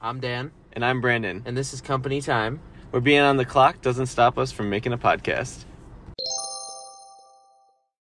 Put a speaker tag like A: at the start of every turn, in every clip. A: I'm Dan,
B: And I'm Brandon.
A: and this is Company Time.
B: We're being on the clock doesn't stop us from making a podcast.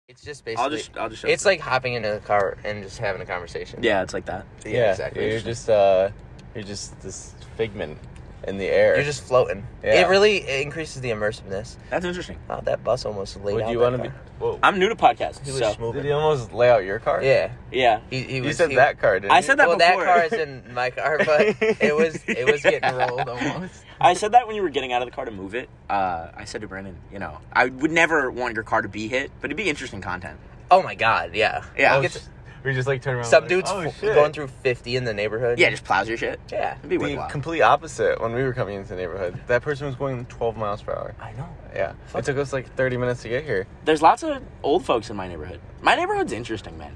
A: It's just basically.
C: I'll just, I'll just. Show
A: it's like hopping into the car and just having a conversation.
C: yeah, it's like that.
A: Yeah, exactly.
B: You're just uh, you're just this figment in the air.
A: You're just floating.
B: Yeah.
A: It really increases the immersiveness.
C: That's interesting.
A: Wow, that bus almost laid
B: Would
A: out
B: you
A: that
B: want to be?
A: car.
B: Whoa.
C: I'm new to podcasts,
A: He was
C: so
A: just moving.
B: Did he almost lay out your car?
A: Yeah,
C: yeah.
A: he, he
B: You
A: was.
B: said
A: he-
B: that car, didn't
C: I
B: you?
C: said that
A: well, that
C: before.
A: car is in my car, but it was it was getting rolled almost.
C: I said that when you were getting out of the car to move it. Uh, I said to Brendan, you know, I would never want your car to be hit, but it'd be interesting content.
A: Oh my god! Yeah. Like
B: Oh,
C: Yeah. I was
A: it's-
B: We just like turn around.
A: some
B: like,
A: dude's
B: oh,
A: f-
B: shit.
A: going through fifty in the neighborhood.
C: Yeah, just plows your shit.
A: Yeah.
C: It'd be
B: the
C: worthwhile.
B: complete opposite when we were coming into the neighborhood. That person was going 12 miles per hour.
A: I know.
B: Yeah, it took us like 30 minutes to get here.
C: There's lots of old folks in my neighborhood. My neighborhood's interesting, man.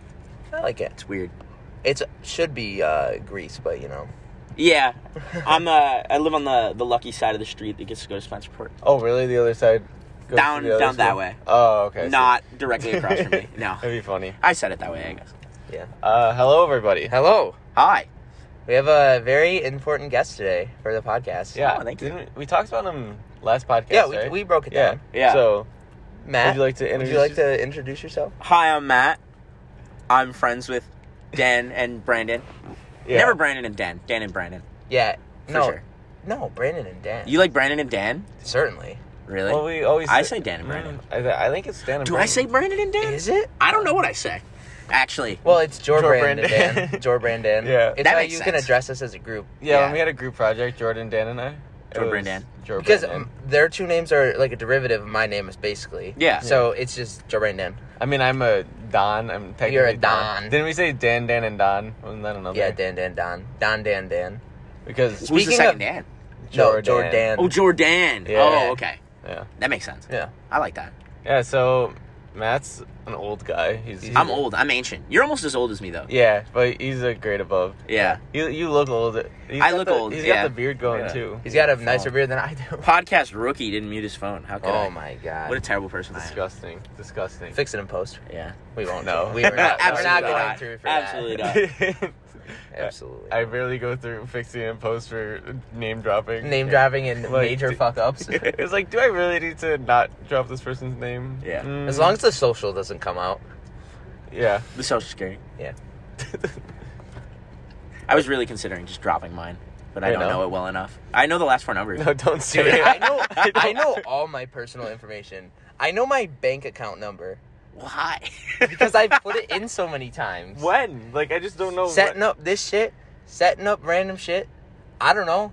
A: I like it.
C: It's weird.
A: It should be uh, Greece, but you know.
C: Yeah, I'm. Uh, I live on the the lucky side of the street that gets to go to Spencerport.
B: Oh, really? The other side? goes
C: Down-
B: to the other
C: down that
B: side?
C: way.
B: Oh, okay. I see.
C: Not directly across from me. No,
B: That'd be funny.
C: I said it that way. I guess.
A: Yeah.
B: Uh, hello, everybody.
A: Hello.
C: Hi.
A: We have a very important guest today for the podcast.
B: Yeah,
C: Oh, thank you.
B: didn't we, we talked about him last podcast?
A: Yeah, we,
B: right?
A: we broke it
B: yeah.
A: down.
C: Yeah.
B: So,
A: Matt,
B: would you like to
A: would
B: introduce?
A: you like to introduce yourself?
C: Hi, I'm Matt. I'm friends with Dan and Brandon.
B: Yeah.
C: Never Brandon and Dan. Dan and Brandon.
A: Yeah.
C: For
A: no.
C: sure.
A: No, Brandon and Dan.
C: You like Brandon and Dan?
A: certainly.
C: Really?
B: Well, we always.
C: I say Dan and Brandon.
B: I, th- I think it's Dan and
C: Do
B: Brandon.
C: I say Brandon and Dan?
A: Is it?
C: I don't know what I say. Actually,
A: Well, it's Jor,
B: Jor
A: Brandon,
B: Brandon.
A: and Dan. Jor Brandon.
B: Yeah.
A: It's
C: That
A: how
C: makes
A: you can
C: sense.
A: address us as a group.
B: Yeah,
C: Yeah.
B: when we had a group project, Jordan, Dan, and I. it
C: Jordan,
B: was
C: Dan.
B: Jordan,
A: Because
B: Dan.
A: um, their two names are like a derivative of my name, is basically.
C: Yeah.
A: So it's just Jor Brandon.
B: I mean, I'm a Don. I'm technically
A: You're a Don.
B: Didn't we say Dan, Dan, and Don? Wasn't that another?
A: Yeah, Dan, Dan, Don. Don, Dan, Dan.
B: Because
C: who's the
A: Speaking
C: second
A: of-
C: Dan?
A: No,
B: Jordan.
A: Jordan.
C: Oh, Jordan.
B: Yeah.
C: Oh, okay.
B: yeah,
C: That makes sense.
A: yeah.
C: I like that.
B: yeah. So Matt's an old guy. He's, he's
C: I'm old. I'm ancient. You're almost as old as me, though.
B: Yeah, but he's a grade above.
C: Yeah.
B: You you look old. He's
C: I
B: got
C: look
B: the-
C: old,
B: He's got
C: yeah.
B: the beard going
C: Yeah.
B: too.
A: He's got a
B: Oh,
A: nicer beard than I do.
C: Podcast rookie didn't mute his phone. How could I?
A: Oh my god.
C: What a terrible person I am.
B: Disgusting. Disgusting.
A: Fix it in post.
C: Yeah.
A: We won't.
B: No.
A: we are not, we're
C: Absolutely
A: not going
C: not.
A: through for
C: Absolutely
A: that.
C: not.
A: Absolutely.
B: I barely go through fixing and post for name dropping.
A: Name dropping and
B: Like,
A: major
B: d-
A: fuck ups.
B: It's like, do I really need to not drop this person's name?
C: Yeah.
B: Mm,
A: as long as the social doesn't come out.
B: yeah.
C: The social security.
A: Yeah.
C: I was really considering just dropping mine, but I
B: I
C: don't
B: know.
C: know it well enough. I know the last four numbers.
B: No, don't say
A: Dude,
B: it.
A: I know. I,
B: don't-
A: know all my personal information. I know my bank account number
C: Why?
A: because I put it in so many times.
B: When? Like, I just don't know.
A: Setting up this shit, setting up random shit. I don't know.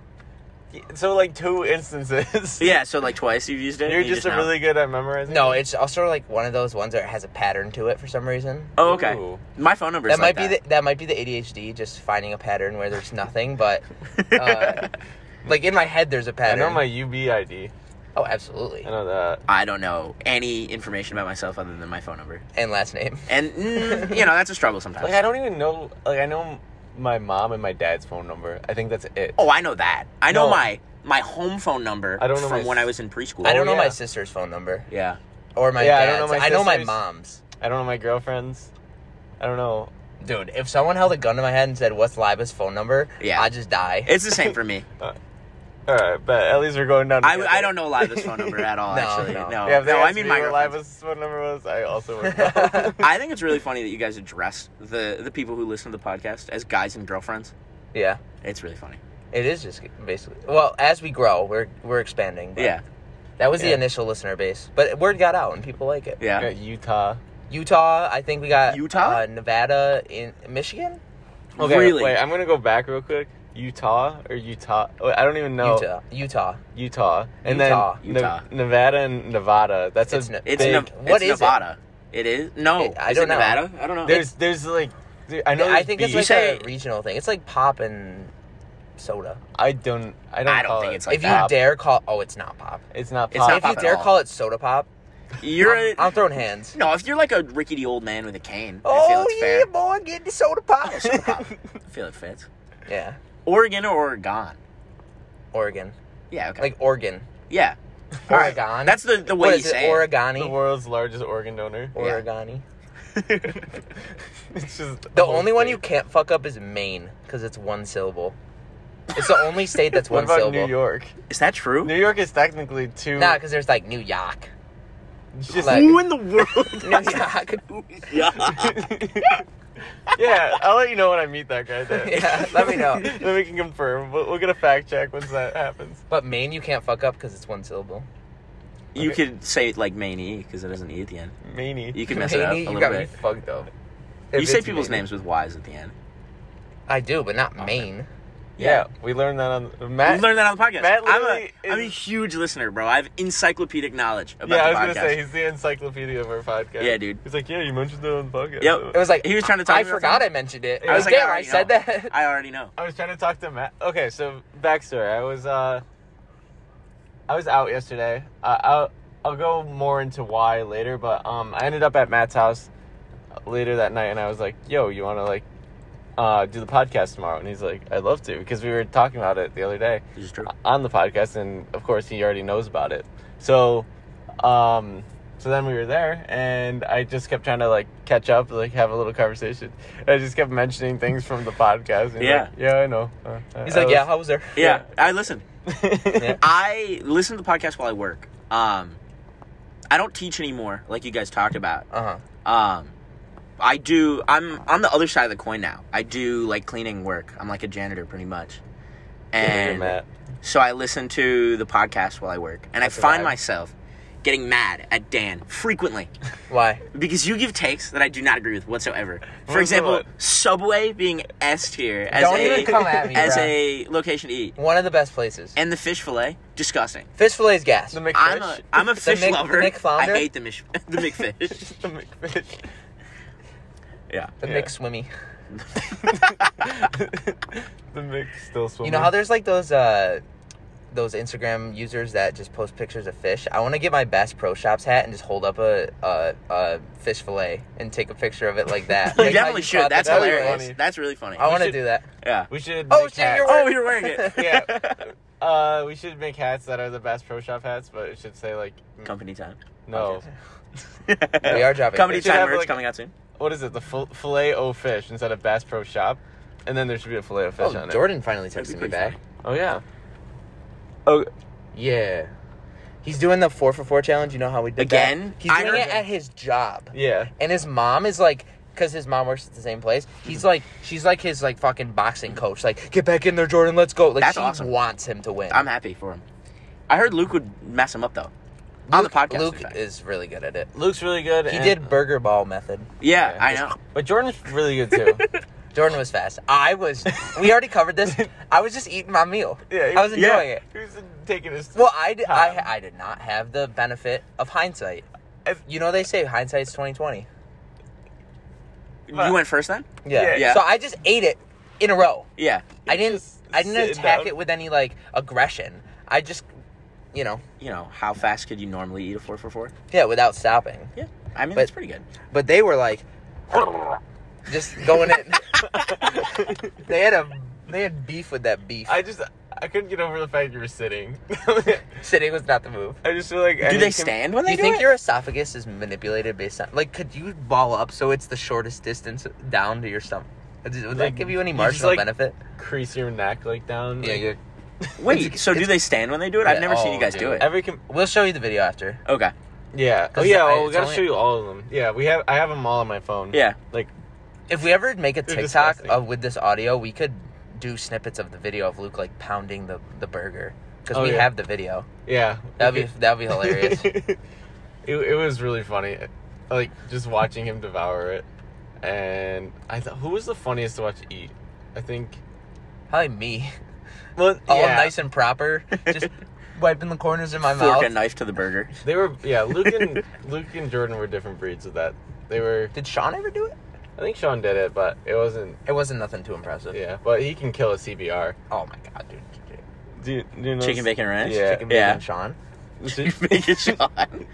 B: what- So, like, two instances.
C: yeah, so like twice you've used it.
B: You're
C: and you
B: just, a
C: know.
B: really good at memorizing.
A: No,
B: it.
A: it's also like one of those ones that has a pattern to it for some reason.
C: Oh, okay.
B: Ooh.
C: My phone number.
A: that might be the, that might be the ADHD, just finding a pattern where there's nothing. But
C: the.
A: uh, like in my head, there's a
B: I
A: pattern.
B: know my UB ID.
A: oh, absolutely.
B: I know that.
C: I don't know any information about myself other than my phone number,
A: And last name.
C: and mm, you know that's a struggle sometimes.
B: Like, I don't even know. Like, I know my mom and my dad's phone number. I think that's it.
C: oh, I know that. I know
B: No.
C: my my home phone number.
B: I don't know
C: from
B: my
C: when I
B: s-
C: was in preschool.
A: I don't know my
B: Oh, yeah.
A: sister's phone number
C: Yeah.
A: or my
B: Yeah, I
A: dad's.
B: don't know my
A: I know my
B: sister's.
A: mom's.
B: I don't know my girlfriends. I don't know.
A: Dude, if someone held a gun to my head and said, "What's Liba's phone number?"
C: Yeah.
A: I'd just die.
C: It's the same for me.
B: All right, but at least we're going down.
C: I,
B: together.
C: I don't know Liva's phone number at all.
A: No,
C: actually,
A: no.
C: no,
B: Yeah, if they
C: no. I
B: asked
C: mean,
B: me
C: my
B: what
C: girlfriend's.
B: Liva's phone number was. I also would know.
C: I think it's really funny that you guys address the the people who listen to the podcast as guys and girlfriends.
A: yeah,
C: It's really funny.
A: it is just basically. Well, as we grow, we're we're expanding. but
C: Yeah,
A: that was the
B: Yeah. initial
A: initial listener base, but word got out and people like it.
C: yeah.
B: Got Utah.
A: Utah, I think we got
C: Utah?
A: uh, Nevada, in Michigan,
C: Really?
B: Wait, I'm gonna go back real quick. Utah or Utah? Wait, I don't even know.
A: Utah, Utah.
B: Utah. And
A: Utah.
B: then Ne-
C: Utah.
B: Nevada and Nevada. That's
A: It's
B: a
A: Ne-
C: It's,
B: big-
C: Nev-
A: What
C: it's
A: is it?
C: Nevada. it is no.
A: It- I
C: is
A: don't
C: it
A: know.
C: Nevada? I don't know.
B: There's there's like there- I know
A: I
B: there's
A: think
B: beach.
A: it's like
C: say-
A: a regional thing. It's like pop and soda.
B: I don't I don't
C: I don't
B: call
C: think
B: it
C: it's like
A: if you
C: that.
A: dare call, oh, it's not pop.
B: it's not
C: It's
B: pop.
C: not
A: if you
C: pop at
A: dare
C: all.
A: call it soda pop,
C: you're
A: I'm,
C: a,
A: I'm throwing hands.
C: no. If you're like a rickety old man with a cane, I feel
A: Oh
C: it's
A: yeah,
C: fair.
A: boy, get the soda pop.
C: Soda pop. I feel it fits.
A: yeah,
C: Oregon or Oregon?
A: Oregon,
C: Yeah. Okay.
A: like Oregon,
C: yeah.
A: Oregon.
C: That's the the way
A: what
C: you
A: is it?
C: say. it.
A: Oregani,
B: the world's largest organ donor.
C: Yeah.
A: Oregani.
B: it's just
A: The
B: whole
A: only one
B: state.
A: you can't fuck up is Maine because it's one syllable. It's the only state that's
B: What
A: one
B: about
A: syllable.
B: New York?
C: Is that true?
B: New York is technically two.
A: Nah, because there's like New York.
B: just
A: like-
C: Who in the world?
A: New York.
C: yeah.
B: yeah, I'll let you know when I meet that guy. Then.
A: Yeah, let me know.
B: then we can confirm. We'll, we'll get a fact check once that happens.
A: But Maine, you can't fuck up because it's one syllable.
C: You
B: Okay.
C: could say it like main E because it doesn't E at the end.
B: Meanie.
C: You could mess it up a
A: Maine, you
C: little
A: got me
C: bit.
A: fucked up.
C: You
A: If
C: say
A: it's
C: people's
A: Maine.
C: names with Y's at the end.
A: I do, but not Maine.
B: Yeah, we learned that on
C: We
B: Matt.
C: learned that on the podcast.
B: Matt
C: I'm, a,
B: literally
C: am a
B: is-
C: huge listener, bro. I have encyclopedic knowledge about
B: yeah, I
C: the
B: was gonna
C: podcast.
B: say he's the encyclopedia of our podcast.
C: Yeah, dude.
B: He's like, yeah, you mentioned that on the podcast.
C: Yep.
A: It was like
C: He was trying to talk
A: I
C: to me about
A: forgot
C: something.
A: I mentioned it.
B: I
A: I
B: was
A: was
B: like, I
A: damn, I
C: already
A: said
C: know.
A: that.
C: I already know.
B: I was trying to talk to Matt. Okay, so backstory. I was uh, I was out yesterday. Uh, I'll I'll go more into why later, but um, I ended up at Matt's house later that night, and I was like, "Yo, you want to like uh do the podcast tomorrow?" And he's like, "I'd love to," because we were talking about it the other day
C: This is true.
B: on the podcast, and of course he already knows about it. So, um, so then we were there, and I just kept trying to like catch up, like have a little conversation. I just kept mentioning things from the podcast. and he's
C: Yeah.
B: like, yeah, I know. Uh, I-
A: He's
B: I
A: like, yeah, how was there?
C: Yeah, I listen.
B: was-
A: Yeah.
C: I listen to the podcast while I work. Um, I don't teach anymore, like you guys talked about.
A: Uh huh.
C: Um, I do. I'm on the other side of the coin now. I do like cleaning work. I'm like a janitor, pretty much. And
B: Matt.
C: so I listen to the podcast while I work, and
A: That's
C: I find
A: right.
C: myself getting mad at Dan frequently
A: Why?
C: because you give takes that I do not agree with whatsoever. For
B: What's
C: example,
B: that?
C: Subway being S tier as
A: Don't
C: a
A: even come at me,
C: as
A: bro.
C: a location to eat,
A: One of the best places.
C: and the fish fillet disgusting.
A: Fish fillet's gas.
B: The McFish.
C: I'm a I'm a
A: The
C: fish
A: Mc-
C: lover.
A: the McFlounder?
C: I hate the mish- the McFish.
B: the McFish.
C: yeah.
A: the
B: yeah.
A: mixed swimmy.
B: the Mc still swimming.
A: You know how there's like those uh those Instagram users that just post pictures of fish. I want to get my best pro shops hat and just hold up a a, a fish fillet and take a picture of it like that.
C: You
A: Like how
C: definitely
A: you
C: should.
A: caught
C: That's
A: the
B: That'd be
A: fish.
C: hilarious.
B: funny.
C: That's really funny.
A: I want to
B: should-
A: do that.
C: yeah.
B: we should.
A: Oh,
B: make
A: shit, you're
B: hats.
C: Oh, you're wearing it.
B: Yeah. Uh, we should make hats that are the best pro shop hats, but it should say like m-
C: Company time.
B: no.
A: We are dropping.
C: Company
B: It should
C: time
B: have,
C: merch
B: like-
C: coming out soon.
B: what is it? The fil- filet o fish instead of Bass Pro Shop, and then there should be a filet o fish
A: Oh,
B: on
A: Jordan finally
C: That'd be
A: texted me
C: pretty
A: back.
B: it. Oh yeah. Oh
A: Yeah. He's doing the four for four challenge. You know how we did that?
C: Again?
A: He's
C: I
A: doing
C: heard
A: it
C: that.
A: at his job,
B: yeah.
A: and his mom is like, because his mom works at the same place. He's like, she's like his like fucking boxing coach. Like, get back in there, Jordan. Let's go. Like,
C: That's
A: she
C: awesome.
A: wants him to win.
C: I'm happy for him. I heard Luke would mess him up though. on the podcast, in
A: Luke
C: fact.
A: is really good at it.
B: Luke's really good.
A: He
B: and-
A: did burger ball method.
C: Yeah,
B: Yeah.
C: I know.
B: but Jordan's really good too.
A: Jordan was fast. I was. We already covered this. I was just eating my meal. I was enjoying it.
B: He was taking his.
A: Well, I, di-
B: Time.
A: I, I did not have the benefit of hindsight.
B: If-
A: You know they say hindsight's twenty twenty.
B: But-
C: you went first then?
A: Yeah.
B: Yeah,
C: yeah.
A: So I just ate it in a row.
C: Yeah.
A: I didn't.
B: just
A: I didn't
B: sitting
A: attack
B: down.
A: it with any like aggression. I just, you know,
C: You know, how fast could you normally eat a four for four?
A: yeah, without stopping.
C: Yeah. I mean
A: But-
C: that's pretty good.
A: But they were like, just going in. they had a. They had beef with that beef.
B: I just I couldn't get over the fact you were sitting.
A: Sitting was not the move.
B: I just feel like
C: Do they stand when
A: Do
C: they
A: you
C: do
A: think
C: it?
A: your esophagus is manipulated based on like? Could you ball up so it's the shortest distance down to your stomach? Would that
B: Like,
A: give you any
B: you just,
A: marginal
B: like,
A: benefit?
B: crease your neck like down? like-
A: you're-
C: Wait,
A: It's-
C: so do
A: it's-
C: they stand when they do it?
A: Yeah,
C: I've never seen
A: oh,
C: you guys do
A: dude.
C: it.
B: every com-
A: We'll show you the video after.
C: Okay.
B: yeah oh
A: 'Cause I-
B: yeah well, we
A: it's
B: gotta
A: only-
B: show you all of them yeah we have I have them all on my phone
C: Yeah.
B: like
A: If we ever make a
B: They're
A: TikTok
B: disgusting.
A: of, with this audio, we could do snippets of the video of Luke like pounding the, the burger because
B: Oh,
A: we
B: yeah.
A: have the video.
B: yeah
A: That'd
B: we
A: be
B: could-
A: that'd be hilarious.
B: it, it was really funny, like just watching him devour it. And I thought, who was the funniest to watch eat? I think.
A: Probably me,
B: Well,
A: all
B: yeah,
A: Oh, nice and proper, just wiping the corners of my
C: Fork
A: mouth.
C: and knife to the burger.
B: They were yeah. Luke and Luke and Jordan were different breeds of that. They were.
A: Did Sean ever do it?
B: I think Sean did it, but it wasn't.
A: It wasn't nothing too impressive.
B: Yeah, but he can kill a CBR.
A: Oh my god, dude.
B: Do you, do you know
C: Chicken bacon ranch?
B: Yeah.
A: Chicken bacon,
C: Yeah.
A: Sean.
C: Bacon Sean.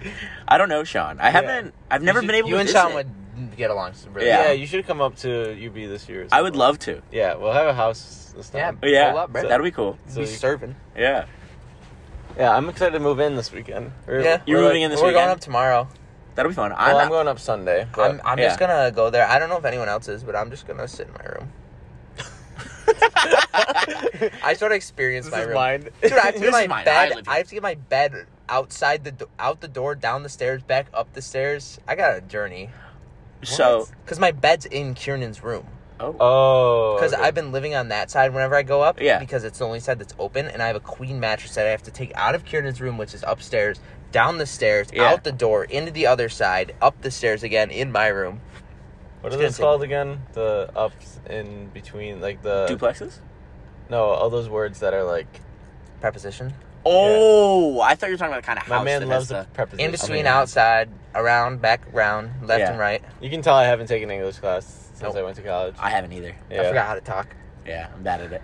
C: I don't know Sean. I haven't I've never
B: should-
C: been able
A: You
C: to
A: and
C: visit.
A: Sean would get along really
B: Yeah.
C: Yeah.
B: you should come up to UB this year. or
C: I would
B: something.
C: love to.
B: Yeah, we'll have a house this
A: Yeah,
B: time.
C: But yeah.
A: Pull up, bro.
C: That'd be cool.
A: well.
B: So
A: He's
B: you-
A: serving.
C: Yeah.
B: Yeah, I'm excited to move in this weekend. We're-
A: Yeah.
C: You're
B: we're,
C: moving
B: like-
C: in this
A: We're
C: weekend.
A: going up tomorrow.
C: That'll be fun.
B: Well, I'm
C: I'm,
B: going up Sunday. but-
A: I'm, I'm just gonna go there. I don't know if anyone else is, but I'm just gonna sit in my room. I just want to experience
B: This
A: my
B: is
A: room.
B: mine.
A: Dude, I have to
C: This
A: get
C: is
A: my
C: mine. I
A: bed.
C: live
A: I,
C: here.
A: have to get my bed outside the do- out the door, down the stairs, back up the stairs. I got a journey
C: So,
A: because my bed's in Kiernan's room.
C: oh,
A: Uh,
B: Oh.
A: Because
B: okay.
A: I've been living on that side whenever I go up.
C: Yeah.
A: Because it's the only side that's open, and I have a queen mattress that I have to take out of Kieran's room, which is upstairs, down the stairs,
C: Yeah.
A: out the door, into the other side, up the stairs again, in my room.
B: What
A: It's
B: are
A: gonna
B: those
A: take-
B: called again? The ups in between, like the
C: duplexes?
B: no, all those words that are like
A: Preposition.
C: Oh, I thought you were talking about the kind of house.
B: my man
C: that
B: loves
C: has
B: the
C: the,
B: preposition.
A: In between,
C: yeah.
A: outside, around, back, round, left,
C: Yeah.
A: and right.
B: You can tell I haven't taken English class since
A: Nope.
B: I went to college.
C: I haven't either.
B: yeah.
A: I forgot how to talk.
C: Yeah, I'm bad at it.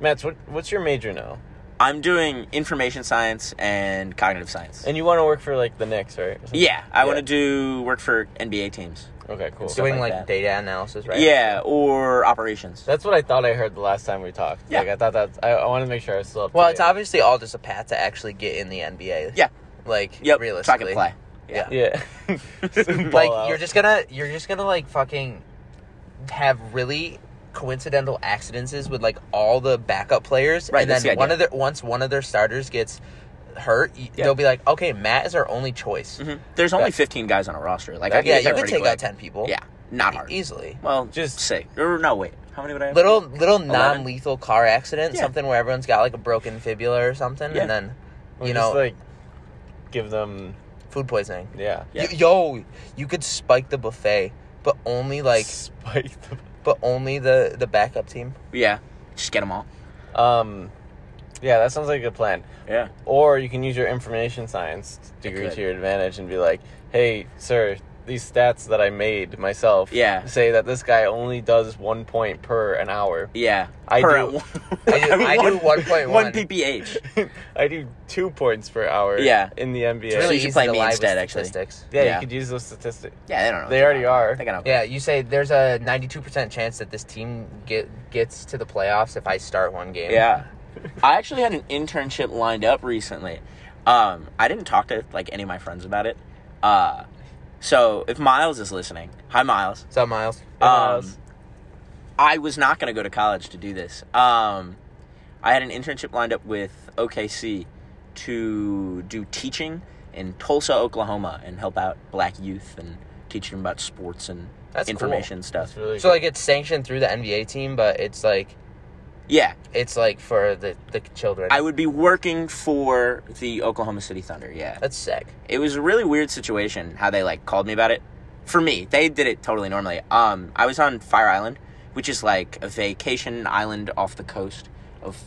B: Matt, what, what's your major now?
C: I'm doing information science and cognitive science.
B: And you want to work for like the Knicks, right? Or something?
C: yeah, I
B: Yeah.
C: want to do work for NBA teams.
B: Okay, cool.
C: Stuff
A: Doing
C: like
A: like,
C: that.
A: data analysis, right?
C: Yeah, or operations.
B: That's what I thought I heard the last time we talked.
C: Yeah.
B: Like I thought that I, I wanted to make sure I was still up. to
A: Well,
B: date.
A: it's obviously all just a path to actually get in the NBA.
C: Yeah.
A: Like
C: Yep, track
A: realistically.
C: and play. Yeah.
B: Yeah.
A: like you're just gonna you're just gonna like fucking have really coincidental accidences with like all the backup players
C: Right,
A: and
C: that's
A: then
C: the
A: one of their once one of their starters gets hurt y
C: Yeah.
A: they'll be like okay matt is our only choice
C: Mhm. There's only
A: That-
C: 15 guys on a roster. Like, I can
A: yeah
C: get there
A: you could
C: pretty
A: take
C: quick.
A: out 10 people
C: Yeah, not hard.
A: easily
C: Well,
B: Just-
C: just say or no. Wait, how many would I? Have?
A: little little non-lethal car accident
C: Yeah.
A: something where everyone's got like a broken fibula or something
C: Yeah.
A: and then
B: We'll
A: you know
B: just, like give them
A: food poisoning
B: yeah.
C: Yeah.
A: Y- yo you could spike the buffet but only like
B: spike them.
A: but only the the backup team
C: Yeah, just get them all.
B: Um, yeah, that sounds like a good plan.
C: Yeah.
B: Or you can use your information science degree
C: could.
B: to your advantage and be like, hey, sir, these stats that I made myself
C: Yeah.
B: say that this guy only does one point per an hour.
C: Yeah.
B: I
C: Per-
B: do-
A: I do- I do 1.1.
C: One pph.
B: I do two points per hour
C: Yeah.
B: in the NBA.
C: So
A: really
C: you should
A: easy
C: play
A: to
C: me
A: lie with
C: instead, actually.
A: statistics.
B: yeah,
C: Yeah.
B: you could use those statistics.
C: Yeah, they don't know.
B: They already are.
C: They got
A: Yeah, you say there's a 92% chance that this team get, gets to the playoffs if I start one game.
C: Yeah. I actually had an internship lined up recently. Um, I didn't talk to like any of my friends about it. Uh, so if Miles is listening, hi Miles.
A: So Miles,
C: Um, I was not going to go to college to do this. Um, I had an internship lined up with OKC to do teaching in Tulsa, Oklahoma, and help out black youth and teach them about sports and
A: That's cool.
C: information stuff.
B: That's really
A: so like it's sanctioned through the NBA team, but it's like
C: Yeah,
A: it's like for the the children.
C: I would be working for the Oklahoma City Thunder. Yeah.
A: That's sick.
C: it was a really weird situation how they like called me about it for me they did it totally normally um i was on fire island which is like a vacation island off the coast of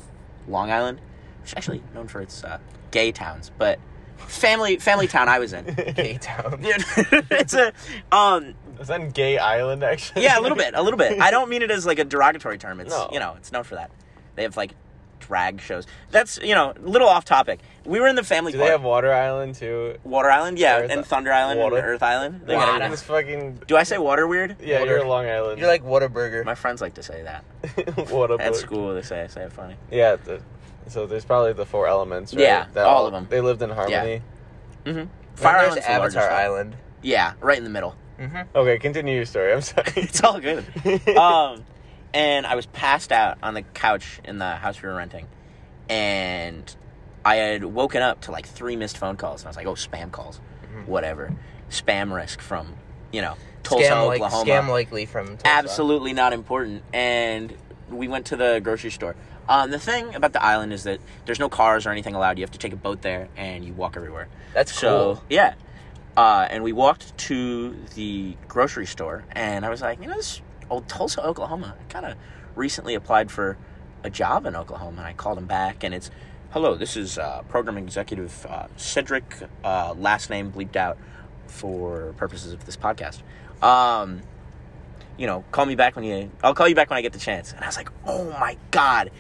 C: long island which is actually known for its uh, gay towns but family family town i was in
A: Gay town.
C: Dude, it's a um
B: Is that Gay Island actually?
C: yeah a little bit a little bit i don't mean it as like a derogatory term it's
B: No.
C: you know it's known for that they have like drag shows that's you know a little off topic we were in the family
B: Do
C: park.
B: they have Water Island too?
C: water island yeah
B: Earth-
C: and thunder island
B: Water.
C: and earth island they got
A: Water.
C: everything.
B: This fucking
C: Do I say water weird?
B: yeah,
A: Water.
B: you're Long Island.
A: You're like Whataburger.
C: My friends like to say that.
B: what a
C: At
B: book.
C: school, they say I say it funny.
B: Yeah. The, so there's probably the four elements. Right?
C: Yeah, all of 'em.
B: They lived in harmony.
A: Fire
C: Fire
A: there's
C: Island's the largest
A: Avatar
C: one.
A: Island.
C: Yeah, right in the middle.
A: Mm-hmm.
B: Okay, continue your story. I'm sorry.
C: It's all good. um, and I was passed out on the couch in the house we were renting, and I had woken up to like three missed phone calls, and I was like, "Oh, spam calls, whatever, spam risk from you know Tulsa,
A: Mm-hmm. Scam like
C: Oklahoma."
A: scam likely from Tulsa.
C: absolutely not important. And we went to the grocery store. Um, the thing about the island is that there's no cars or anything allowed. You have to take a boat there, and you walk everywhere.
A: That's
C: so
A: cool.
C: yeah. Uh, and we walked to the grocery store, and I was like, you know, this old Tulsa, Oklahoma. I kind of recently applied for a job in Oklahoma, and I called him back, and it's, hello, this is uh, program executive uh, Cedric, uh, last name bleeped out for purposes of this podcast. Um, you know, call me back when you. I'll call you back when I get the chance. And I was like, oh my god,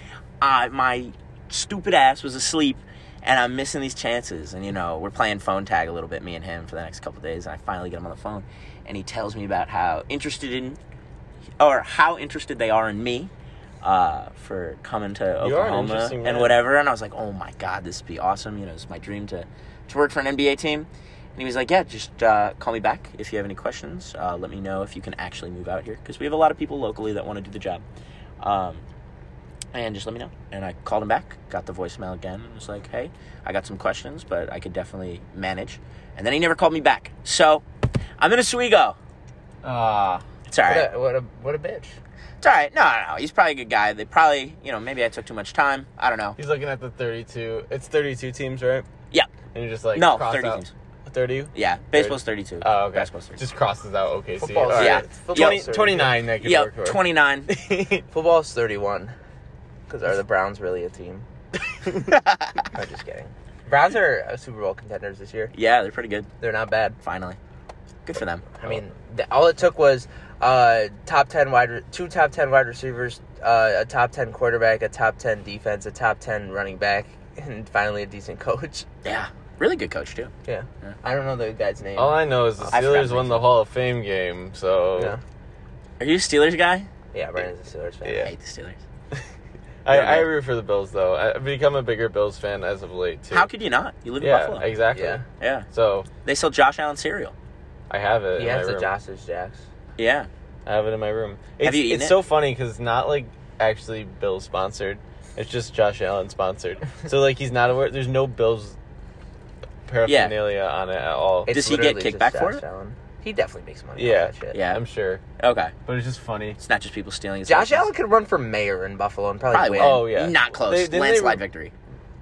C: I my stupid ass was asleep, and I'm missing these chances. And you know, we're playing phone tag a little bit, me and him, for the next couple days. And I finally get him on the phone, and he tells me about how interested in, or how interested they are in me. Uh, for coming to
B: an
C: Oklahoma
B: interesting
C: and
B: man.
C: whatever, and I was like, "Oh my God, this would be awesome!" You know, it's my dream to, to work for an NBA team. And he was like, "Yeah, just uh, call me back if you have any questions. Uh, let me know if you can actually move out here because we have a lot of people locally that want to do the job." Um, and just let me know. And I called him back, got the voicemail again, and was like, hey, I got some questions, but I could definitely manage. And then he never called me back. So I'm in Oswego.
B: Ah,
C: It's all
A: What
C: right.
A: a, what a what a bitch.
C: It's all right. No, no, no. He's probably a good guy. They probably, you know, maybe I took too much time. I don't know.
B: he's looking at the thirty-two. It's thirty-two teams, right?
C: Yeah.
B: And you're just like
C: no,
B: cross
C: 30
B: out-
C: teams.
B: Thirty.
C: Yeah. Baseball's 32.
B: Oh, okay.
C: Basketball's 32.
B: Just crosses out OKC.
A: Football's
B: All
C: Yeah.
B: right.
A: thirty- football's 30.
B: Twenty- 29 that could
C: yeah,
B: work for.
C: 29.
A: Football's thirty-one. Because are the Browns really a team? I'm just kidding. Browns are uh, Super Bowl contenders this year.
C: yeah, they're pretty good.
A: They're not bad.
C: Finally. Good for them.
A: I mean, the, all it took was uh, top ten wide, re- two top ten wide receivers, uh, a top ten quarterback, a top ten defense, a top ten running back, and finally a decent coach.
C: Yeah. Really good coach, too.
A: Yeah,
C: Yeah.
A: I don't know the guy's name.
B: All I know is the
C: I forgot
B: Steelers
C: to
B: won the Hall of Fame game, so
A: yeah,
C: Are you a Steelers guy?
A: yeah, Brandon's a Steelers fan.
B: Yeah.
C: I hate the Steelers.
B: I,
C: Yeah,
B: I
C: yeah.
B: root for the Bills though. I- I've become a bigger Bills fan as of late too.
C: How could you not? You live in
B: yeah,
C: Buffalo.
B: exactly.
A: Yeah.
C: yeah.
B: So
C: They sell Josh Allen cereal.
B: I have it.
A: He
B: in my
A: has the
B: room.
A: Josh's Jacks.
C: Yeah.
B: I have it in my room. It's,
C: you eaten
B: it's
C: it?
B: so funny because it's not like actually Bill sponsored. It's just Josh Allen sponsored. so like he's not aware. There's no Bills paraphernalia on it at all.
A: It's
C: Does he get
A: literally just
C: kickback for
A: Josh
C: it?
A: Allen. He definitely makes money.
B: Yeah.
A: off that shit.
C: Yeah.
B: I'm sure,
C: Okay.
B: but it's just funny.
C: It's not just people stealing. his
A: Josh
C: license.
A: Allen could run for mayor in Buffalo and probably,
C: Probably
A: win.
C: will.
B: Oh yeah,
C: Not
B: They-
C: close.
B: didn't they
C: Landslide
B: re-
C: victory.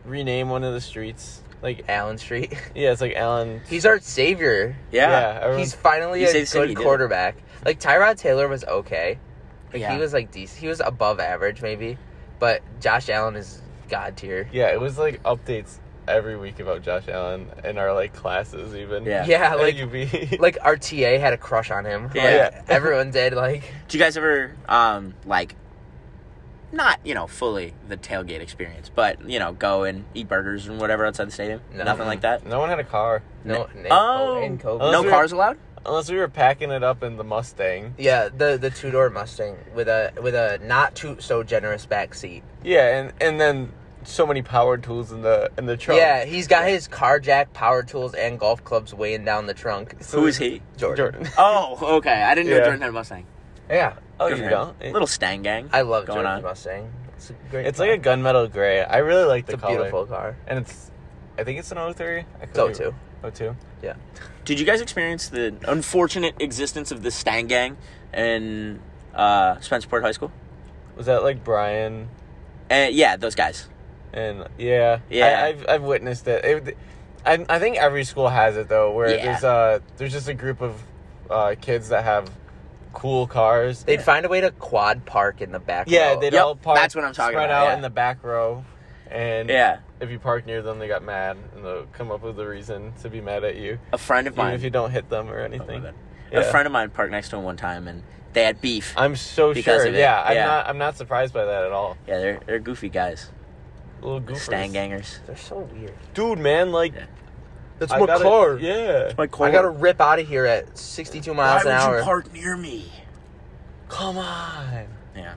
B: rename one of the streets. Like
A: Allen Street.
B: yeah, it's like Allen.
A: He's our savior.
C: Yeah.
B: everyone-
A: He's finally
C: He
A: a
C: saved the city,
A: good
C: didn't he?
A: quarterback. Like Tyrod Taylor was okay. Like,
C: Yeah.
A: He was like decent. He was above average maybe, but Josh Allen is god tier.
B: Yeah, it was like updates every week about Josh Allen in our like classes even.
C: Yeah.
A: Yeah,
B: At
A: like
B: UB.
A: like our TA had a crush on him. Like,
C: Yeah.
A: everyone did. Like
C: Do you guys ever um like not, you know, fully the tailgate experience, but you know, go and eat burgers and whatever outside the stadium?
A: No.
C: Nothing like that?
B: no one had a car.
A: no, and
C: Oh.
A: Co- and COVID.
B: Unless
C: No
B: we-
C: cars allowed?
B: Unless we were packing it up in the Mustang.
A: Yeah, the the two door Mustang with a with a not too so generous back seat.
B: Yeah, and and then so many power tools in the in the trunk.
A: Yeah, he's got his car jack, power tools, and golf clubs weighing down the trunk.
B: So-
C: Who is he?
A: Jordan.
B: Jordan.
C: Oh, okay. I didn't know
B: Yeah.
C: Jordan had a Mustang.
A: Yeah,
B: Oh,
C: Good
B: you
C: for him.
B: don't. It-
C: Little Stang gang.
A: I love
C: Going
A: Jordan's
C: on.
A: Mustang. It's a great.
B: it's
A: car.
B: like a gunmetal gray. I really like the
A: It's a
B: color.
A: beautiful car.
B: And it's I think it's an 03. I could
A: It's 02.
B: be- 02.
C: Did you guys experience the unfortunate existence of the Stang gang in uh Spencerport High School?
B: Was that like Brian
C: Uh, yeah, those guys.
B: and yeah.
C: Yeah.
B: I, I've I've witnessed it. it I, I think every school has it though where
C: Yeah.
B: there's uh there's just a group of uh, kids that have cool cars
A: They'd find a way to quad park in the back.
B: Yeah,
A: row.
B: they'd
C: Oh, Yep,
B: all park.
C: that's what I'm talking
B: spread
C: about,
B: out
C: yeah.
B: in the back row, and
C: Yeah.
B: if you park near them, they got mad and they'll come up with a reason to be mad at you,
C: A friend of
B: even
C: mine.
B: if you don't hit them or
C: Oh, my
B: anything.
C: bad.
B: Yeah.
C: A friend of mine parked next to him one time and they had beef.
B: I'm so
C: Because
B: sure.
C: of it,
B: Yeah, I'm
C: yeah.
B: not. I'm not surprised by that at all.
C: Yeah, they're they're goofy guys.
B: Little goofers.
C: Stang gangers.
A: they're so weird.
B: Dude, man, like
C: Yeah.
A: That's
B: I
A: my
B: gotta-
A: car.
B: Yeah.
C: My
A: I gotta rip out of here at 62 miles an hour.
C: park near me?
B: Come on.
C: Yeah.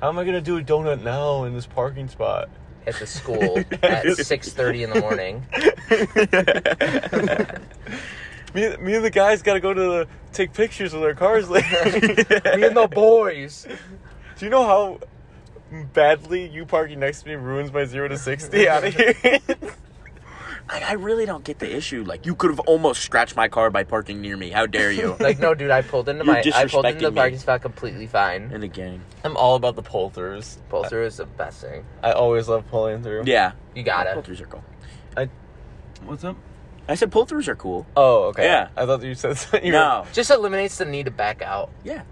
B: How am I gonna do a donut now in this parking spot?
A: at the school at 6:30 in the morning.
B: Me, me and the guys gotta go to the take pictures of their cars later.
A: Me and the boys.
B: Do you know how badly you parking next to me ruins my zero to sixty out of here?
C: Like I really don't get the issue. Like you could have almost scratched my car by parking near me. How dare you?
A: Like, no, dude, I pulled into
C: You're
A: my I pulled into
C: disrespecting
A: the
C: me.
A: parking spot completely fine.
C: in the gang.
B: I'm all about the pull throughs.
A: Pull through is the best thing.
B: I always love pulling through.
C: Yeah.
A: You gotta.
C: Pull-throughs are cool.
B: What's up?
C: I said pull-throughs are cool.
B: Oh, okay.
C: Yeah.
B: I thought you said something. you
C: No.
A: Just eliminates the need to back out.
C: Yeah.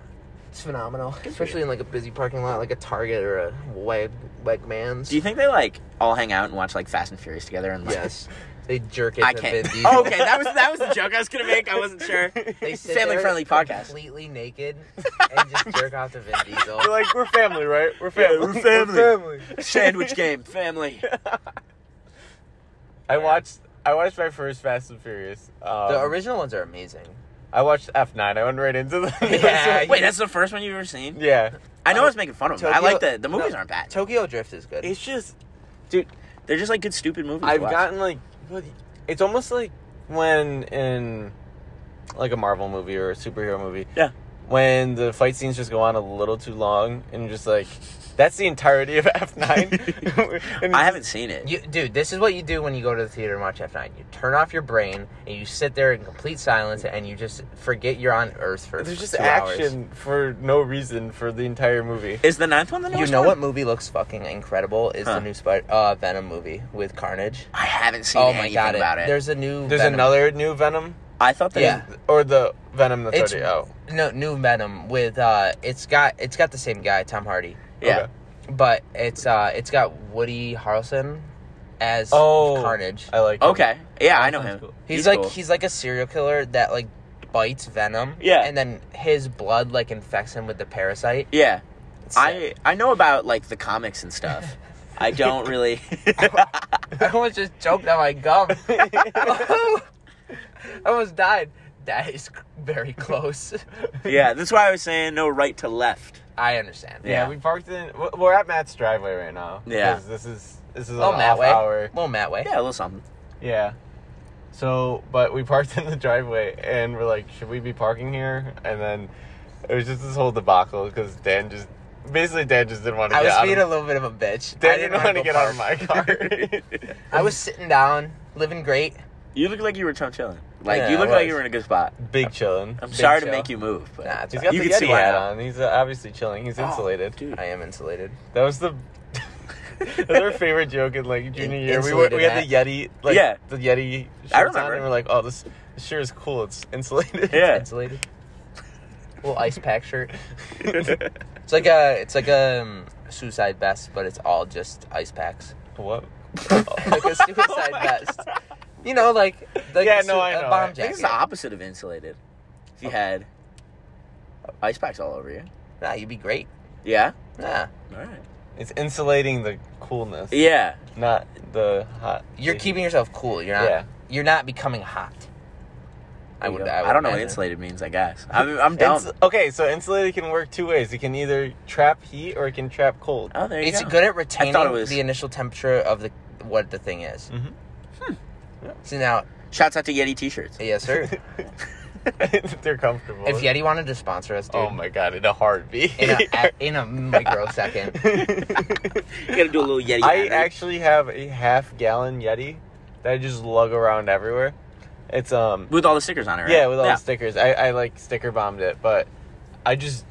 A: It's phenomenal,
C: for
A: especially in like a busy parking lot, like a Target or a Weg Wegmans.
C: Do you think they like all hang out and watch like Fast and Furious together and like
A: yes, they jerk it.
C: I
A: to
C: can't. Oh,
A: Vin Diesel.
C: okay, that was that was the joke I was gonna make. I wasn't sure.
A: They sit
C: Family
A: there
C: friendly podcast.
A: Completely naked and just jerk off to Vin Diesel.
B: We're like, we're family, right? We're family.
C: we're family.
B: family.
C: Sandwich game, family.
B: I watched I watched my first Fast and Furious. Um,
A: The original ones are amazing.
B: I watched F nine. I went right into the
A: Yeah.
C: Wait, that's the first one you've ever seen.
B: yeah.
C: I know I was making fun of them. I
A: Tokyo-
C: like the the movies
A: no.
C: aren't bad.
A: Tokyo Drift is good.
B: It's just
C: They're just like good stupid movies. to
B: I've
C: watch.
B: gotten like what- it's almost like when in like a Marvel movie or a superhero movie.
C: Yeah.
B: When the fight scenes just go on a little too long and you're just like That's the entirety of F nine.
C: I haven't seen it.
A: Hmm. You, dude, this is what you do when you go to the theater and watch F9. You turn off your brain and you sit there in complete silence and you just forget you're on Earth for
B: There's just
A: two
B: action for no reason for the entire movie.
C: Is the ninth one the
A: Hours. You
C: newest
A: know
C: one?
A: what movie looks fucking incredible is
C: Huh.
A: the new Spider uh, Venom movie with Carnage.
C: I haven't seen
A: Oh my
C: anything
A: god! it-
C: about it.
A: There's a new.
B: There's
A: Venom.
B: another new Venom,
C: I thought there
A: Yeah.
B: or the Venom that's
A: It's-
B: already out.
A: no new Venom with uh, it's got it's got the same guy Tom Hardy,
C: yeah.
B: Okay.
A: but it's uh, it's got Woody Harrelson as
B: Oh.
A: Carnage.
B: I like. it.
C: Okay. Yeah, I know
B: Sounds
C: him.
B: cool.
A: He's,
C: He's
A: like
C: cool.
A: he's like a serial killer that like bites Venom.
C: Yeah.
A: And then his blood like infects him with the parasite.
C: Yeah.
A: It's sick.
C: I I know about like the comics and stuff. I don't really
A: I almost just choked on my gum. I almost died. That is c- very close.
C: Yeah, that's why I was saying no right to left.
A: I understand.
B: Yeah,
C: Yeah.
B: we parked in. w- We're at Matt's driveway right now.
C: Yeah.
B: 'cause This is this is an
A: Well,
B: off
A: Oh, Matt way.
B: hour.
A: Well, Matt way.
C: Yeah, a little something.
B: Yeah. So, but we parked in the driveway, and we're like, should we be parking here? And then it was just this whole debacle because Dan just basically Dan just didn't want to
A: I
B: get
A: was
B: out.
A: being
B: of,
A: a little bit of a bitch.
B: Dan
A: I
B: didn't
A: wanna
B: want to
A: go
B: get out of my
A: park.
B: car.
A: I was sitting down, living great.
C: You look like you were chilling. Like
A: Yeah,
C: you
A: I
C: look like
A: was.
C: you were in a good spot.
B: Big chillin'.
C: I'm
A: Big
C: sorry to
A: chill.
C: make you move, but
A: Nah, it's
B: He's
A: He's
B: got
C: you
B: the
C: can see
B: Yeti hat
C: how-
B: on. He's uh, obviously chilling. He's
C: Oh,
B: insulated.
C: dude.
A: I am insulated.
B: That was the. that was our favorite joke in like junior year. We, were,
A: insulated
B: we had the Yeti, like
C: Yeah.
B: the Yeti. Shirts
C: I
B: On,
C: remember.
B: and we're like, oh, this, this shirt is cool. It's insulated.
C: Yeah.
A: Insulated. Little ice pack shirt. It's like a it's like a um, suicide vest, but it's all just ice packs.
B: what?
C: Oh.
A: like a suicide vest. You know, like like
B: Yeah,
A: a
B: no, I
A: a
B: know.
A: bomb
B: I think
C: I think it's
A: jacket.
C: the opposite of insulated. If
A: Oh.
C: you had ice packs all over you.
A: Nah, you'd be great.
C: Yeah?
A: Nah,
C: Alright.
B: It's insulating the coolness,
C: Yeah.
B: not the hot.
A: you're keeping yourself cool. You're not.
B: Yeah.
A: You're not becoming hot. I would. I, would
C: don't know what
A: imagine.
C: insulated means, I guess. I'm, I'm dumb.
B: Ins- okay, so insulated can work two ways. It can either trap heat or it can trap cold.
C: oh, there you
A: It's
C: go.
A: good at retaining
C: was-
A: the initial temperature of the what the thing is.
B: Mhm.
A: So now,
C: Shouts out to Yeti t shirts.
A: yes, sir.
B: They're comfortable.
A: if Yeti wanted to sponsor us, dude,
B: oh my god, in a heartbeat.
A: in a in a microsecond,
C: You gotta do a little Yeti.
B: I
C: ad read.
B: actually have a half gallon Yeti that I just lug around everywhere. It's um
C: With all the stickers on it, right?
B: yeah, with all
C: yeah.
B: the stickers. I, I like sticker bombed it, but I just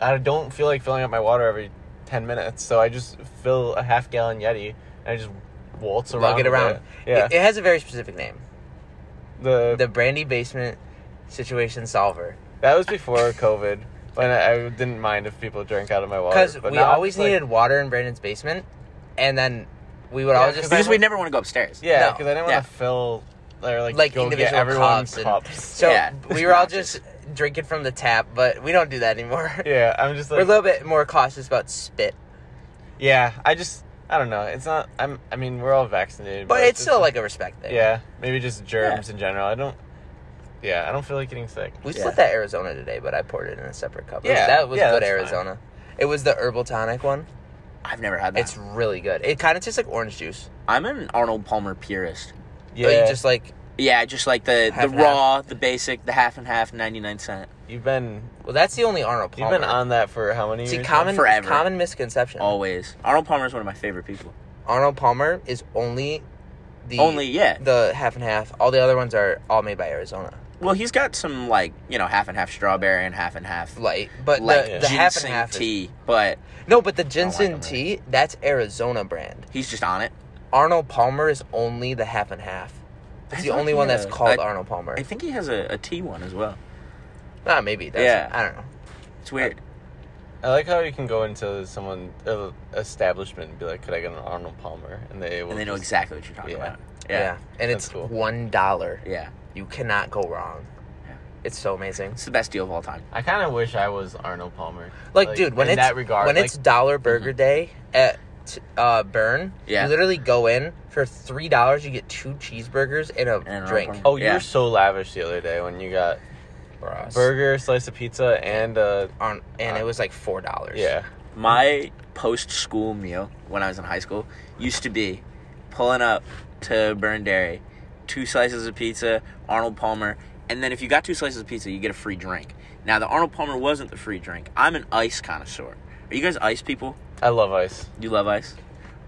B: I don't feel like filling up my water every ten minutes, so I just fill a half gallon Yeti and I just waltz around.
A: lug it
B: with
A: around.
B: Yeah.
A: It, it has a very specific name:
B: the,
A: the Brandy Basement Situation Solver.
B: that was before COVID when I, I didn't mind if people drank out of my water.
A: Because
B: but
A: we
B: now
A: always
B: it's like-
A: needed water in Brandon's basement, and then we would
B: Yeah,
A: always just
B: 'cause I-
C: Because we never want to go upstairs.
B: yeah,
A: no,
B: because I didn't want to
C: yeah.
B: fill or like
A: like
B: go get
A: individual
B: everyone
A: cups.
B: cups.
A: and- so
C: Yeah.
A: we were all just drinking from the tap, but we don't do that anymore.
B: yeah, I'm just
A: We're a
B: like
A: little bit more cautious about spit,
B: Yeah, I just I don't know. It's not. I'm. I mean, we're all vaccinated,
A: but it's still
B: just-
A: like a respect thing.
B: yeah, maybe just germs in general. I don't. Yeah, I don't feel like getting sick.
A: we
C: Yeah.
A: split that Arizona today, but I poured it in a separate cup. It was-
B: Yeah,
A: that was
B: yeah,
A: good
B: that's fine.
A: Arizona. It was the herbal tonic one.
C: I've never had that.
A: It's really good. It kind of tastes like orange juice.
C: I'm an Arnold Palmer purist.
A: Yeah.
B: Yeah, you
A: you just like
C: Yeah, just like the,
A: Half
C: the
A: and half.
C: raw, the basic, the half and half, 99 cent.
B: have been
A: well, that's the only Arnold
B: you've
A: Palmer.
B: been on that for how many
A: See,
B: years?
A: common
C: Forever. Oh.
A: common misconception.
C: Always. Arnold Palmer is one of my favorite people.
A: Arnold Palmer is only the
C: Only, yeah.
A: the half and half. All the other ones are all made by Arizona
C: Well, he's got some, like, you know, half and half strawberry and half and half.
A: Light, but
C: like
A: the, the
C: ginseng
A: half and half is-
C: tea, but
A: no, but the
C: I
A: ginseng
C: don't like them,
A: tea that's Arizona brand.
C: he's just on it.
A: Arnold Palmer is only the half and half. It's
C: I
A: the
C: thought
A: only
C: he
A: one
C: had
A: that's
C: a-
A: called
C: I-
A: Arnold Palmer.
C: I think he has a, a tea one as well.
A: Ah, maybe he does.
C: Yeah.
A: I don't know.
C: It's weird.
B: I like how you can go into someone uh, establishment and be like, "Could I get an Arnold Palmer?" And they will
C: and they know
B: just-
C: exactly what you're talking
B: yeah.
C: about.
A: Yeah,
C: Yeah.
A: and
B: That's
A: it's
B: cool.
A: one dollar.
C: yeah.
A: You cannot go wrong.
C: Yeah.
A: It's so amazing.
C: It's the best deal of all time.
B: I kind of wish I was Arnold Palmer.
A: Like, dude, when
B: in
A: it's
B: that regard,
A: when
B: like,
A: it's Dollar Burger Day at uh, Burn,
C: Yeah.
A: you literally go in for three dollars. You get two cheeseburgers and a
C: And a
A: drink.
C: popcorn.
B: oh, you
C: yeah.
B: were so lavish the other day when you got
A: for us.
B: burger, slice of pizza, and uh,
A: on, and it was like four dollars.
B: yeah,
C: My post school meal when I was in high school used to be pulling up to Burn Dairy, two slices of pizza, Arnold Palmer, and then if you got two slices of pizza, you get a free drink. Now the Arnold Palmer wasn't the free drink. I'm an ice connoisseur. Are you guys ice people?
B: I love ice.
C: You love ice?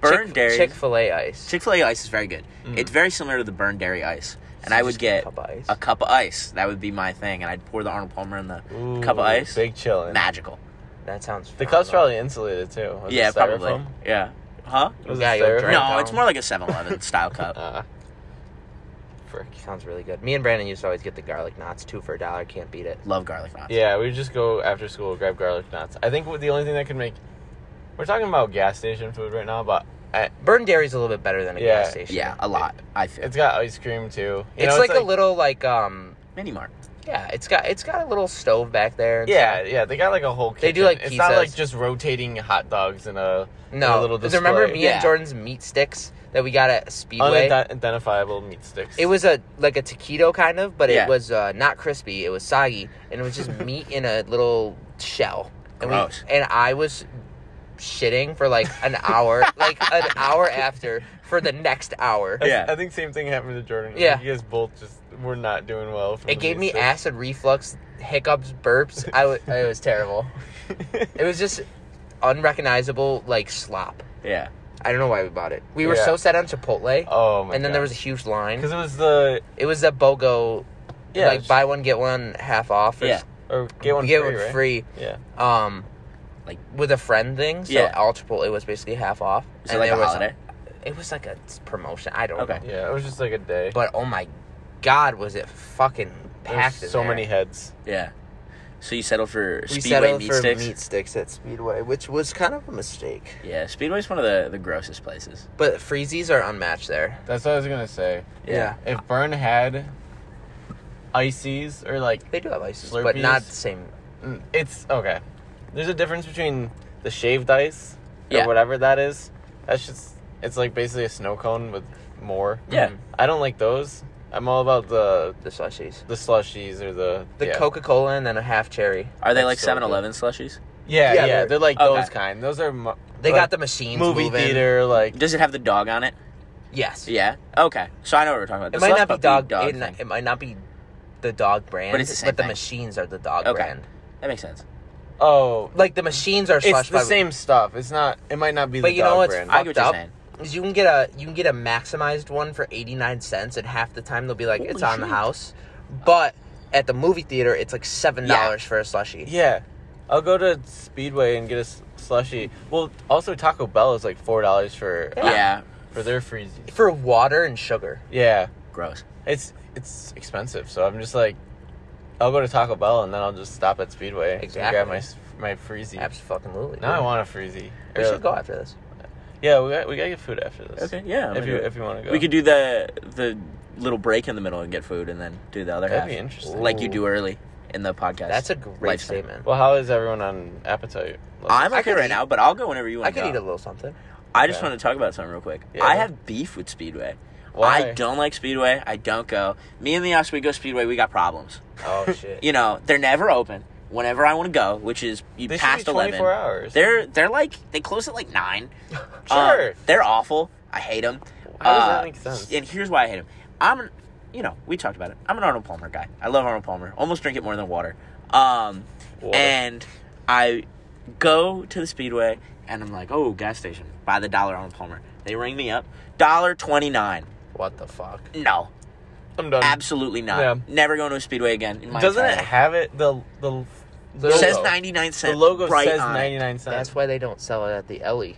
C: Burned dairy.
A: Chick Fil A ice.
C: Chick fil A ice is very good.
B: Mm.
C: It's very similar to the burned dairy ice. And
A: So
C: I
A: just
C: would get
A: cup of ice.
C: a cup of ice. That would be my thing. And I'd pour the Arnold Palmer in the
B: Ooh,
C: cup of ice.
B: Big chillin'.
C: Magical.
A: That sounds.
B: The cup's
A: phenomenal.
B: probably insulated too. Was it
C: yeah, probably.
B: styrofoam?
C: Yeah. Huh?
A: You
B: Was it
A: gotta go
B: styrofoam?
A: drink
C: no,
A: that
C: it's
A: one.
C: more like a 7 Eleven style cup.
B: Uh, frick.
A: Sounds really good. Me and Brandon used to always get the garlic knots, two for a dollar. Can't beat it.
C: Love garlic knots.
B: Yeah, we would just go after school grab garlic knots. I think the only thing that could make we're talking about gas station food right now, but I,
A: Burn dairy's a little bit better than a
B: Yeah.
A: gas station.
C: Yeah, a lot. I feel.
B: it's got ice cream too. You
A: it's,
B: know,
A: like, a little like um
C: Mini Mart.
A: yeah, it's got it's got a little stove back there. and
B: Yeah,
A: stuff.
B: yeah, they got like a whole. Kitchen.
A: They do, like,
B: it's not like
A: pizzas.
B: just rotating hot dogs and uh, a
A: No.
B: a little
A: do you remember
B: display. Oh,
A: me
C: Yeah.
A: and Jordan's meat sticks that we got at Speedway?
B: unidentifiable meat sticks.
A: It was a like a taquito kind of, but
C: Yeah.
A: it was uh, not crispy. It was soggy, and it was just meat in a little shell. And we-
C: Gross.
A: and I was shitting for like an hour, like an hour after for the next hour.
B: I,
C: Yeah.
B: I think same thing happened to Jordan.
A: Yeah.
B: you guys both just were not doing well. From
A: It
B: the
A: gave me
B: meat
A: acid reflux, hiccups, burps. I w- it was terrible.
B: sticks.
A: It was just unrecognizable like slop.
C: Yeah.
A: I don't know why we bought it. We were
B: Yeah.
A: so set on Chipotle,
B: oh my!
A: and then there was a huge line.
B: because it was the
A: It was a BOGO,
B: yeah
A: like buy one get one half off. Or
C: Yeah.
B: or get one
A: get
B: free,
A: one
B: right?
A: free.
B: Yeah,
A: um
C: Like-
A: like with a friend thing so
C: Yeah.
A: all Chipotle was basically half off
C: Is it like
A: there
C: a
A: was
C: holiday?
A: it was like a s- promotion i don't
C: Okay.
A: know
B: yeah, it was just like a day.
A: but oh my god was it fucking
B: There
A: packed
B: was
A: in
B: so
A: there.
B: many heads.
C: Yeah. So you settled for
A: we
C: Speedway
A: settled
C: meat
A: for
C: sticks?
A: meat sticks at speedway which was kind of a mistake
C: Yeah, Speedway's one of the, the grossest places.
A: but freezies are unmatched there
B: That's what I was gonna say.
A: Yeah.
B: If Burn had ices or like
A: they do have ices but not
B: Slurpees.
A: the same
B: Mm, It's okay. There's a difference between the shaved ice or
C: Yeah.
B: whatever that is. That's just it's like basically a snow cone with more.
C: Yeah.
A: Mhm.
B: I don't like those. I'm all about the
A: the slushies
B: the slushies or the
A: the
B: yeah.
A: coca-cola and then a half cherry
C: Are they
B: That's
C: like
B: so good.
C: 7 Eleven slushies?
B: Yeah,
A: Yeah,
B: yeah,
A: they're-
B: they're like
C: Okay.
B: those kind. Those are mo-
A: they
B: like
A: got the machines
B: movie
A: moving.
B: theater like
C: Does it have the dog on it?
A: yes
C: Yeah. Okay. So I know what we're talking about.
A: it
C: The
A: might not be
C: Slush
A: dog,
C: Puppy
A: it,
C: thing.
A: it might not be the dog brand
C: But it's the same
A: the
C: thing.
A: machines are the dog
C: Okay.
A: brand
C: that makes sense.
B: oh,
A: like the machines are
B: it's
A: slush
B: the
A: puppy.
B: same stuff. It's not. It might not be
A: But
B: the
A: you know
B: dog
A: what's
B: brand.
C: I get what
A: fucked
C: you're
A: up.
C: saying.
A: Is you can get a you can get a maximized one for eighty nine cents, and half the time they'll be like it's
C: Holy
A: on the
C: shit.
A: house, but at the movie theater it's like seven dollars for a slushie.
B: yeah, I'll go to Speedway and get a s- slushie. Well, also Taco Bell is like four dollars for
A: Yeah.
C: Yeah.
B: for their freezies.
A: For water and sugar,
B: Yeah,
C: Gross.
B: it's it's expensive. So I'm just like, I'll go to Taco Bell and then I'll just stop at Speedway and
A: Exactly.
B: grab my s- my freezy.
A: absolutely.
B: Now I want a freezy.
A: We
B: Or-
A: should go after this.
B: Yeah, we got, we gotta get food after this.
C: Okay. Yeah. I'm
B: If
C: into
B: you
C: it.
B: if you want to go,
C: we could do the the little break in the middle and get food, and then do the other
B: That'd
C: half.
B: be interesting.
C: Like you do early in the podcast.
A: That's a great
C: lifestyle.
A: statement.
B: Well, how is everyone on appetite? level?
C: I'm
A: I
C: okay
A: could
C: right
A: eat-
C: now, but I'll go whenever you want.
A: I could
C: go.
A: eat a little something.
C: I just
B: Yeah.
C: want to talk about something real quick.
B: Yeah.
C: I have beef with Speedway.
B: Why?
C: I don't like Speedway. I don't go. Me and the Ox, we go Speedway. We got problems.
A: Oh shit!
C: You know, they're never open. Whenever I want to go, which is you
B: They should
C: past
B: be 24
C: eleven.
B: hours.
C: They're they're like they close at like nine.
B: Sure.
C: Um, they're awful. I hate them.
B: How does that make sense?
C: And here's why I hate them. I'm, an, you know, we talked about it. I'm an Arnold Palmer guy. I love Arnold Palmer. Almost drink it more than water. Um,
B: Water.
C: and I go to the Speedway and I'm like, oh, gas station. Buy the dollar Arnold Palmer. They ring me up. Dollar twenty nine.
A: What the fuck?
C: No,
B: I'm done.
C: absolutely not.
B: Um, Yeah.
C: Never going to a Speedway again. In my
B: Doesn't it
C: entire life.
B: have it the the,
A: The
B: logo?
C: says ninety nine cents.
B: The logo
C: right
B: says
C: on it.
B: 99 cents.
A: That's why they don't sell it at the E. Ellie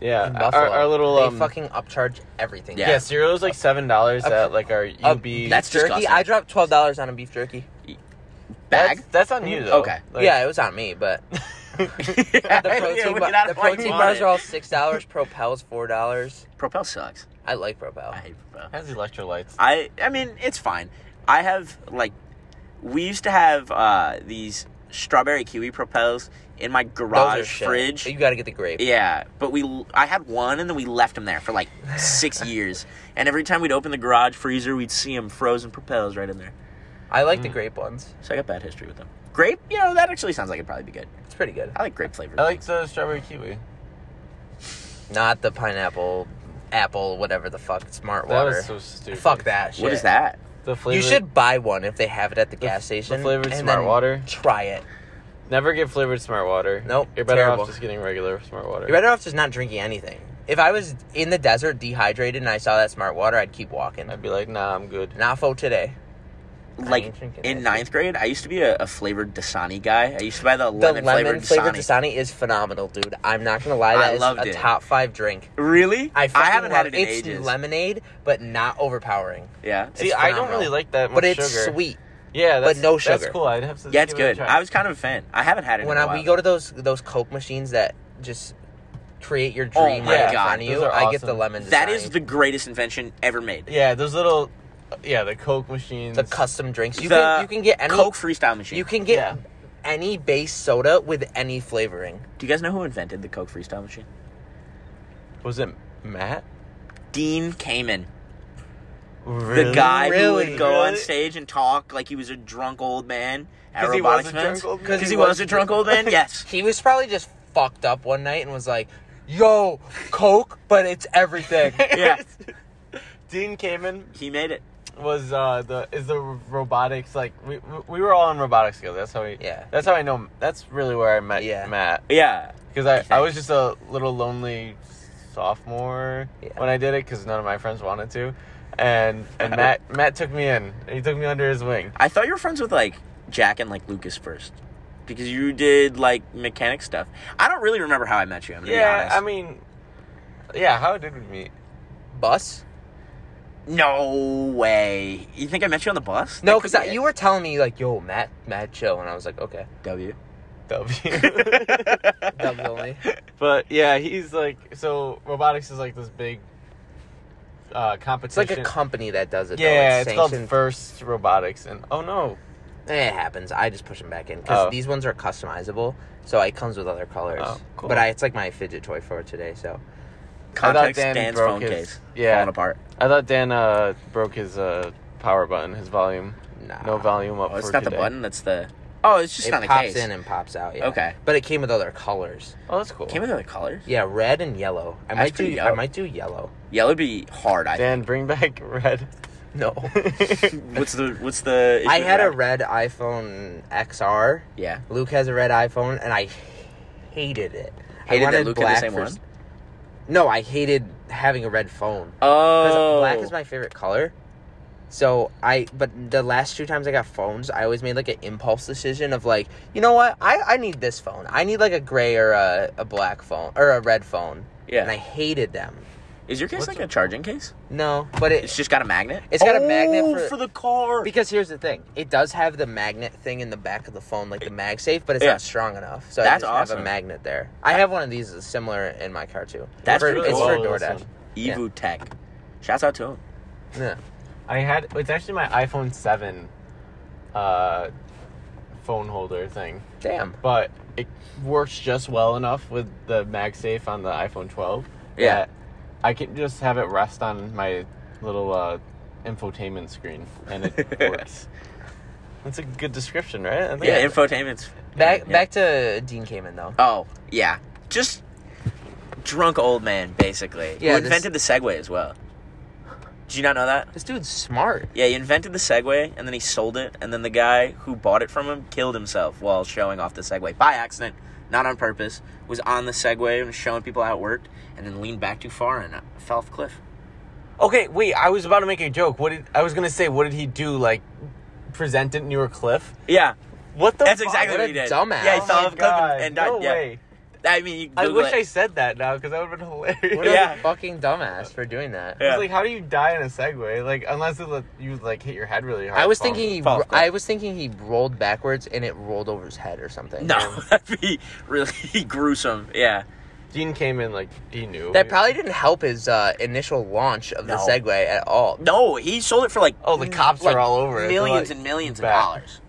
B: Yeah,
A: in Buffalo.
B: Uh, our, our little
A: they
B: um,
A: fucking upcharge everything.
C: Yeah.
B: yeah. cereal is like seven dollars at like our UB.
A: Uh,
B: That's-
A: beef
C: That's
A: jerky.
C: disgusting.
A: I dropped twelve dollars on a beef jerky.
C: Bag.
B: That's on you though.
C: Okay.
B: Like-
A: yeah, it was on me, but the
C: Yeah,
A: protein,
C: we
A: bar-
C: got
A: the
C: it like
A: protein
C: on
A: bars
C: it.
A: are all six dollars. Propel's four dollars.
C: Propel sucks.
A: I like Propel.
C: I hate Propel.
B: has electrolytes.
C: I I mean it's fine. I have like we used to have uh, these strawberry kiwi propels in my
A: Those are
C: garage
A: shit.
C: fridge.
A: You got to get the grape.
C: Yeah, but we I had one and then we left them there for like six years. And every time we'd open the garage freezer, we'd see them frozen propels right in there.
A: I like the grape ones.
C: So I got bad history with them. Grape, you know, that actually sounds like it'd probably be good.
A: It's pretty good.
C: I like grape flavor.
B: I like the strawberry kiwi.
A: Not the pineapple, apple, whatever the fuck. Smart
B: That
A: water.
B: was so stupid.
A: fuck that shit.
C: What is that?
B: The flavor.
A: You should buy one if they have it at the gas station.
B: flavored
A: and
B: Smart
A: then
B: Water?
A: Try it.
B: Never get flavored smart water.
A: Nope,
B: You're better
A: terrible.
B: off just getting regular smart water.
A: You're better off just not drinking anything. If I was in the desert dehydrated and I saw that smart water, I'd keep walking.
B: I'd be like, nah, I'm good.
A: Not for today.
C: Like
A: ain't drinking
C: in
A: that.
C: ninth grade, I used to be a, a flavored Dasani guy. I used to buy the lemon,
A: the lemon
C: flavored
A: flavored
C: Dasani.
A: Dasani is phenomenal, dude. I'm not gonna lie,
C: I
A: that is
C: loved
A: a
C: it.
A: top five drink.
C: Really?
A: I,
C: I
A: fucking
C: haven't had
A: love-
C: it in
A: it's
C: ages.
A: lemonade, but not overpowering.
C: yeah.
B: See,
A: It's
B: I don't
A: phenomenal.
B: really like that much
A: But it's
B: sugar.
A: sweet.
B: Yeah, that's,
A: no
B: That's
A: sugar.
B: cool. I'd have to.
C: Yeah, it's
B: give it a
C: good.
B: try.
C: I was kind of a fan. I haven't had it
A: When
C: in a
A: I,
C: while.
A: we go to those those Coke machines that just create your
C: Oh
A: dream
C: my
A: right in
C: God,
A: front of you,
B: those are
A: I get the
B: awesome.
A: lemon.
C: that
A: Dasani.
C: is the greatest invention ever made.
B: Yeah, those little. Yeah, the Coke machines.
A: the custom drinks. You
C: The
A: can you can get any
C: Coke freestyle machine.
A: you can get
B: Yeah.
A: any base soda with any flavoring.
C: Do you guys know who invented the Coke freestyle machine?
B: Was it Matt?
C: Dean Kamen.
B: Really?
C: The guy who
A: Really?
C: would go on
B: Really?
C: stage and talk like he was a drunk old man at
B: 'Cause he
C: robotics
B: was a drunk
C: events.
B: old man?
C: Because he was a drunk old man, yes.
A: He was probably just fucked up one night and was like, "Yo, Coke, but it's everything."
C: Yeah.
B: Dean Kamen
C: He made it.
B: was uh the is the robotics like we we- we were all in robotics together. That's how we.
A: Yeah.
B: That's how I know. That's really where I met
A: Yeah.
B: Matt
C: Yeah.
B: because I I was just a little lonely sophomore
A: Yeah.
B: when I did it because none of my friends wanted to, and and Matt Matt took me in. He took me under his wing.
C: I thought you were friends with like Jack and like Lucas first. Because you did like mechanic stuff. I don't really remember how I met you, I'm gonna be
B: Yeah,
C: honest.
B: I mean, yeah. How did we meet?
A: Bus?
C: no way. You think I met you on the bus?
A: No,
C: That could
A: because
C: be it.
A: you were telling me like, "Yo, Matt, Matt, chill," and I was like, "Okay,
C: W.
B: W.
A: that's only."
B: But yeah, he's like so robotics is like this big uh
A: It's
B: competition.
A: like a company that does it.
B: yeah,
A: though.
B: it's, called
A: sanctioned.
B: First Robotics and oh no.
A: Eh, It happens. I just push them back in because
B: Oh.
A: these ones are customizable, so it comes with other colors.
B: Oh, cool.
A: But I, it's like my fidget toy for today. So
C: Context
B: Dan
C: Dan's
B: broke
C: phone
B: his-
C: case.
B: yeah.
C: Falling apart.
B: I thought Dan uh broke his uh power button, his volume.
A: nah,
B: No volume up
C: Oh, it's
B: for
C: not the
B: today.
C: button, that's the Oh, it's just
A: It
C: not a
A: pops
C: case.
A: in and pops out. Yeah.
C: Okay.
A: But it came with other colors.
B: Oh that's cool.
C: Came with other colors?
A: Yeah, red and yellow. I might do.
C: pretty
A: I
C: dope.
A: might do yellow.
C: Yellow would be hard, I
B: Dan, bring back red.
A: No.
C: think. What's the what's the issue
A: I
C: with
A: had a
C: that?
A: red iPhone XR.
C: Yeah.
A: Luke has a red iPhone, and I hated it.
C: Hated
A: I
C: that
A: wanted
C: Luke had the same
A: for-
C: one?
A: No, I hated having a red phone. 'Cause
C: Oh
A: black is my favorite color. So I, but the last two times I got phones, I always made like an impulse decision of like, you know what, I, I need this phone. I need like a gray or a, a black phone or a red phone.
C: Yeah.
A: And I hated them.
C: Is your case
B: What's
C: like
B: the-
C: a charging case?
A: No, but it,
C: It's just got a magnet.
A: It's got a magnet for-
C: the car.
A: because here's the thing, it does have the magnet thing in the back of the phone, like the MagSafe, but it's
C: Yeah.
A: not strong enough. So
C: That's
A: I just have
C: awesome.
A: a magnet there. I have one of these that's similar in my car too.
C: That's
A: for,
C: really
A: it's
C: cool.
A: for
B: Whoa, that's
A: DoorDash.
B: one.
C: Evu Tech. Shouts out to him.
A: Yeah.
B: I had it's actually my iPhone seven uh phone holder thing.
A: Damn.
B: but it works just well enough with the MagSafe on the iPhone 12.
C: Yeah.
B: that I can just have it rest on my little uh, infotainment screen, and it works. That's a good description, right? I think
C: Yeah,
B: I-
C: infotainment's
A: Back
C: yeah.
A: back to Dean Kamen though.
C: Oh, yeah. Just drunk old man, basically.
A: Yeah,
C: who
A: this-
C: invented the Segway as well. Did you not know that?
A: This dude's smart.
C: Yeah, he invented the Segway and then he sold it, and then the guy who bought it from him killed himself while showing off the Segway by accident, not on purpose. Was on the Segway and was showing people how it worked, and then leaned back too far and uh, fell off a cliff.
B: okay, wait. I was about to make a joke. What did I was gonna say? What did he do? Like, present it near a cliff?
C: Yeah,
B: What the?
C: that's
B: fuck?
C: exactly
A: what
C: what,
A: a
C: he did.
A: dumbass.
C: Yeah, he
A: Oh
C: fell
B: my
C: off a cliff
B: God,
C: and, and died.
B: No
C: yeah.
B: way.
C: I mean, you
B: I
C: Google
B: wish
C: it.
B: I said that now because that would have been hilarious.
A: What
C: Yeah.
A: a fucking dumbass for doing that.
C: Yeah.
B: It's like, how do you die in a Segway? Like, unless it, you like hit your head really hard.
A: I was
B: Bomb.
A: thinking he,
C: Fall off cliff.
A: I was thinking he rolled backwards and it rolled over his head or something.
C: No, that'd be really gruesome. Yeah.
B: Gene came in like he knew.
A: That probably didn't help his uh, initial launch of
C: No.
A: the Segway at all.
C: No, he sold it for like
B: Oh, the cops
C: like
B: are all over it. They're
C: millions
B: like,
C: and millions
B: back.
C: of dollars.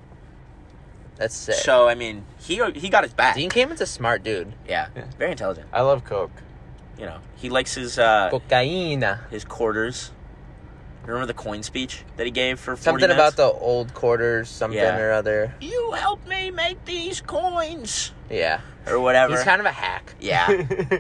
A: That's sick.
C: So I mean, he he got his back.
A: Dean Kamen's a smart dude.
C: Yeah, very intelligent.
B: I love Coke.
C: You know, he likes his uh,
A: Cocaina.
C: his quarters. Remember the coin speech that he gave for 40
A: Something
C: minutes?
A: about the old quarters, something
C: Yeah.
A: or other.
C: you helped me make these coins
A: Yeah.
C: or whatever.
A: He's kind of a hack.
C: yeah,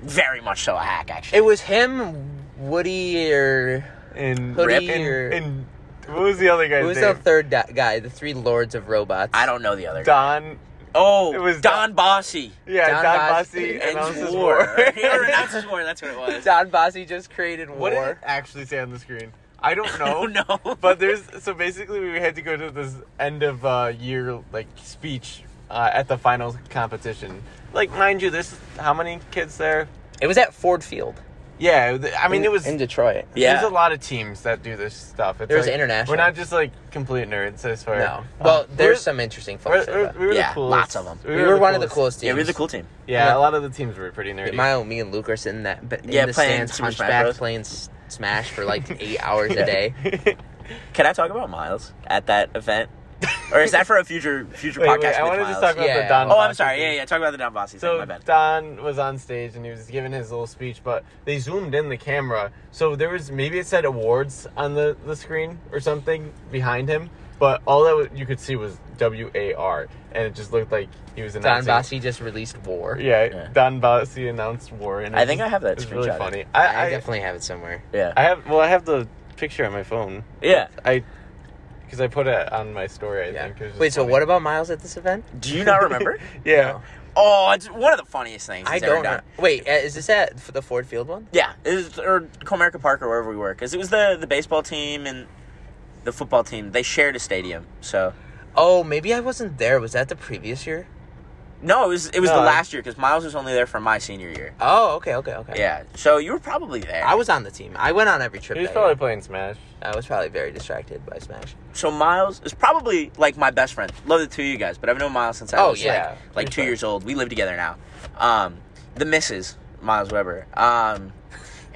C: very much so a hack actually.
A: It was him, Woody, or
B: and
A: Hoodie
B: Rip
A: or-
B: and, and what was the other guy's
A: who was the
B: name?
A: third da- guy? The three lords of robots.
C: I don't know the other. guy.
B: Don
C: Oh,
B: It was
C: Don Bossy.
B: Yeah,
A: Don
B: Don,
A: Bossi
B: Bossi
A: and
B: and Announces
A: War.
B: War.
C: yeah, announces war. That's what it was.
A: Don Bossi just created war.
B: What did it actually say on the screen? I don't know.
C: Oh no.
B: But there's so basically we had to go to this end of uh, year like speech uh, at the final competition. Like mind you, there's how many kids there?
A: It was at Ford Field.
B: Yeah, th- I mean
A: in-
B: it was.
A: in Detroit.
C: yeah.
B: There's a lot of teams that do this stuff. It's
A: There's
B: like,
A: international.
B: We're not just like complete nerds as far.
A: No.
B: Um,
A: Well,
B: we're-
A: there's some interesting
B: We're,
A: folks.
B: we're,
A: there,
B: we were
C: Yeah,
B: the coolest.
C: lots of 'em.
A: though. We were one of the coolest teams.
C: yeah, we were the cool team.
B: Yeah,
A: Yeah.
B: a lot of the teams were pretty nerdy.
A: My old me and Luke are sitting that but in
C: Yeah,
A: the
C: playing
A: stands,
C: Super Smash
A: hunchback,
C: Bros.
A: playing S- Smash for like eight hours a day.
C: Can I talk about Miles at that event, or is that for a future future
B: Wait,
C: podcast
B: wait, I
C: with
B: wanted
C: Miles?
B: to talk about
A: Yeah.
B: the Don.
C: oh, I'm
B: Bossi
C: sorry.
B: thing.
C: Yeah, yeah. Talk about the Don Bossy thing. My
B: So
C: bad.
B: Don was on stage and he was giving his little speech, but they zoomed in the camera, so there was maybe it said awards on the the screen or something behind him, but all that you could see was W A R, and it just looked like he was
A: Don
B: announcing.
A: Bossi just released war.
B: Yeah,
C: Yeah.
B: Don Bossi announced war, and it
C: I think
B: was-
C: I have that
B: It was really
C: screenshotted.
B: funny.
A: I,
B: I, I,
A: definitely have it somewhere.
C: Yeah.
B: I have well, I have the picture on my phone.
C: Yeah.
B: I because I put it on my story. I
A: Yeah.
B: think. It was just
A: Wait, so
B: funny.
A: what about Miles at this event?
C: Do you not remember?
B: Yeah,
C: oh, it's one of the funniest things.
A: I
C: he's ever
A: don't.
C: done.
A: know. Wait, uh, is this at for the Ford Field one?
C: Yeah, it was or Comerica Park or wherever we were, because it was the the baseball team and the football team. They shared a stadium, so
A: Oh, maybe I wasn't there. Was that the previous year?
C: no, it was it was
B: No.
C: the last year because Miles was only there for my senior year.
A: Oh, okay, okay, okay.
C: Yeah, so you were probably there.
A: I was on the team. I went on every trip.
B: he was
A: that
B: probably
A: year.
B: playing Smash.
A: I was probably very distracted by Smash.
C: so Miles is probably like my best friend. Love the two of you guys, but I've known Miles since I
A: Oh,
C: was
A: yeah,
C: like, like
B: for
C: two
B: sure.
C: years old. We live together now. Um, the Mrs. Miles Weber. Um,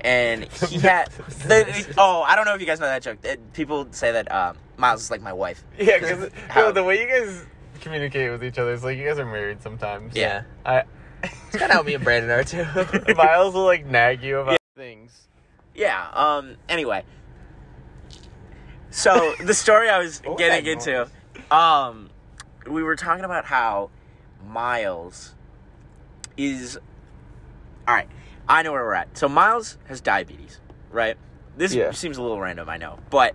C: and he had the, oh, I don't know if you guys know that joke. It- people say that um, Miles is like my wife.
B: Yeah, because
C: How-
B: the way you guys communicate with each other is like you guys are married sometimes.
A: Yeah.
B: I
A: It's kind of how me and Brandon are too.
B: Miles will like nag you about things.
C: Yeah. Um. Anyway. So the story I was
B: What was
C: getting
B: Oh, that
C: into, um, we were talking about how Miles is. All right, I know where we're at. So Miles has diabetes, right? This
B: Yeah.
C: seems a little random, I know, but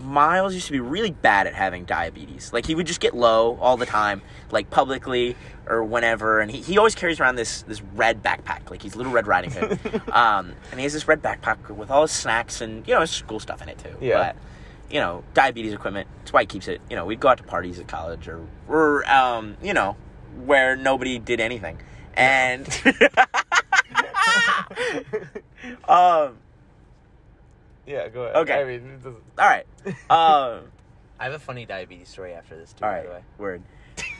C: Miles used to be really bad at having diabetes. Like he would just get low all the time, like publicly or whenever. And he, he always carries around this this red backpack, like he's Little Red Riding Hood. um, and he has this red backpack with all his snacks and you know his school stuff in it too.
B: Yeah.
C: But you know diabetes equipment. That's why he keeps it. You know we'd go out to parties at college or or um, you know where nobody did anything. And um,
B: Yeah, go ahead.
C: Okay.
B: I mean, it doesn't-
C: all right. Um,
A: I have a funny diabetes story after this too.
C: All
A: By the way.
C: right, word.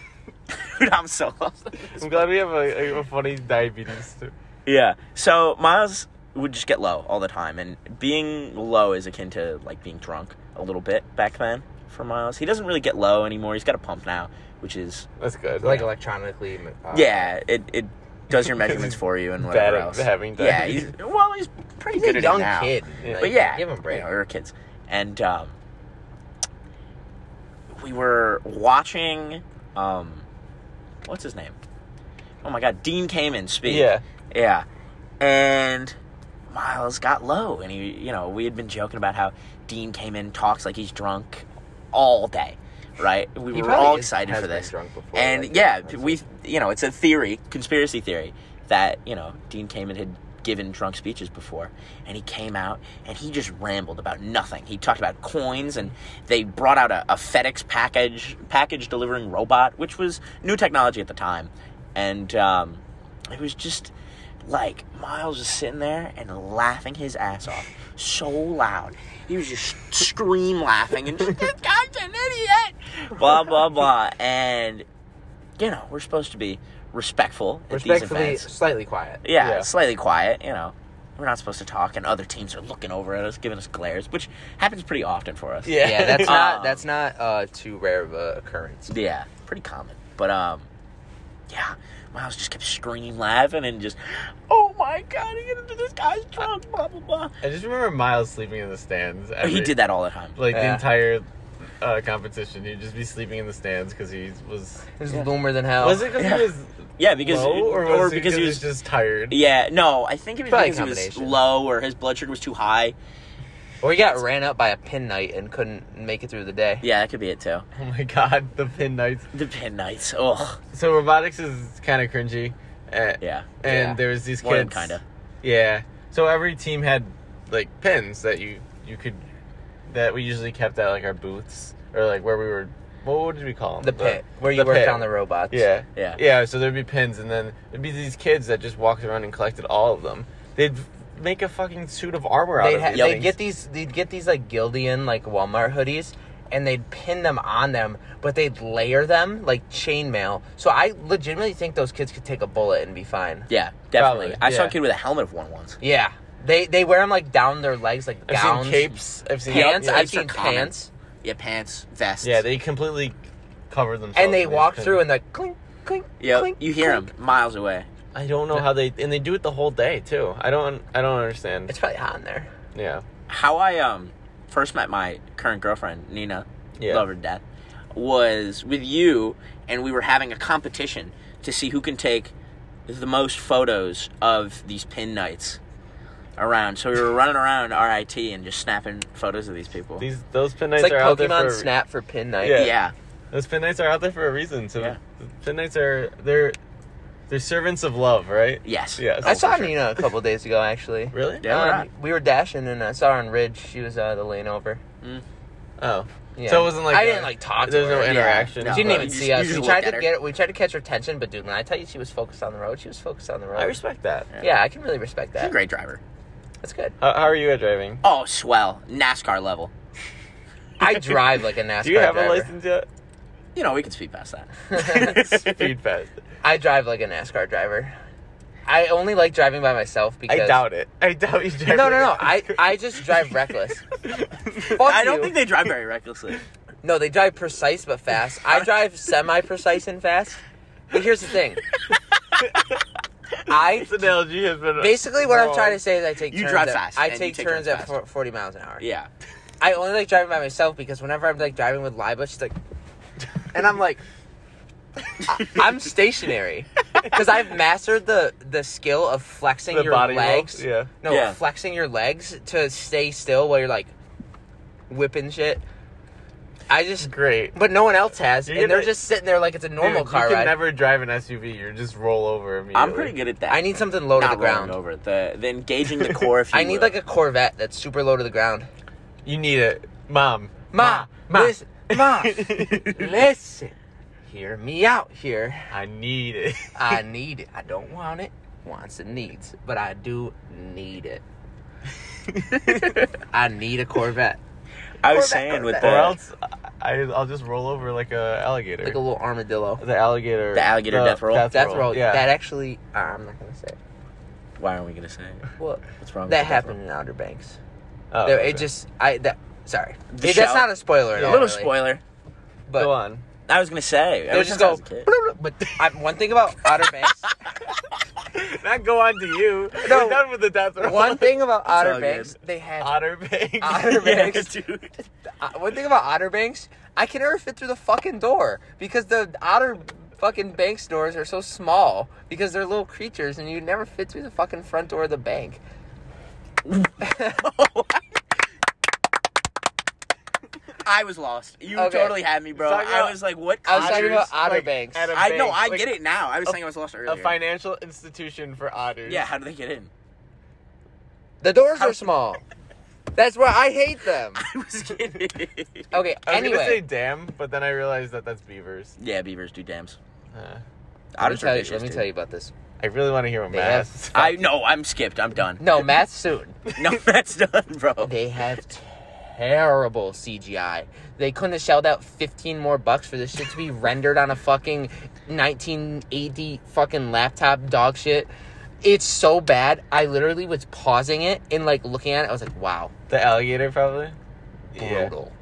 C: Dude, I'm so lost.
B: I'm glad we have a, a, a funny diabetes. Too.
C: yeah. So Miles would just get low all the time, and being low is akin to like being drunk a little bit back then for Miles. He doesn't really get low anymore. He's got a pump now, which is
B: That's good.
A: Like electronically. uh,
C: yeah, it it does your
B: Because he's
C: measurements for you and
B: bad
C: whatever
B: at
C: else.
B: having
C: yeah,
B: diabetes.
C: he's well, he's pretty
A: He's
C: good
A: a
C: at it
A: young
C: now.
A: kid.
B: Yeah.
A: like,
C: but yeah,
A: give him a break.
C: You know, we were kids, and um, we were watching. Um, what's his name? Oh my God, Dean Kamen speak.
B: Yeah.
C: yeah, and Miles got low, and he, you know, we had been joking about how Dean Kamen talks like he's drunk all day, right? We
A: He
C: were
A: probably
C: all
A: is-
C: excited
A: has
C: for
A: been
C: this,
A: drunk before,
C: and
A: like,
C: yeah,
A: that's
C: we, you know, it's a theory, conspiracy theory, that you know Dean Kamen had given drunk speeches before, and he came out and he just rambled about nothing. He talked about coins, and they brought out a, a FedEx package package delivering robot, which was new technology at the time, and um, it was just like Miles was sitting there and laughing his ass off so loud. He was just scream laughing and just, this guy's an idiot. Blah blah blah. And you know, we're supposed to be respectful at these
A: Respectfully,
C: events.
A: slightly quiet.
C: Yeah,
B: Yeah.
C: slightly quiet, you know. We're not supposed to talk and other teams are looking over at us, giving us glares, which happens pretty often for us.
B: Yeah.
A: Yeah, that's not
C: Um,
A: that's not uh, too rare of a occurrence.
C: Yeah, pretty common. But um, yeah, Miles just kept screaming, laughing, and just, oh my god, he- this guy's drunk, blah blah blah.
B: I just remember Miles sleeping in the stands.
C: he did that all the time.
B: Like the
A: Yeah.
B: entire uh, competition, he'd just be sleeping in the stands because he was.
A: It was loomer than hell.
B: Was it because
C: Oh, Yeah.
B: he was
C: Yeah, because
B: low, or, was it
C: because he was
B: just tired?
C: Yeah, no, I think it was
A: Probably a
C: because he was
A: combination.
C: low or his blood sugar was too high.
A: Or he got ran up by a pin knight and couldn't make it through the day.
C: Yeah, that could be it too.
B: Oh my god, the pin nights.
C: The pin nights. Oh,
B: So robotics is kind of cringy, and,
C: yeah.
A: Yeah.
B: and there was these
C: More than
B: kids.
C: kinda.
B: Yeah. So every team had like pins that you you could that we usually kept at like our booths or like where we were. What did we call them?
A: The pit where you
B: the
A: worked
B: pit.
A: on the robots.
B: Yeah.
C: Yeah.
B: Yeah. So there'd be pins, and then there'd be these kids that just walked around and collected all of them. They'd make a fucking suit of armor out
A: They'd,
B: of
A: ha-
B: these
A: they'd
B: things.
A: get these. They'd get these like Gildan like Walmart hoodies, and they'd pin them on them, but they'd layer them like chainmail. So I legitimately think those kids could take a bullet and be fine.
C: Yeah, definitely.
B: Probably,
C: I saw
B: yeah.
C: a kid with a helmet of one once.
A: Yeah, they they wear them like down their legs like
B: I've
A: gowns,
B: seen capes. I've seen
A: pants.
B: Yeah,
A: I've
C: Capes are
A: seen
C: common.
A: pants,
C: Yeah, pants, vests.
B: yeah, they completely covered themselves.
A: and they
B: in these
A: walk
B: pins.
A: through and they're clink clink.
C: Yeah,
A: clink,
C: you hear
A: clink.
C: them miles away.
B: I don't know how they and they do it the whole day too. I don't I don't understand.
A: It's probably hot in there.
B: Yeah.
C: How I um first met my current girlfriend Nina,
B: Yeah.
C: love her to death, was with you, and we were having a competition to see who can take the most photos of these pin nights around. So we were running around RIT and just snapping photos of these people.
B: These those pin
A: It's
B: nights
A: like
B: are out there for
A: Pokemon
B: a-
A: Snap for pin night.
B: Yeah.
C: yeah,
B: Those pin nights are out there for a reason. So
C: Yeah.
B: pin nights are they're they're servants of love, right?
C: yes,
B: Yes.
A: I
B: Oh,
A: saw
C: for sure.
A: Nina a couple days ago actually.
B: Really?
C: Yeah, why
A: Um,
C: not?
A: we were dashing and I saw her on Ridge. She was uh, the lane over.
B: Oh.
A: Yeah.
B: So it wasn't like
A: I
B: I
A: didn't like talk to
B: There's
A: her.
B: no
A: Yeah.
B: interaction.
C: No.
A: She didn't
C: but
B: but-
A: even
C: you
A: see
C: just-
A: us.
C: you
A: We
C: just
A: tried
C: looked at
A: to
C: her.
A: get we tried to catch her attention, but dude, when I tell you she was focused on the road, she was focused on the road.
B: I respect that.
C: Yeah.
A: yeah, I can really respect
C: She's a
A: that.
C: great driver.
A: That's good.
B: How, how are you at driving?
C: Oh, swell, NASCAR level.
A: I drive like a NASCAR
B: Do you have
A: driver.
B: a license
C: You know, we can speed past that.
B: yet? Speed fast.
A: I drive like a NASCAR driver. I only like driving by myself because
B: I doubt it. I doubt you drive.
A: No, no, no.
B: like-
A: I I just drive reckless. Fuck
C: I don't
A: you.
C: think they drive very recklessly.
A: No, they drive precise but fast. I drive semi-precise and fast. But here's the thing. I
B: This analogy has been
A: basically what I'm
B: wrong.
A: trying to say is I take
C: Um, You
A: turns
C: drive
A: at-
C: fast,
A: I
C: and you
A: take,
C: take
A: turns,
C: turns
A: at
C: fast.
A: fo- 40 miles an hour.
C: Yeah.
A: I only like driving by myself because whenever I'm like driving with Liba, she's like, and I'm like, I- I'm stationary because I've mastered the the skill of flexing
B: The
A: your
B: body roll,
A: legs.
B: yeah.
A: No,
C: Yeah.
A: flexing your legs to stay still while you're like whipping shit. I just
B: great.
A: but no one else has,
B: You're
A: and they're
B: gonna-
A: just sitting there like it's a normal
B: Dude,
A: car
B: you can
A: ride.
B: never drive an SUV. You just roll over immediately.
C: I'm pretty good at that.
A: I need something low to
C: Not
A: the ground.
C: rolling over the, the engaging the core. If you
A: I need
C: will.
A: like a Corvette that's super low to the ground.
B: You need it, mom.
A: Ma,
B: Ma.
A: listen, ma,
B: I
A: listen, hear me out here.
B: need it.
A: I need it. I don't want it. Wants and needs, but I do need it. I need a Corvette,
C: I
A: Corvette,
C: was saying with
A: Corvette.
B: Or
C: the,
B: else, I I'll just roll over like a alligator.
A: like a little armadillo.
B: the alligator.
C: The alligator death roll?
A: Death roll.
B: Yeah.
A: That actually, uh, I'm not gonna say. it.
C: why aren't we gonna say it?
A: Well,
C: what's wrong?
A: that
C: with the death
A: happened in Outer Banks.
B: oh,
A: There-
B: okay.
A: It just, I that. Sorry,
C: The
A: It- that's
C: shout-
A: not a spoiler. At
C: roll?
A: all,
C: A little
A: really.
C: spoiler.
A: but
B: go on.
C: I was gonna say.
A: They
C: ever
A: just
C: since I
A: go.
C: was a kid.
A: "Bloop, bloop," But I, one thing about Outer Banks,
B: Not go on to you.
A: No.
B: We're done with the death roll.
A: one thing about Outer
C: all
A: Banks,
C: good.
A: they have
B: Otter Banks.
A: Otter
C: Yeah,
A: Banks.
C: dude.
A: Uh, one thing about Otter Banks, I can never fit through the fucking door because the Otter fucking Banks doors are so small because they're little creatures and you never fit through the fucking front door of the bank.
C: I was lost. You
A: Okay.
C: totally had me, bro.
B: Talking about-
C: I was like, what?
A: I was talking
C: otters?
A: about Otter
B: like,
A: Banks.
B: at a
C: I know.
B: bank,
C: I
B: like
C: get it now. I was
B: a-
C: saying I was lost earlier.
B: A financial institution for otters.
C: yeah. How do they get in?
A: The doors
C: How-
A: are small. That's why I hate them.
C: I was kidding.
A: Okay,
B: I was gonna say
A: anyway.
B: dam, but then I realized that that's beavers.
C: yeah, beavers do dams.
B: Uh,
A: Let me,
C: Otters
A: tell
C: are
A: you,
C: vicious,
A: let me
C: dude.
A: tell you about this.
B: I really want to hear what
A: They
B: Matt.
A: have-
B: has to
C: I no. I'm skipped. I'm done.
A: No, Matt's soon.
C: No, that's done, bro.
A: They have terrible CGI. They couldn't have shelled out 15 more bucks for this shit to be rendered on a fucking 1980 fucking laptop dog shit. It's so bad. I literally was pausing it and like looking at it. I was like, wow,
B: The alligator, probably.
A: brutal.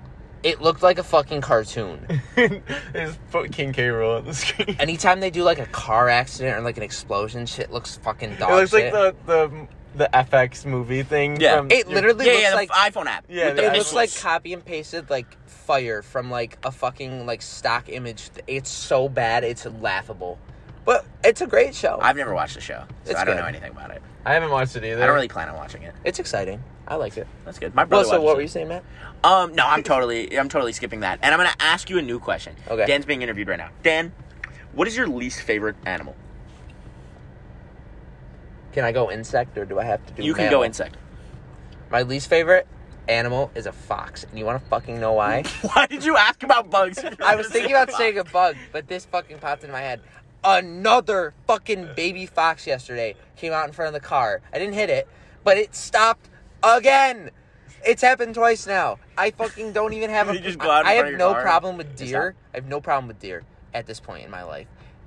A: It looked like a fucking cartoon.
B: Yeah. There's put King K. Rool on the screen.
A: Anytime they do like a car accident or like an explosion, shit looks fucking dog
B: it looks
A: shit.
B: like the the the FX movie thing.
C: Yeah.
B: From
A: it literally
C: yeah,
A: looks
C: yeah. The
A: like
C: iPhone app.
B: Yeah,
C: with
B: the
C: the
A: it looks like
C: pixels.
A: copy and pasted like fire from like a fucking like stock image. It's so bad, it's laughable. But it's a great show.
C: I've never watched the show, so
A: It's
C: I don't
A: good.
C: know anything about it.
B: I haven't watched it either.
C: I don't really plan on watching it.
A: it's exciting. I like it.
C: That's good. My
A: Well,
C: brother.
A: so what were you
C: watches
A: saying, Matt?
C: it. Um, no, I'm totally, I'm totally skipping that, and I'm gonna ask you a new question.
A: Okay.
C: Dan's being interviewed right now. Dan, what is your least favorite animal?
A: Can I go insect or do I have to do
C: you can
A: mammal?
C: go insect.
A: My least favorite animal is a fox. And you want to fucking know why?
C: Why did you ask about bugs?
A: I was thinking about saying a bug, but this fucking popped into my head. Another fucking baby fox yesterday came out in front of the car. I didn't hit it, but it stopped again. It's happened twice now. I fucking don't even have a.
C: You just go out in
A: I
C: front
A: have
C: of your
A: no
C: car.
A: problem with
C: It's
A: deer. I have no problem with deer at this point in my life.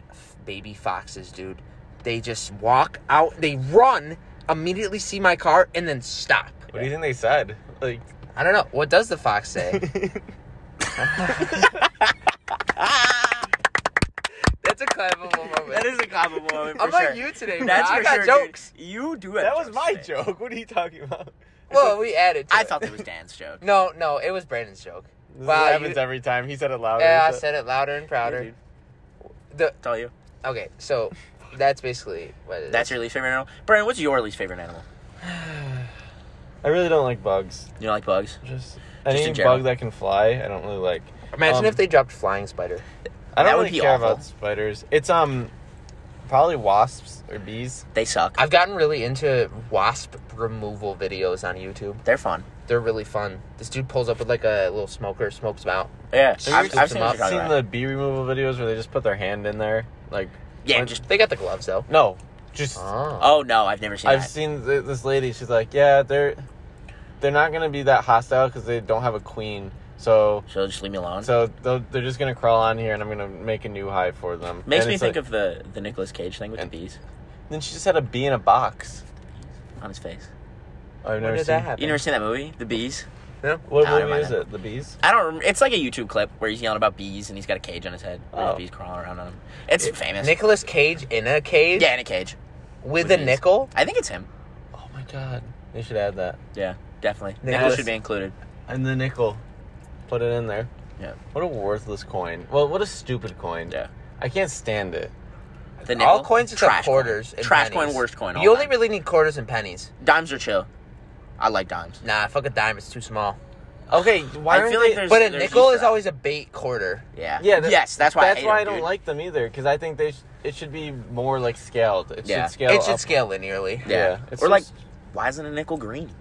A: F- Baby foxes, dude. They just walk out. They run immediately, see my car, and then stop.
B: What do you think they said? Like,
A: I don't know. What does the fox say? That's a clappable moment.
C: That is a compliment moment for
A: I'm
C: sure.
A: like you today, bro.
C: That's
A: I
C: for
A: got
C: sure, dude.
A: jokes.
C: You do have
B: that was
C: jokes
B: my
C: today.
B: joke. What are you talking about?
A: Well, we added. To
C: I
A: it.
C: thought that was Dan's joke.
A: No, no, it was Brandon's joke.
B: This
A: Wow, you-
B: happens every time. He said it louder.
A: Yeah, I
B: so-
A: said it louder and
C: Yeah,
A: prouder. The
C: It's all you.
A: okay, so that's basically what. It is.
C: That's your least favorite animal. Brandon, what's your least favorite animal?
B: I really don't like bugs.
C: You don't like bugs?
B: Just
C: in
B: any
C: general.
B: bug that can fly, I don't really like.
A: Imagine
B: um,
A: if they dropped flying spider.
B: I
C: That
B: don't
C: would
B: really
C: be
B: care
C: awful.
B: about spiders. It's um, probably wasps or bees.
C: They suck.
A: I've gotten really into wasp removal videos on YouTube.
C: They're fun.
A: They're really fun. This dude pulls up with like a little smoker, smokes them out.
C: Yeah,
A: So
C: I've,
A: you're
C: I've
A: just
C: seen,
A: not
C: what
B: I've
C: you're talking
B: seen
C: about.
B: the bee removal videos where they just put their hand in there, like
C: Yeah,
B: when-
C: just
A: They got the gloves though.
B: no, just
A: Oh,
C: oh no, I've never seen
B: I've
C: that.
B: seen th- this lady. She's like, yeah, they're they're not gonna be that hostile because they don't have a queen. So
C: So just leave me alone.
B: so they'll- they're just gonna crawl on here, and I'm gonna make a new hive for them.
C: Makes
B: And
C: me
B: it's
C: think
B: like-
C: of the the Nicolas Cage thing with
B: And-
C: the bees
B: Then she just had a bee in a box.
C: on his face.
B: I've
A: when
B: never
A: did
B: seen.
A: that happen?
C: You never seen that movie, The Bees?
B: What
C: Nah,
B: movie
C: I
B: is
C: haven't.
B: it? The bees.
C: I don't. Rem- it's like a YouTube clip where he's yelling about bees and he's got a cage on his head. where there's
B: Oh.
C: bees crawling around on him. It's famous.
A: Nicholas Cage in a cage
C: yeah, in a cage.
A: with
C: With
A: a
C: these.
A: nickel.
C: I think it's him.
B: Oh my god! They should add that.
C: Yeah, definitely.
A: Nicolas-
C: Nicholas should be included.
B: And the nickel. Put it in there.
C: Yeah.
B: What a worthless coin. Well, what a stupid coin.
C: Yeah.
B: I can't stand it.
C: The nickel,
A: All coins except
C: trash coin.
A: quarters. And
C: trash
A: pennies.
C: coin, worst coin.
A: You
C: all
A: only
C: time.
A: really need quarters and pennies.
C: dimes are chill. I like dimes.
A: Nah, fuck a dime. It's too small.
B: Okay, why
C: I
B: aren't
C: feel like
B: they-
C: there's-
A: But a
C: there's
A: nickel
C: use
A: is
C: for that.
A: always a bait quarter.
C: Yeah.
B: Yeah. that-
C: yes, that's why.
B: That's
C: I hate
B: why
C: him,
B: I don't
C: dude.
B: like them either. Because I think they sh- it should be more like scaled. It
C: Yeah.
B: should scale.
A: it should
B: up.
A: scale linearly.
C: Yeah.
B: Yeah,
C: Or
B: it's
C: like,
B: just-
C: why isn't a nickel green?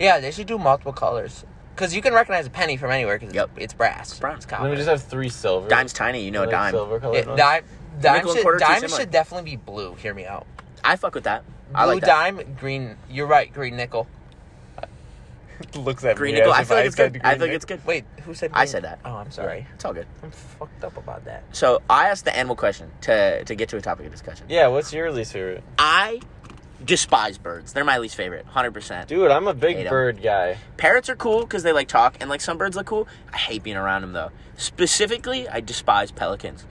A: Yeah, they should do multiple colors. Because you can recognize a penny from anywhere because
C: Yep.
A: it's, it's brass. It's
C: brass.
B: Let me
A: copper.
B: just have three silver.
C: Dime's tiny, you know,
B: Like
C: dime.
B: Silver
A: Yeah,
B: colored. ones.
A: dime dime,
C: Nickel and
A: should,
C: quarter are too
A: dime
C: similar.
A: should definitely be blue. Hear me out.
C: I fuck with that.
A: Blue
C: I like that.
A: dime, green. You're right, green nickel.
B: Looks at
C: Green
B: me
C: nickel.
B: as
C: I
B: if
C: feel like it's
B: said
C: good.
B: green
C: I feel like
B: nickel.
C: it's good.
A: Wait, who said?
C: I
A: green-
C: said that.
A: Oh, I'm sorry.
C: It's all good.
A: I'm fucked up about that.
C: So I asked the animal question to to get to a topic of discussion.
B: Yeah. What's your least favorite?
C: I despise birds. They're my least favorite, hundred percent.
B: Dude, I'm a
C: Hate
B: big
C: 'em.
B: bird guy.
C: Parrots are cool because they like talk, and like some birds look cool. I hate being around them though. Specifically, I despise pelicans.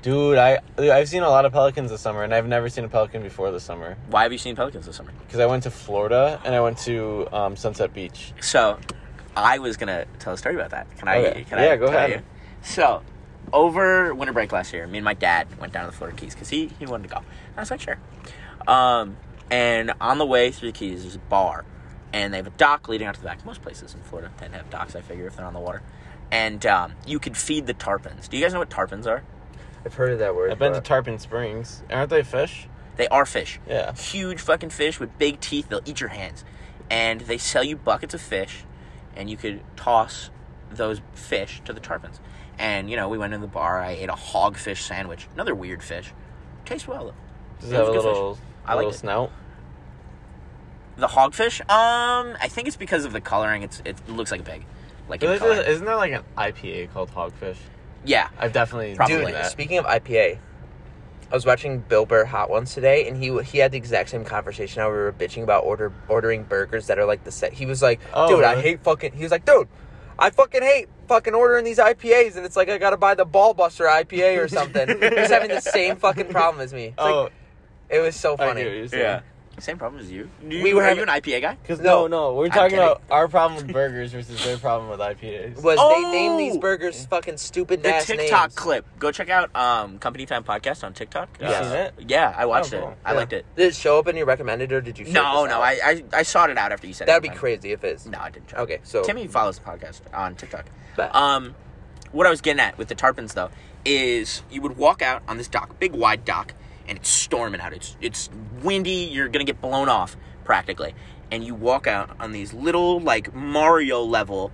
B: Dude, I I've seen a lot of pelicans this summer, and I've never seen a pelican before this summer.
C: Why have you seen pelicans this summer?
B: because I went to Florida and I went to um, Sunset Beach.
C: So, I was gonna tell a story about that. Can I?
B: Okay.
C: Can I
B: Yeah, go
C: tell
B: ahead.
C: you? So, over winter break last year, me and my dad went down to the Florida Keys because he he wanted to go. I was like, sure. Um, and on the way through the Keys, there's a bar, and they have a dock leading out to the back. Most places in Florida tend to have docks. I figure if they're on the water, and um, you could feed the tarpons. Do you guys know what tarpons are?
A: I've heard of that word.
B: I've been to
A: but-
B: Tarpon Springs. Aren't they fish?
C: They are fish.
B: Yeah.
C: Huge fucking fish with big teeth. They'll eat your hands. And they sell you buckets of fish, and you could toss those fish to the tarpons. And, you know, we went in the bar. I ate a hogfish sandwich. Another weird fish. Tastes well, though.
B: Does
C: It
B: it have
C: was
B: a
C: good
B: little,
C: fish. I
B: a
C: liked
B: little
C: it.
B: snout?
C: The hogfish, um, I think it's because of the coloring. It's It looks like a pig. Like, in
B: Isn't
C: color.
B: there- isn't there like an IPA called Hogfish?
C: yeah.
B: I've definitely
C: Probably.
B: seen
A: Dude,
B: that.
A: speaking of IPA, I was watching Bill Burr Hot Ones today, and he he had the exact same conversation. How we were bitching about order ordering burgers that are like the set. He was like,
B: Oh,
A: "Dude, I
B: really?
A: hate fucking." He was like, "Dude, I fucking hate fucking ordering these IPAs, and it's like I gotta buy the Ballbuster IPA or something." He's having the same fucking problem as me. It's like-
B: oh,
A: it was so
B: I get what
A: funny.
B: you're saying.
C: Same problem as you. Do you
A: We were
C: are
A: having-
C: you an IPA guy?
B: Cause
A: No,
B: no, no, we're
C: I'm
B: talking
C: kidding.
B: about our problem with burgers versus their problem with IPAs.
A: Was they named these
C: Oh!
A: burgers fucking stupid
C: The
A: ass
C: TikTok
A: names?
C: clip. Go check out um, Company Time podcast on TikTok. Uh,
B: You
A: Yes.
B: seen it?
C: Yeah, I watched
B: Oh,
C: it.
B: cool.
C: I
A: Yeah.
C: liked it.
A: Did it show up in your recommended or did you?
C: No, no, I, I I sought it out after you said it.
A: That'd be
C: Never mind.
A: crazy if it's.
C: No, I didn't. Try.
A: Okay, so
C: Timmy follows the podcast on TikTok.
A: Bet.
C: Um, what I was getting at with the tarpons though is you would walk out on this dock, big wide dock, and it's storming out. It's it's windy. You're gonna get blown off practically, and you walk out on these little like Mario level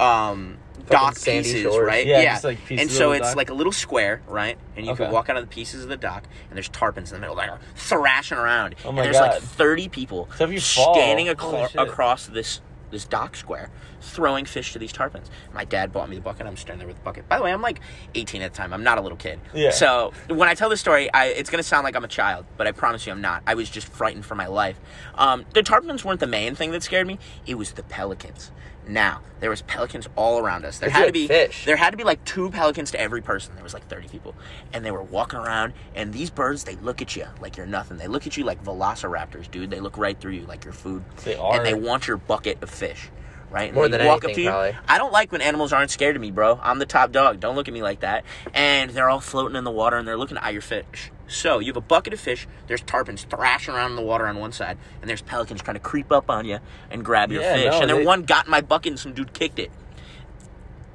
C: um, dock
A: sandy
C: pieces,
A: shores.
C: right?
B: Yeah, just, like, pieces
C: and
B: of
C: so
B: the
C: it's
B: dock.
C: like a little square, right? And you can
B: Okay.
C: walk out on the pieces of the dock, and there's tarpons in the middle that are thrashing around.
B: Oh
C: and
B: my
C: there's like
B: God.
C: 30 people
B: So if you fall-
C: standing
B: holy
C: aclo-
B: shit.
C: across this this dock square, throwing fish to these tarpons. My dad bought me the bucket. I'm standing there with the bucket. By the way, I'm like 18 at the time. I'm not a little kid.
B: Yeah.
C: So when I tell this story, I, it's gonna sound like I'm a child, but I promise you, I'm not. I was just frightened for my life. Um, the tarpons weren't the main thing that scared me. It was the pelicans. Now there was pelicans all around us. There
A: Is
C: had
A: it
C: to be
A: fish?
C: there had to be like two pelicans to every person. There was like 30 people. And they were walking around, and these birds, they look at you like you're nothing. They look at you like velociraptors, dude. They look right through you like you're food.
B: They are.
C: And they want your bucket of fish, right? And
A: More
C: they
A: than
C: walk
A: anything,
C: up to
A: probably.
C: you. I don't like when animals aren't scared of me, bro. I'm the top dog. Don't look at me like that. And they're all floating in the water, and they're looking at your fish. So you have a bucket of fish. There's tarpons thrashing around in the water on one side, and there's pelicans trying to creep up on you and grab your
B: Yeah,
C: fish.
B: no,
C: and then
B: they-
C: one got in my bucket, and some dude kicked it.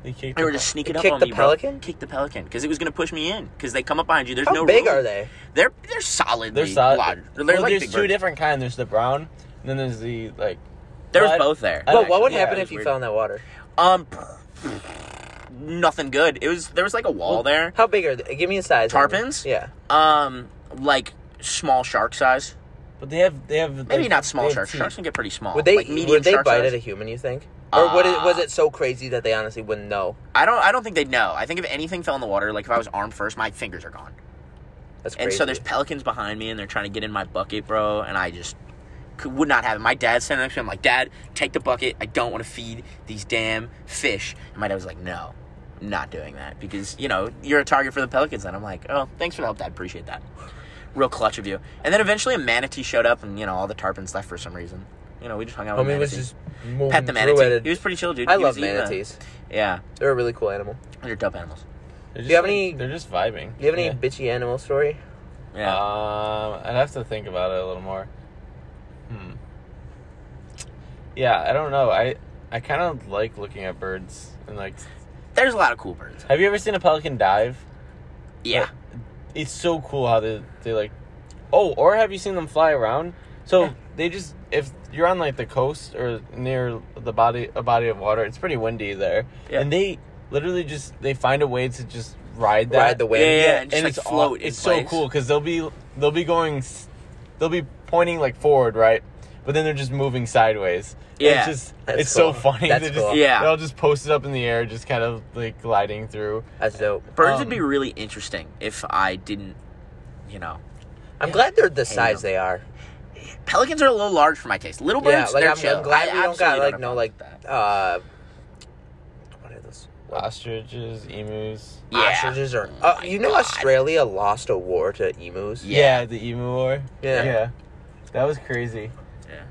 B: They kicked
C: They
B: the
C: were just sneaking
A: They
C: up
A: kicked
C: on
A: the
C: me,
A: pelican?
C: bro. Kick the pelican because it was gonna push me in. Because they come up behind you. There's
A: How
C: no.
A: big
C: room.
A: are they?
C: They're they're solid.
B: They're solid.
C: They're
B: well,
C: like
B: there's
C: big
B: two
C: birds.
B: different kind. There's the brown, and then there's the like.
C: There was
B: But-
C: both there. Oh,
B: I
A: But
B: don't
A: what would
B: actually-
A: happen
B: yeah, it
A: if
B: was
A: you
B: weird.
A: fell in that water?
C: Um, nothing good. It was there was like a wall there.
A: How big are they? Give me a size. on them.
C: Tarpons?
A: Yeah.
C: Um, like small shark size.
B: But they have they have
C: Maybe
B: like,
C: not
B: they
C: small
B: have
C: sharks.
B: teeth.
C: Sharks can get pretty small.
A: Would they
C: like medium
A: would they
C: shark
A: bite
C: size.
A: at a human? You think? Or would it, was
C: Uh,
A: it so crazy that they honestly wouldn't know?
C: I don't. I don't think they'd know. I think if anything fell in the water, like if I was armed first, my fingers are gone.
A: That's crazy.
C: And so there's pelicans behind me, and they're trying to get in my bucket, bro. And I just could, would not have it. My dad's standing next to me. I'm like, Dad, take the bucket. I don't want to feed these damn fish. And my dad was like, No, I'm not doing that because you know you're a target for the pelicans. And I'm like, Oh, thanks for the help, Dad. Appreciate that. Real clutch of you. And then eventually a manatee showed up, and you know all the tarpons left for some reason. You know we just hung out. with
A: Homie was
C: manatees.
A: just moving
C: pet the
A: through
C: manatee.
A: it.
C: He was pretty chill, dude.
A: I
C: He
A: love
C: was eating the-
A: manatees.
C: yeah,
A: They're a really cool animal.
C: they're dope animals.
B: They're just,
A: you have
B: like-
A: any-
B: They're just vibing.
A: Do you have any
B: Yeah.
A: bitchy animal story?
C: Yeah.
A: Uh,
B: Um, I'd have to think about it a little more. Hmm. Yeah, I don't know. I I kind of like looking at birds and like.
C: There's a lot of cool birds.
B: Have you ever seen a pelican dive?
C: Yeah.
B: It's so cool how they they like. Oh, or have you seen them fly around? So
C: Yeah.
B: they just if you're on like the coast or near the body a body of water, it's pretty windy there,
C: Yeah.
B: and they literally just they find a way to just ride that
A: Ride the
C: yeah,
A: wind.
C: yeah, and just like
B: it's aw-
C: float. in
B: it's so
C: place.
B: cool because they'll be they'll be going, s- they'll be pointing like forward, right? But then they're just moving sideways. And
C: Yeah.
B: it's just
A: That's
B: it's so
A: cool.
B: funny.
A: That's
B: They just,
A: cool.
C: Yeah.
B: they're all just posted up in the air, just kind of like gliding through.
A: That's dope.
C: Birds
B: Um,
C: would be really interesting if I didn't, you know.
A: I'm glad they're the
C: Hang
A: size
C: on.
A: they are.
C: Pelicans are a little large for my taste. Little
A: Yeah,
C: birds,
A: like
C: they're
A: I'm,
C: chill.
A: I'm glad
C: I
A: we don't got
C: absolutely
A: like
C: have
A: no
C: a
A: like
C: problem with that.
A: uh, what are those? What-
B: Ostriches, emus.
C: Yeah. Oh
A: Ostriches are. Uh,
C: my
A: you know,
C: God.
A: Australia lost a war to emus.
C: Yeah.
B: the emu war.
A: Yeah.
B: yeah, that was crazy.
C: Yeah.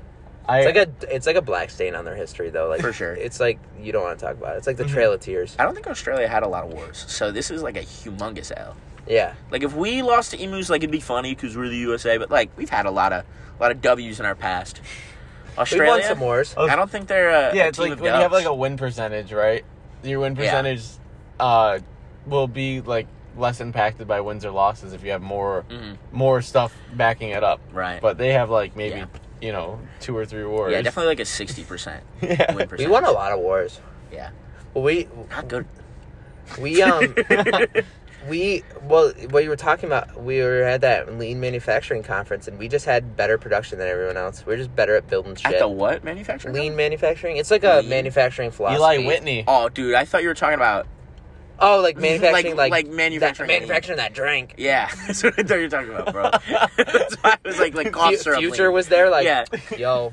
B: I
A: It's like a it's like a black stain on their history though. Like
C: For sure. Mm-hmm.
A: It's like you don't want to talk about it. It's like the
B: Mhm.
A: Trail of Tears.
C: I don't think Australia had a lot of wars, so this is like a humongous L.
A: Yeah.
C: Like if we lost to emus, like it'd be funny because we're the USA, but like we've had a lot of a lot of W's in our past. Australia,
A: We won some wars.
B: Oh,
C: I don't think they're a,
B: yeah,
C: a
B: it's
C: team
B: like
C: of
B: when you have
C: dubs.
B: like a win percentage, right? Your win
C: Yeah.
B: percentage uh, will be like less impacted by wins or losses if you have more
C: Mhm.
B: more stuff backing it up.
C: right.
B: But they have like maybe
C: Yeah.
B: you know two or three wars.
C: yeah, definitely like a sixty percent
B: Yeah.
C: win percent.
A: We won a lot of wars.
C: Yeah.
A: Well, we
C: Not good.
A: we um we well what you were talking about we were at that lean manufacturing conference and we just had better production than everyone else. We are just better at building shit.
C: At the what manufacturer?
A: lean manufacturing. It's like a
C: Lean?
A: manufacturing philosophy.
B: Eli Whitney.
C: Oh, dude, I thought you were talking about
A: Oh, like manufacturing, like,
C: Like- like manufacturing
A: that,
C: lean.
A: manufacturing that drink.
C: Yeah, that's what I thought you were talking about, bro. that's why I was like, like cough
A: Fu-
C: syrup.
A: Future
C: lean.
A: was there, like,
C: Yeah.
A: yo,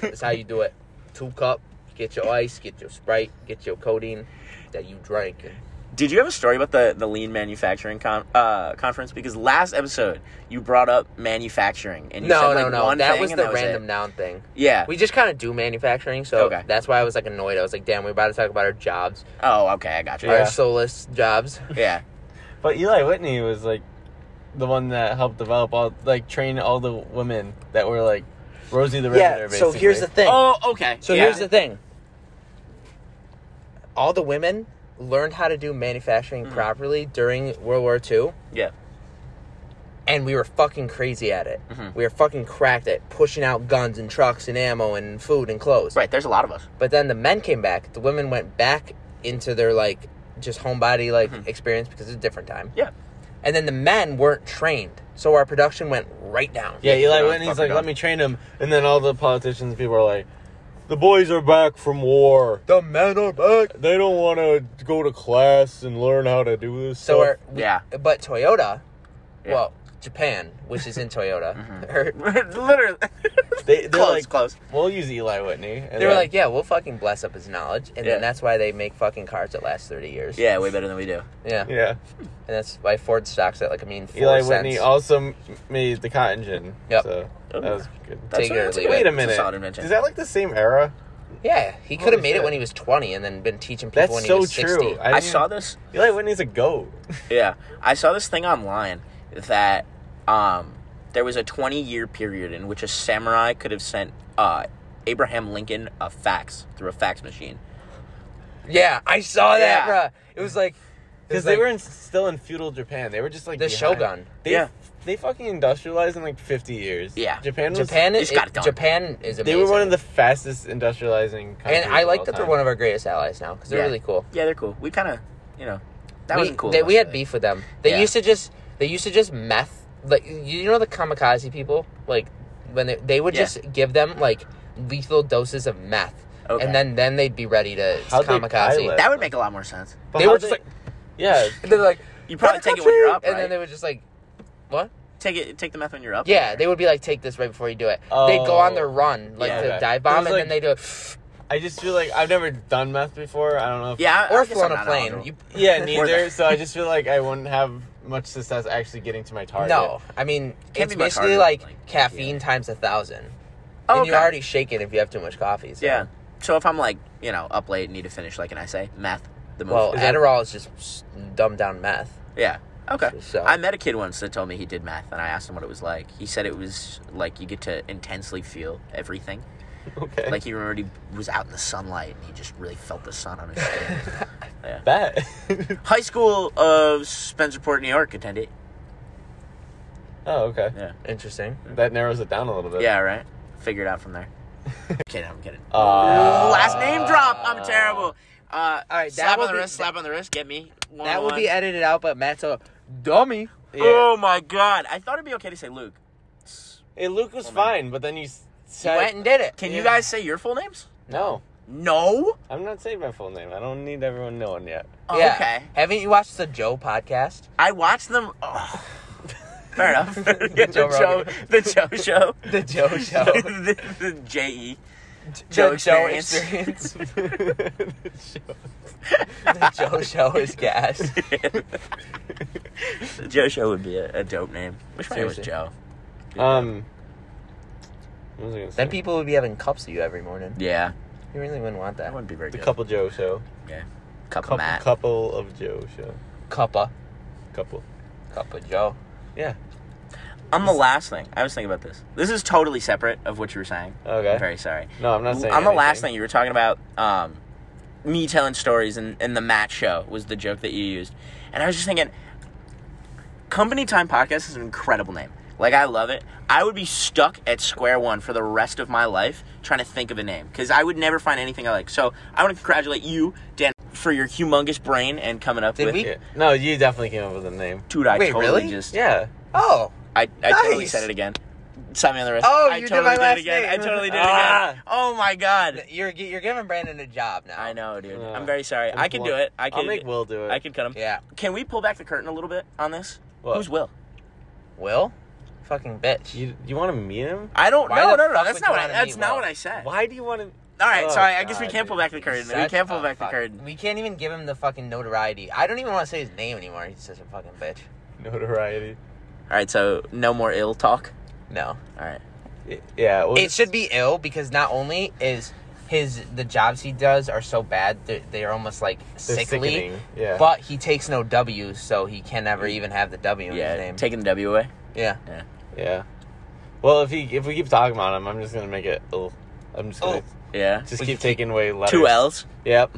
A: that's how you do it. Two cup, get your ice, get your Sprite, get your codeine that you drank.
C: Did you have a story about the the lean manufacturing con- uh, conference? Because last episode you brought up manufacturing and you
A: no,
C: said, like,
A: no, no.
C: one
A: That
C: thing
A: was the
C: and it.
A: random noun thing.
C: Yeah.
A: We just kind of do manufacturing, so
C: Okay.
A: that's why I was like annoyed. I was like, "Damn, we're about to talk about our jobs,
C: oh, okay, I got you.
A: our
B: Yeah.
A: soulless jobs."
C: Yeah.
B: But Eli Whitney was like the one that helped develop all like train all the women that were like Rosie the Riveter.
A: yeah. So
B: basically.
A: here's the thing.
C: Oh, okay.
A: So here's the thing. All the women learned how to do
C: Mm.
A: manufacturing properly during World War II,
C: yeah.
A: and we were fucking crazy at it.
C: Mhm.
A: We were fucking cracked at pushing out guns and trucks and ammo and food and clothes.
C: Right. There's a lot of us.
A: But then the men came back. The women went back into their like just homebody like
C: Mm-hmm.
A: experience because it's a different time.
C: Yeah.
A: And then the men weren't trained, so our production went right down.
B: Yeah,
C: Yeah,
B: Eli
C: no,
B: Whitney's
C: fucking
B: like,
C: done.
B: let me train him, and then all the politicians and people are like, the boys are back from war.
A: The men are back.
B: They don't want to go to class and learn how to do this.
A: So, our,
B: stuff.
C: Yeah.
A: but Toyota,
C: Yeah. Mm-hmm.
A: well, Japan, which is in Toyota,
C: Literally.
B: they they're
C: close.
B: like,
C: close.
B: we'll use Eli Whitney. And
A: they were
B: then-
A: like, yeah, we'll fucking bless up his knowledge, and
C: Yeah.
A: then that's why they make fucking cars that last thirty years.
C: Yeah, way better than we do.
A: yeah, and
B: yeah.
A: that's why Ford stocks at like I mean, four
B: Eli
A: cents.
B: Whitney also m- made the cotton gin.
A: Yep.
B: So that was good.
A: Take it or
C: that's a
A: leave it.
C: good-
B: Wait a
C: that's
B: minute.
C: solid invention.
B: Is that like the same era?
A: yeah, he could have
B: Holy
A: made it
B: shit.
A: when he was twenty, and then been teaching people
B: That's
A: when he
B: so
A: was sixty.
B: true.
C: I
B: didn't-
C: saw this
B: Eli Whitney's a goat.
C: Yeah, I saw this thing online that um, there was a 20 year period in which a samurai could have sent uh, Abraham Lincoln a fax through a fax machine.
A: Yeah, I saw that,
C: Yeah.
A: bruh. It was like it
B: Because
A: was
B: they
A: like
B: were in, still in feudal Japan. They were just like
A: the
B: behind.
A: Shogun.
B: They,
C: Yeah.
B: They fucking industrialized in like 50 years.
C: Yeah.
B: Japan was.
A: Japan is
C: It's got it
A: it-
C: done.
A: Japan is amazing.
B: They were one of the fastest industrializing countries.
A: and I
B: of
A: like
B: all
A: that they're
B: time.
A: one of our greatest allies now because they're
C: Yeah.
A: really cool.
C: Yeah, they're cool. We kind of, you know, that
A: we,
C: wasn't cool.
A: They,
C: of
A: we
C: us,
A: had
C: but-
A: beef with them. They
C: Yeah.
A: used to just they used to just meth like you know the kamikaze people like when they, they would
C: Yeah.
A: just give them like lethal doses of meth
C: Okay.
A: and then then they'd be ready to
B: How'd they
A: kamikaze.
B: pilot?
C: That would make a lot more sense.
B: But
A: they
B: how
A: were just
B: did-
A: like-
B: Yeah.
A: They're like
C: You probably take it when you're up,
A: and
C: right?
A: then they would just like what?
C: take it, take the meth when you're up.
A: Yeah, they
C: Would...
A: would be like, take this right before you do it. They'd go on
B: Oh.
A: their run, like
C: Yeah.
A: to
B: Okay.
A: dive bomb,
B: There's,
A: and then they
B: like-
A: do.
B: I just feel like I've never done meth before. I don't know if.
C: Yeah, I, I
A: Or
C: guess
A: flown
C: I'm
A: a
C: not
A: plane.
C: eligible.
A: You,
B: Yeah,
C: We're
B: neither.
C: not-
B: so I just feel like I wouldn't have much success actually getting to my target.
A: no, I mean
C: Can't
A: it's
C: be much
A: basically
C: harder,
A: like,
C: like,
A: caffeine times a thousand,
C: Oh,
A: and you're
C: okay.
A: already shaking if you have too much coffee. So.
C: Yeah. So if I'm like, you know, up late, need to finish like an essay, meth, the move.
A: Well,
B: Is that-
A: Adderall is just s- dumbed down meth.
C: Yeah. Okay.
A: So-
C: I met a kid once that told me he did math, and I asked him what it was like. He said it was like you get to intensely feel everything.
B: Okay.
C: Like he remembered he was out in the sunlight and he just really felt the sun on his skin.
B: that.
C: High school of Spencerport, New York, attended.
B: oh, okay.
C: Yeah.
A: Interesting.
B: That narrows it down a little bit.
C: Yeah. Right. Figured out from there. kidding. I'm kidding.
B: Uh,
C: Last name drop. I'm terrible. Uh, all
A: right, that
C: right. Slap
A: will
C: on the
A: be-
C: wrist. Slap on the wrist. Get me. One
A: That
C: on
A: will
C: one.
A: be edited out, but Matt's a dummy.
B: yeah.
C: Oh my god! I thought it'd be okay to say Luke.
B: Hey, Luke was fine, but then you s-
A: Oh, He
B: said.
A: went and did it.
C: Can
A: Yeah.
C: you guys say your full names?
B: no,
C: No.
B: I'm not saying my full name. I don't need everyone knowing yet.
C: Oh,
A: Yeah.
C: Okay.
A: Haven't you watched the Joe podcast?
C: I watch them. Oh. Fair enough. the,
A: Joe
C: Joe,
A: Rogan.
C: the Joe Show.
A: The Joe Show.
C: the, the JE. Joe
A: The Joe
C: experience.
A: experience. the Joe Show is gas.
C: The Joe Show would be a, a dope name. Wish my name was
A: Seriously.
C: Joe.
B: um. What was I gonna say?
A: Then people would be having cups of you every morning.
C: Yeah.
A: You really wouldn't want
C: That
A: that.
C: wouldn't be very
B: the
C: good.
B: couple Joe show.
C: Yeah. Cup
B: Couple,
C: of Matt.
B: couple of Joe show.
A: Cuppa.
B: Couple.
A: Cup of Joe.
B: Yeah.
C: On the last thing, I was thinking about this. This is totally separate of what you were saying.
B: Okay.
C: I'm very sorry.
B: No, I'm not
C: on
B: saying.
C: the last
B: anything.
C: thing you were talking about um, me telling stories and, and the Matt show was the joke that you used and i was just thinking company time podcast is an incredible name like i love it i would be stuck at square one for the rest of my life trying to think of a name because i would never find anything i like so i want to congratulate you dan for your humongous brain and coming up
A: Did
C: with
A: we-
B: Yeah. No, you definitely came up with a name.
C: dude i
A: Wait,
C: totally
A: really?
C: just
B: Yeah.
A: Oh.
C: I, I totally
A: Nice.
C: said it again Sign me on the wrist.
A: Oh,
C: I
A: you did
C: totally
A: my last
C: it again.
A: name.
C: I totally did it
B: Ah.
C: again. Oh my god.
A: You're gi- you're giving Brandon a job now.
C: I know, dude.
B: Yeah.
C: I'm very sorry. I can do it. I can.
B: I'll make Will do it.
C: I can cut him.
A: Yeah.
C: Can we pull back the curtain a little bit on this?
B: What?
C: Who's Will?
A: Will? Fucking bitch.
B: You you want to meet him?
C: I don't.
A: Why
C: No,
A: the
C: no, no.
A: fuck
C: That's
A: would
C: not
A: you
C: what. I,
A: wanna
C: that's
A: meet
C: not
A: Will?
C: what I said.
B: Why do you want to?
C: All right,
B: Oh,
C: sorry. I guess we
B: God,
C: can't pull
B: dude.
C: back the curtain. We
A: Such
C: can't pull
A: a
C: back the
A: fuck-
C: curtain.
A: We can't even give him the fucking notoriety. I don't even want to say his name anymore. He's such a fucking bitch.
B: Notoriety.
C: All right, so no more ill talk.
A: No.
C: All right.
B: Y- Yeah.
A: It should be ill because not only is his the jobs he does are so bad they're, they're almost like sickly,
B: Yeah.
A: but he takes no W's, so he can never even have the W in his
C: Yeah,
A: name.
C: taking the W away.
A: yeah.
B: yeah. Well, if he if we keep talking about him, I'm just gonna make it. Ill. I'm just gonna
C: Yeah.
B: just
A: We
B: keep
A: can keep-
B: taking away letters.
C: Oh. Two L's.
B: Yep.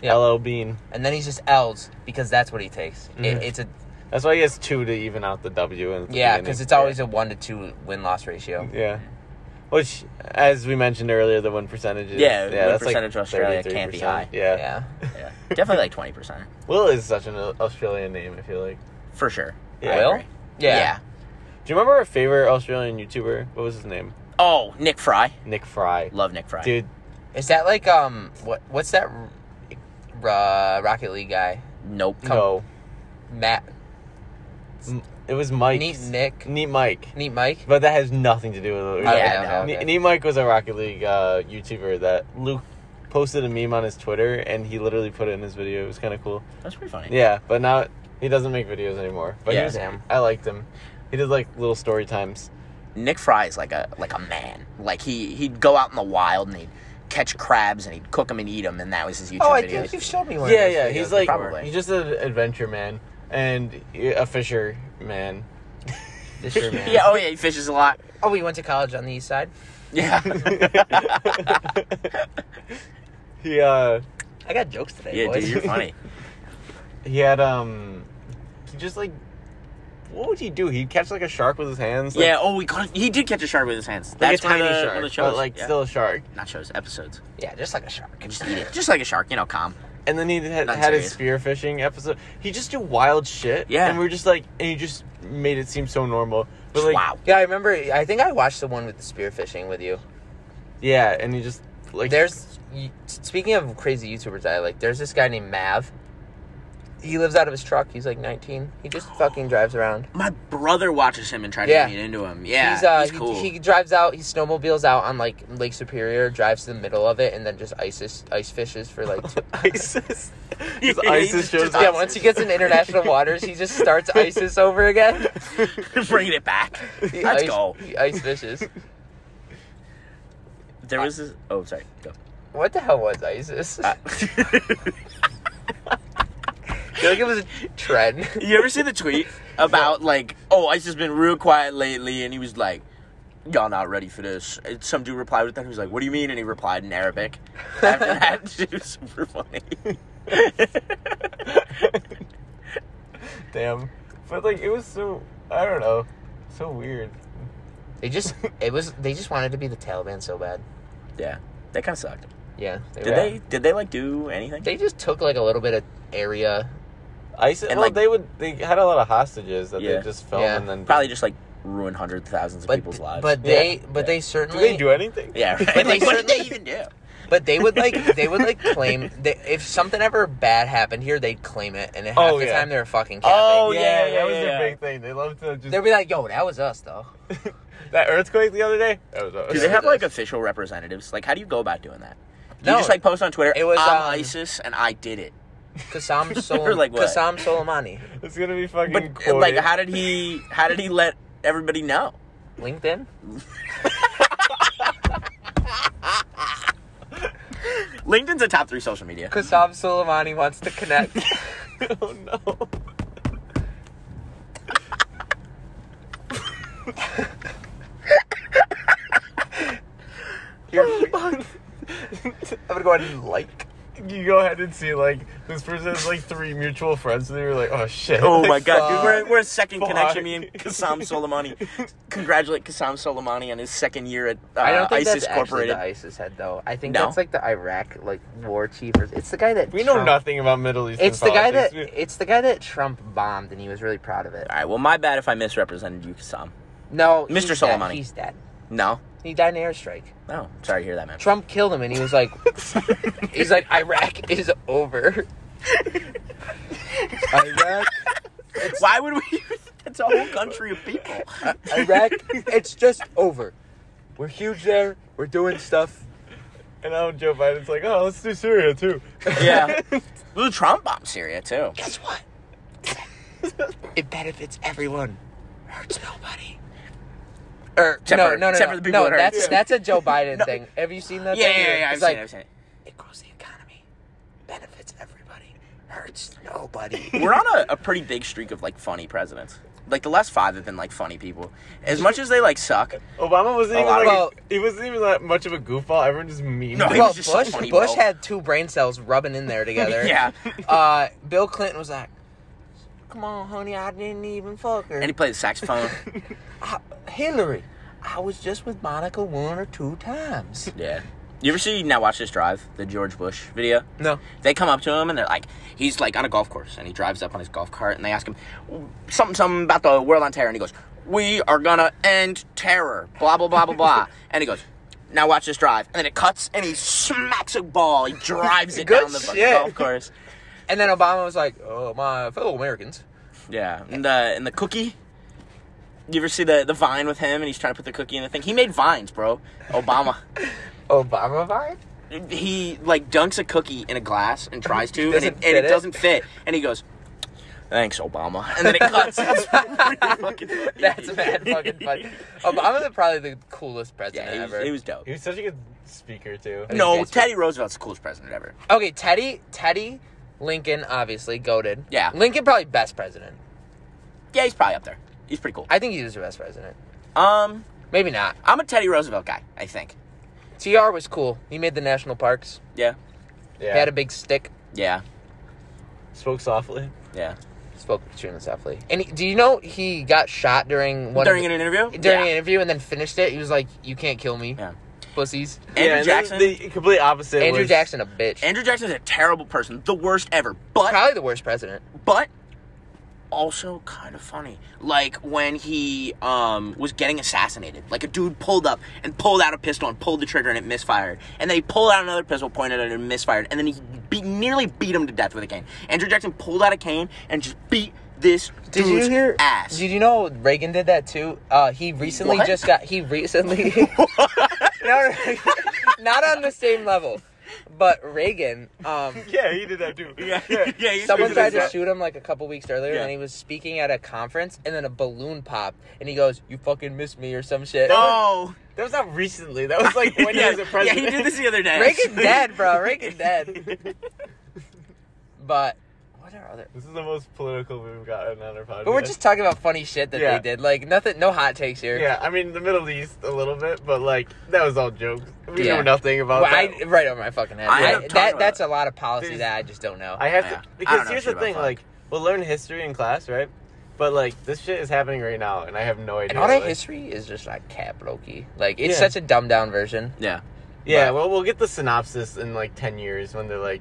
A: Yeah.
B: L O Bean.
A: And then he's just L's because that's what he takes.
B: Mhm.
A: It, it's a
B: That's why he has two to even out the W. And
A: yeah, because it's always a one to two win loss ratio.
B: Yeah. Which, as we mentioned earlier, the win percentage is.
C: Yeah, win
B: that's like
C: percentage in Australia can't be
B: 33%.
C: high.
B: Yeah.
A: Yeah.
C: Yeah. Definitely like twenty percent
B: Will is such an Australian name, I feel like.
C: for sure.
B: Yeah.
A: Will?
C: agree.
A: Yeah.
B: Do you remember our favorite Australian YouTuber? What was his name?
C: Oh, Nick Fry.
B: Nick Fry.
C: Love Nick Fry.
B: Dude,
A: Is that like um what what's that uh, Rocket League guy?
C: Nope.
B: no.
A: Matt
B: It was Mike.
A: Neat Nick
B: Neat Mike.
A: Neat Mike?
B: But that has nothing to do with it.
C: Yeah,
A: Okay,
C: no.
A: okay,
B: Ne-
A: okay.
B: Neat Mike was a Rocket League uh, YouTuber that Luke posted a meme on his Twitter and he literally put it in his video. It was kind of cool.
C: That's pretty funny.
B: Yeah, but now he doesn't make videos anymore. But he
C: Yeah.
B: was,
A: Damn.
B: I liked him. He did like little story times.
C: Nick Fry is like a like a man. Like he he'd go out in the wild and he'd catch crabs and he'd cook them and eat them, and that was his YouTube
A: Oh, I
C: videos.
A: think you've showed me one.
B: Yeah,
A: of those
B: yeah.
A: videos
B: He's like
A: before.
C: Probably.
B: he's just an adventure man and a fisher man.
A: Fisher man.
C: yeah. Oh yeah. He fishes a lot.
A: Oh, we went to college on the east side.
C: Yeah.
B: he uh
A: I got jokes today,
C: yeah,
A: boys.
C: dude, you're funny.
B: he had um he just like what would he do? He'd catch like a shark with his hands. Like,
C: yeah. Oh, we caught. He did catch a shark with his hands.
B: like
C: That's
B: a tiny
C: one, of the,
B: shark,
C: one of the shows.
B: but like
C: yeah.
B: still a shark.
C: not shows episodes.
A: yeah, just like a shark.
C: Just eat it, just like a shark. You know, calm.
B: And then he had,
C: Not
B: had his
C: serious.
B: spearfishing episode. He just do wild shit.
C: Yeah.
B: and we were just like, and he just made it seem so normal. But
C: Just
B: like,
C: wow.
A: Yeah, I remember. I think I watched the one with the spearfishing with you.
B: Yeah, and he just like
A: There's y- speaking of crazy YouTubers, I like. There's this guy named Mav. He lives out of his truck. He's like 19. He just fucking drives around.
C: My brother watches him and tries
A: Yeah.
C: to get into him. Yeah,
A: he's, uh,
C: he's
A: he-
C: cool.
A: He, drives out. He snowmobiles out on like Lake Superior, drives to the middle of it, and then just ices ice fishes for like. Two-
B: ISIS.
C: Yeah,
B: His
C: he
B: ISIS
C: just-
B: shows
A: yeah,
B: up.
A: once he gets in international waters, he just starts ISIS over again.
C: Bringing it back.
A: He
C: Let's
A: ice,
C: go.
A: he ice fishes.
C: There was this. Oh, sorry. Go.
A: What the hell was ISIS?
C: Uh,
A: I feel like it was a trend.
C: you ever see the tweet about like, oh, I just been real quiet lately, and he was like, y'all not ready for this. And some dude replied with that. He was like, what do you mean? And he replied in Arabic. After that, it was super funny.
B: Damn. But like it was so I don't know. So weird.
A: They just it was they just wanted to be the Taliban so bad.
C: yeah, that kind of sucked.
A: Yeah. They
C: Did
A: were-
C: they? Did they like do anything?
A: They just took like a little bit of area.
B: ISIS
C: And,
B: well
C: like-
B: they would they had a lot of hostages that
C: Yeah.
B: they just film
A: Yeah.
B: and then
C: Probably just like ruin hundreds of thousands of
A: But
C: people's lives.
A: but
B: Yeah.
A: they but
C: Yeah.
A: they
B: Do
A: certainly
B: they do anything?
C: yeah, right?
A: But
C: like,
A: they
C: what did they
A: certainly-
C: even do?
A: But they would like they would like claim they, if something ever bad happened here, they'd claim it, and half
B: Oh,
A: the
B: yeah.
A: time they were fucking capping.
C: Oh,
B: yeah,
C: yeah,
B: that was
C: yeah,
B: their
C: yeah.
B: big thing. They love to just
A: They'd be like, "Yo, that was us, though."
B: that earthquake the other day. That was us.
C: Do they have like official representatives? Like, how do you go about doing that? Do
A: No.
C: you just like post on Twitter?
A: It was,
C: I'm
A: um,
C: ISIS and I did it.
A: Qassam Sol-
C: Or, like, what?
A: Qassam Soleimani,
B: It's gonna be fucking
C: But
B: quoted.
C: like, how did he? How did he let everybody know?
A: LinkedIn.
C: LinkedIn's a top three social media.
A: Qassam Soleimani wants to connect.
B: oh no.
A: You're- I'm gonna go ahead and like.
B: You go ahead and see like this person has like three mutual friends and they were like, oh shit.
C: Oh
B: Like,
C: my god,
A: fuck.
C: dude, we're, we're a second
B: Fuck.
C: connection. Me and Kassam Soleimani. Congratulate Kassam Soleimani on his second year at uh,
A: I don't think
C: ISIS
A: that's
C: Corporated.
A: actually the ISIS head, though. I think
C: No?
A: that's like the Iraq like war chief. Or, it's the guy that
B: We know
A: Trump-
B: nothing about Middle Eastern
A: It's the guy that
B: politics.
A: it's the guy that Trump bombed, and he was really proud of it.
C: All right, well, my bad if I misrepresented you, Kassam.
A: No,
C: Mr.
A: he's dead.
C: Soleimani.
A: He's dead.
C: No,
A: He died in an airstrike.
C: no, Oh, sorry to hear that, man.
A: Trump killed him, and he was like, he's like, Iraq is over. Iraq.
C: Why would we? That's It's a whole country of people.
A: Iraq, it's just over. We're huge there. We're doing stuff.
B: And now Joe Biden's like, oh, let's do Syria too.
C: Yeah. Ooh, Trump bombed Syria too.
A: Guess what? it benefits everyone. Hurts nobody. Or,
C: Except
A: no, no,
C: for-
A: no,
C: except
A: no,
C: for the people
A: no.
C: it
A: That's
C: hurts.
A: that's a Joe Biden thing. Have you seen that?
C: Yeah, yeah,
A: thing?
C: yeah. yeah, I've
A: It's
C: seen
A: like
C: it, I've seen it.
A: it grows the economy, benefits everybody, hurts nobody.
C: We're on a, a pretty big streak of like funny presidents. Like the last five have been like funny people. As much as they like suck,
B: Obama wasn't
C: A
B: even
C: lot
B: like,
A: of- Well-
B: he wasn't even that much of a goofball. Everyone just memed.
C: No,
B: him.
C: he
A: well,
C: was just so
A: Bush,
C: funny,
A: Bush
C: bro.
A: had two brain cells rubbing in there together.
C: yeah.
A: Uh, Bill Clinton was like, "Come on, honey, I didn't even fuck her."
C: And he played the saxophone.
A: I, Hillary, I was just with Monica one or two times.
C: yeah. You ever see Now Watch This Drive, the George Bush video?
A: No.
C: They come up to him and they're like, he's like on a golf course and he drives up on his golf cart and they ask him something, something about the world on terror and he goes, we are gonna end terror, blah, blah, blah, blah, blah. and he goes, now watch this drive. And then it cuts and he smacks a ball. He drives it
A: Good
C: down the bu-
A: shit.
C: golf course.
A: And then Obama was like, "Oh, my fellow Americans."
C: Yeah. And the, and the cookie. You ever see the, the vine with him and he's trying to put the cookie in the thing? He made vines, bro. Obama.
A: Obama vibe?
C: he like dunks a cookie in a glass and tries to, and,
A: Doesn't
C: it, and
A: fit
C: it
A: it?
C: doesn't fit, and he goes, "Thanks, Obama," and then it cuts. It's pretty fucking funny.
A: That's mad fucking funny. Obama's probably the coolest president
C: Yeah, he was,
A: ever.
C: he was dope.
B: He was such a good speaker too.
A: was
C: no,
A: basically-
C: Teddy Roosevelt's the coolest president ever.
A: okay, Teddy, Teddy, Lincoln, obviously goaded.
C: Yeah.
A: Lincoln probably best president.
C: Yeah, he's probably up there. He's pretty cool.
A: I think he was the best president.
C: Um,
A: Maybe not.
C: I'm a Teddy Roosevelt guy. I think.
A: Tr was cool. He made the national parks.
C: Yeah,
B: Yeah.
A: He had a big stick.
C: yeah,
B: Spoke softly.
C: yeah.
A: Spoke extremely softly. And he, do you know he got shot during one of
C: During
A: the-
C: an interview.
A: during
C: yeah.
A: an interview and then finished it? He was like, "You can't kill me,
C: Yeah.
A: pussies."
C: Andrew
B: and then
C: Jackson.
B: The complete opposite.
A: Andrew
B: was-
A: Jackson, a bitch.
C: Andrew Jackson's a terrible person, the worst ever. But
A: probably the worst president.
C: but also kind of funny. Like when he um, was getting assassinated, like a dude pulled up and pulled out a pistol and pulled the trigger and it misfired. And then he pulled out another pistol, pointed at it and misfired. And then he beat, nearly beat him to death with a cane. Andrew Jackson pulled out a cane and just beat this
A: Did
C: dude's
A: you hear?
C: ass.
A: Did you know Reagan did that too? Uh, he recently
C: What?
A: just got. He recently. no, no, not on the same level, but Reagan. Um,
B: Yeah, he did that too.
C: yeah, yeah. yeah
A: someone
B: Reagan
A: tried
B: did
A: to
B: that.
A: shoot him like a couple weeks earlier,
C: Yeah.
A: and he was speaking at a conference, and then a balloon popped, and he goes, "You fucking missed me" or some shit.
C: Oh,
B: That was not recently. That was like when
C: yeah,
B: he was a president.
C: Yeah, he did this the other day.
A: Reagan
C: actually.
A: dead, bro. Reagan dead. but what are other?
B: This is the most political we've gotten on our podcast.
A: But we're just talking about funny shit that
B: Yeah.
A: they did. Like nothing, no hot takes here.
B: Yeah, I mean the Middle East a little bit, but like that was all jokes. We
A: Yeah.
B: knew nothing about
A: Well, I,
B: that.
A: right over my fucking head.
C: I
A: I-
C: am talking
A: that,
C: about
A: that's
C: it.
A: a lot of policy
B: There's-
A: that I just don't know.
B: I, have
C: Yeah.
B: to
C: I don't
B: because
C: know
B: here's
C: shit
B: the
C: about
B: thing:
C: fuck.
B: like we'll learn history in class, right? But like this shit is happening right now, and I have no idea.
A: and all that
B: like-
A: history is just like cap Loki. Like it's
B: Yeah.
A: such a dumbed down version.
C: Yeah.
B: Yeah,
A: But-
B: well, we'll get the synopsis in like ten years when they're like,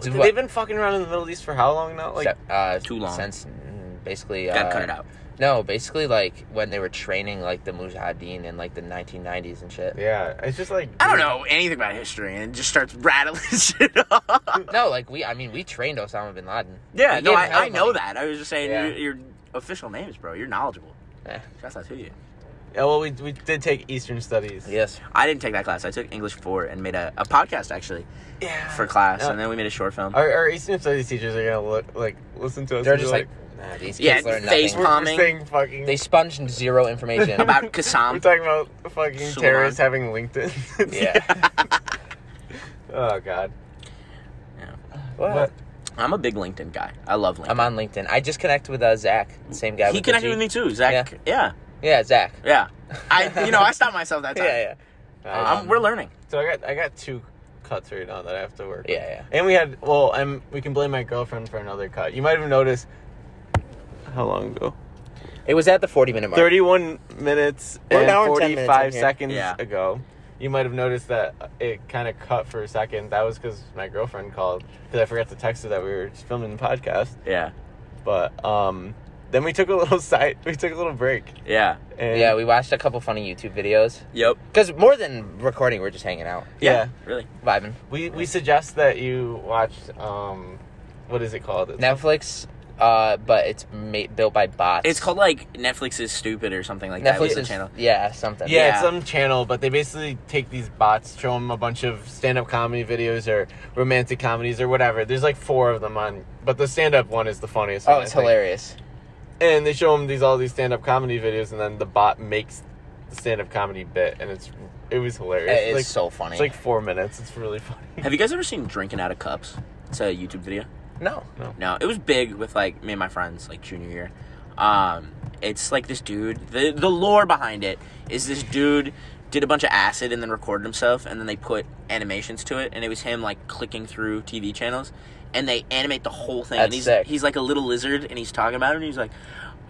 A: Do
B: they've
A: what?
B: been fucking around in the Middle East for how long now? Like,
A: Se- uh,
C: Too long.
A: Since mm, basically
C: Got
A: uh,
C: cut it out.
A: No, basically like when they were training like the Mujahideen in like the 1990s and shit.
B: yeah, it's just like
C: I don't know anything about history, and it just starts rattling shit off.
A: No, like we. I mean, we trained Osama bin Laden.
C: Yeah,
A: We
C: no,
A: gave
C: I,
A: hell
C: I know
A: money.
C: that. I was just saying
B: Yeah.
C: your, your official names, bro. You're knowledgeable.
A: Eh.
C: Shouts out to you.
B: Yeah, well, we, we did take Eastern Studies.
A: Yes.
C: I didn't take that class. I took English four and made a, a podcast actually
B: yeah.
C: for class,
B: Uh,
C: and then we made a short film.
B: our, our Eastern Studies teachers are gonna look like listen to us.
A: They're
B: and be
A: just like, nah, these kids
C: Yeah,
A: learn
C: face-
A: nothing.
B: we're, we're
C: calming.
B: saying fucking.
A: They sponged zero information.
C: About
B: we're
C: Kassam.
B: talking about fucking
C: Suleiman.
B: terrorists having LinkedIn.
A: yeah.
B: oh God.
A: What?
C: I'm a big LinkedIn guy. I love LinkedIn.
A: I'm on LinkedIn. I just connect with uh, Zach, same guy.
C: he
A: with the
C: connected
A: G.
C: with me too, Zach. Yeah.
A: Yeah, Zach.
C: yeah, I you know I stopped myself that time.
A: Yeah,
B: But,
A: Um,
C: I'm- we're learning.
B: so I got I got two cuts right now that I have to work.
A: yeah, yeah,
B: And we had well, and we can blame my girlfriend for another cut. You might have noticed. How long ago?
A: yeah. It was at the 40 minute mark.
B: 31 minutes
A: We're
B: and
A: an hour and 10 minutes in
B: 45
A: here.
B: seconds
C: Yeah.
B: ago. You might have noticed that it kind of cut for a second. That was because my girlfriend called because I forgot to text her that we were filming the podcast.
C: Yeah,
B: But um, then we took a little side, we took a little break.
C: yeah,
B: And
A: Yeah, we watched a couple funny YouTube videos.
C: yep,
A: Cause more than recording, we're just hanging out,
B: yeah,
C: really.
A: vibing.
B: we we suggest that you watch um, what is it called? It's
A: Netflix uh, but it's ma- built by bots.
C: It's called like Netflix is stupid or something like that. Was
A: Netflix
C: the
A: is,
C: channel.
A: yeah something.
B: Yeah,
C: Yeah.
B: it's some channel, but they basically take these bots, show them a bunch of stand-up comedy videos or romantic comedies or whatever. There's like four of them on, but the stand-up one is the funniest.
A: Oh,
B: one, I
A: it's
B: think.
A: hilarious.
B: And they show them these all these stand-up comedy videos, and then the bot makes the stand-up comedy bit, and it's it was hilarious.
A: It's,
B: like,
A: so funny.
B: It's like four minutes. It's really funny.
C: Have you guys ever seen Drinking Out of Cups? It's a YouTube video.
A: no.
C: No, it was big with like me and my friends like junior year. Um, it's like this dude. The the lore behind it is this dude did a bunch of acid and then recorded himself, and then they put animations to it, and it was him like clicking through TV channels, and they animate the whole thing. and
A: That's
C: he's
A: sick.
C: he's like a little lizard, and he's talking about it, and he's like.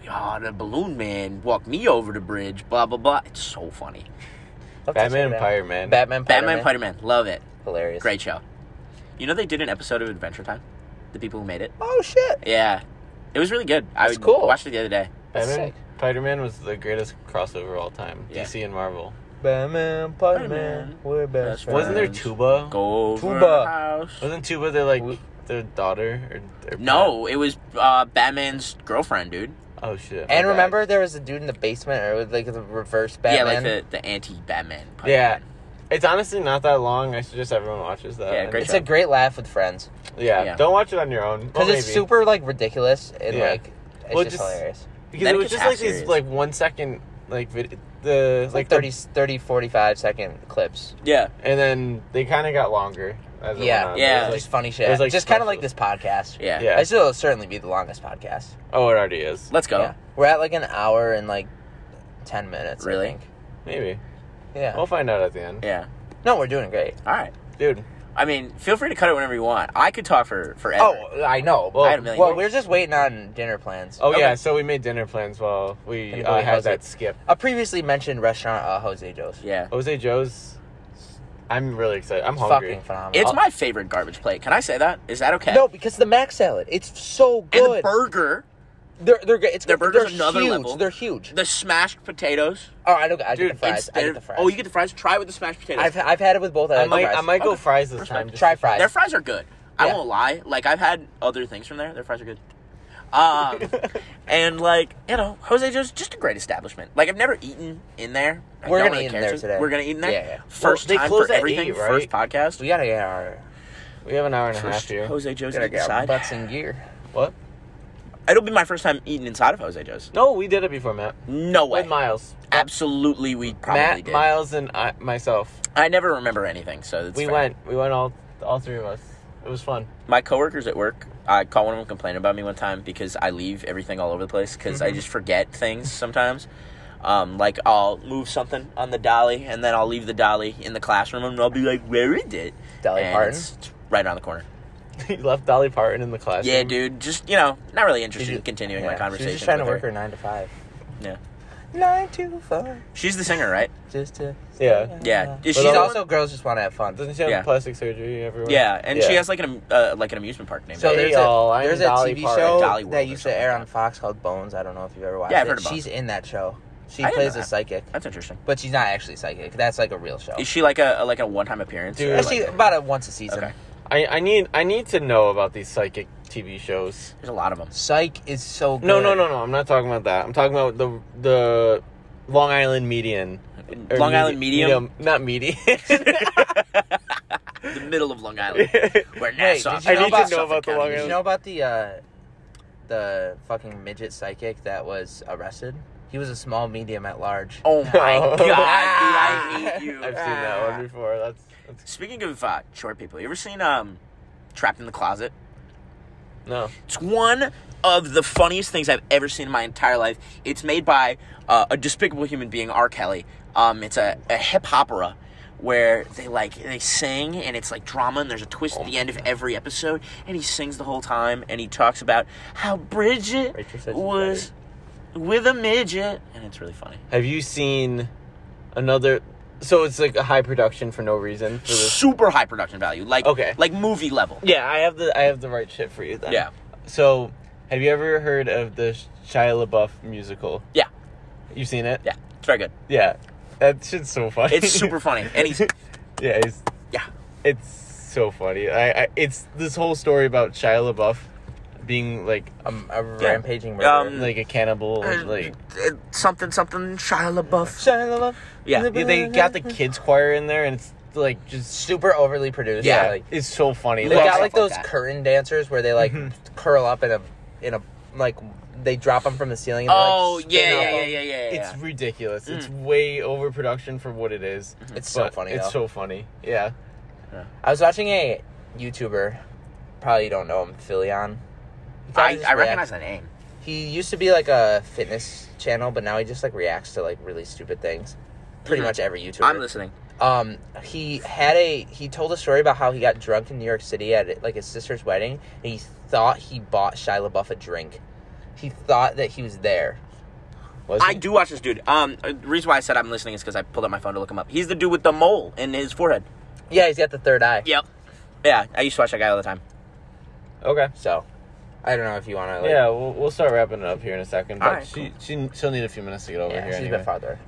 C: "Ah, the balloon man walked me over the bridge, blah blah blah. It's so funny.
A: Love to
B: Batman
A: see
B: and
A: that.
B: Pirate Man.
A: Batman.
C: Batman
A: Pirate Man.
C: Spider Man, love it.
A: Hilarious.
C: Great show. You know they did an episode of Adventure Time? The people who made it?
A: Oh shit.
C: Yeah. It was really good. I
A: That's cool.
C: watched it the other day.
A: That's
B: Batman.
A: sick.
B: Spider Man was the greatest crossover of all time.
C: Yeah.
B: DC and Marvel.
A: Batman.
C: Pirate Man.
A: We're
C: best Friends.
B: Wasn't there Tuba?
C: Go over
A: Tuba.
C: the house.
B: Wasn't Tuba their like their daughter or their
C: No, it was uh, Batman's girlfriend, dude.
B: Oh shit. my
A: And
B: bad.
A: remember, there was a dude in the basement, or with, like the reverse Batman.
C: Yeah, like the, the anti Batman.
B: Yeah. It's honestly not that long. I suggest everyone watches that.
C: Yeah,
B: And
C: great
A: it's
B: it's-
A: a great laugh with friends
B: yeah,
C: Yeah.
B: Don't watch it on your own.
A: because
B: Well,
A: it's
B: maybe.
A: super like ridiculous and
B: Yeah.
A: like it's
B: Well,
A: just,
B: just-
A: hilarious.
B: because
C: Then
B: it
C: it
B: was
C: gets
B: just like
C: half
B: these
C: serious.
B: like one second like vid- the
A: It's
B: like
A: like 30,
B: the-
A: 30, 45 second clips.
C: Yeah.
B: and then they kind of got longer. As it
A: Yeah.
B: went on.
C: Yeah.
B: It was
A: Just funny shit.
B: it was, like,
A: just kind of
B: specials.
A: like this podcast.
C: Yeah.
B: Yeah.
A: This will certainly be the longest podcast.
B: like- oh, it already is.
C: Let's go.
A: Yeah. We're at like an hour and like 10 minutes. I
C: Really?
A: think.
B: Maybe
A: Yeah.
B: we'll find out at the end,
C: Yeah.
A: no, we're doing great.
C: All right.
B: dude.
C: I mean, feel free to cut it whenever you want. I could talk for forever.
A: Oh, I know.
B: Well,
C: I had a million
A: well,
C: things.
A: we're just waiting on dinner plans.
B: Oh
C: Okay.
B: yeah, so we made dinner plans while we
A: And
B: uh,
A: Billy
B: had
A: Jose.
B: that skip.
A: A previously mentioned restaurant, uh, Jose Joe's.
C: yeah.
B: Jose Joe's. I'm really excited. I'm
A: It's
B: hungry.
A: fucking phenomenal. Oh,
C: It's my favorite garbage plate. Can I say that? Is that okay?
A: Uh, No, because the mac salad, it's so
C: And
A: good.
C: the burger,
A: they're they're good. It's
C: Their
A: good.
C: burger's
A: they're
C: another
A: huge.
C: level.
A: They're huge.
C: the smashed potatoes.
A: oh, I don't. I
B: Dude,
A: get the fries. I
C: instead
A: get
C: of-
A: the fries.
C: Oh, you get the fries. Try it with the smashed potatoes.
A: I've I've had it with both. I,
B: I
A: like the
B: might
A: fries.
B: I might go
C: Okay.
B: fries this
C: Perfect.
B: time. just
A: Try
B: to-
A: fries.
C: Their fries are good. I
A: Yeah.
C: won't lie. Like I've had other things from there. Their fries are good. Um, and like you know, Jose Joe's just a great establishment. Like I've never eaten in there. I
A: We're
C: don't
A: gonna eat in
C: care
A: there
C: to.
A: today.
C: We're gonna eat in there.
A: Yeah, yeah.
C: First
B: Well, they
C: time
B: close
C: for
B: at
C: everything.
B: eight, right?
C: First podcast.
A: We gotta get our
B: We have an hour and a half
C: First
B: here.
C: Jose Joe's
A: gotta get our
C: inside.
A: butts in gear.
B: What?
C: It'll be my first time eating inside of Jose Joe's.
B: No, we did it before, Matt.
C: No way.
B: With Miles.
C: Absolutely, we probably
B: Matt,
C: did.
B: Miles, and I, myself.
C: I never remember anything, so it's
B: we
C: fair.
B: went. We went all all three of us. It was fun.
C: My coworkers at work, I caught one of them complaining about me one time because I leave everything all over the place because
A: Mm-hmm.
C: I just forget things sometimes. Um, like I'll move something on the dolly and then I'll leave the dolly in the classroom and I'll be like, "Where is it?"
A: Dolly
C: and
A: Parton?
C: it's- it's right around the corner.
B: he left Dolly Parton in the classroom.
C: Yeah, dude. Just you know, not really interested
A: She's
C: in continuing
A: yeah,
C: my conversation.
A: She's just trying to
C: with
A: work
C: her.
A: her nine to five.
C: Yeah.
A: Nine to five,
C: She's the singer, right?
A: just to
B: Yeah.
C: Yeah. Is
A: She's
C: she the
A: also girls just want to have fun.
B: Doesn't she have
C: Yeah.
B: plastic surgery everywhere?
C: Yeah, and she
B: Yeah.
C: has like an am- uh, like an amusement park named.
A: So
B: Hey,
C: after her.
A: there's
B: y'all,
A: a,
B: I'm
A: there's a
B: Dolly
A: TV
B: Parton.
A: show
C: Dolly World
A: that
C: or
A: used to
C: something
A: air
C: like
A: on
C: that.
A: Fox called Bones. I don't know if you've ever watched
C: Yeah, I've
A: it.
C: heard of
A: she's in that show. She
C: I didn't
A: plays
C: know
A: a
C: that.
A: psychic,
C: That's interesting.
A: but she's not actually psychic. That's like a real show.
C: Is she like a, a- like a one time appearance?
B: Dude.
C: or, like-
A: Actually, about a once a season.
C: Okay.
B: I, I need I need to know about these psychic TV shows.
C: there's a lot of them.
A: Psych is so good.
B: No, no, no, no. I'm not talking about that. I'm talking about the the Long Island Median. Or
C: Long Island
B: medi-
C: Medium,
B: not median.
C: the middle of Long Island, where
A: Wait,
C: Nassau.
A: did you I know need to about-
B: know about the
C: Suffolk
B: Long
C: County.
A: You
B: Island-
A: know about the uh, the fucking midget psychic that was arrested? He was a small medium at large.
C: Oh my god,
B: Oh.
C: dude, I hate you.
B: I've seen that one before. That's, that's
C: Speaking of uh, short people, you ever seen um, Trapped in the Closet?
B: no.
C: It's one of the funniest things I've ever seen in my entire life. It's made by uh, a despicable human being, R. Kelly. Um, it's a, a hip opera where they like they sing and it's like drama and there's a twist
B: Oh
C: at the end of every episode and he sings the whole time and he talks about how Bridget
B: Rachel said she's
C: was with a midget and it's really funny.
B: Have you seen another? So it's like a high production for no reason. For
C: Mm-hmm.
B: this.
C: Super high production value, like
B: Okay.
C: like movie level.
B: Yeah, I have the I have the right shit for you then.
C: Yeah.
B: So, have you ever heard of the Shia LaBeouf musical?
C: Yeah,
B: You've seen it?
C: yeah, it's very good.
B: Yeah. That shit's so funny.
C: It's super funny, and he's
B: yeah, it's
C: yeah,
B: it's so funny. I, I it's this whole story about Shia LaBeouf being like
A: A, Um, a
C: Yeah.
A: rampaging murderer.
C: Um,
B: like a cannibal, and, like
C: Uh, something, something, Shia LaBeouf. Yeah.
B: Yeah, they got the kids choir in there, and it's like just
A: super overly produced.
C: Yeah.
A: like,
B: it's so funny.
A: they
C: Love
A: got
C: stuff
A: like
C: like
A: those
C: that. Mm-hmm.
A: curtain dancers where they like
B: Mhm.
A: curl up in a in a like they drop them from the ceiling. And they, like,
C: Oh
A: spin
C: yeah,
A: up
C: yeah,
A: 'em.
C: yeah, yeah, yeah.
B: it's
C: yeah.
B: ridiculous. It's
C: Mm.
B: way overproduction for what it is.
C: Mm-hmm.
A: It's so
B: but
A: funny.
B: It's
A: though.
B: so funny. Yeah.
A: I was watching a YouTuber, probably you don't know him, Philion. He kinda
C: I,
A: just
C: I
A: reacts-
C: recognize the name.
A: He used to be like a fitness channel, but now he just like reacts to like really stupid things. Pretty
C: Mhm.
A: much every YouTuber.
C: I'm listening.
A: um, he had a he told a story about how he got drunk in New York City at like his sister's wedding, and he thought he bought Shia LaBeouf a drink. He thought that he was there.
B: Was
C: I
B: it?
C: do watch this dude. Um, the reason why I said I'm listening is because I pulled up my phone to look him up. He's the dude with the mole in his forehead.
A: Yeah, he's got the third eye.
C: Yep. Yeah, I used to watch that guy all the time.
B: Okay.
A: So, I don't know if you want to. Like,
B: Yeah, we'll, we'll start wrapping it up here in a second. But
C: All right,
B: she, she she'll need a few minutes to get over
A: yeah,
B: here.
A: she's a
B: Anyway.
A: bit farther.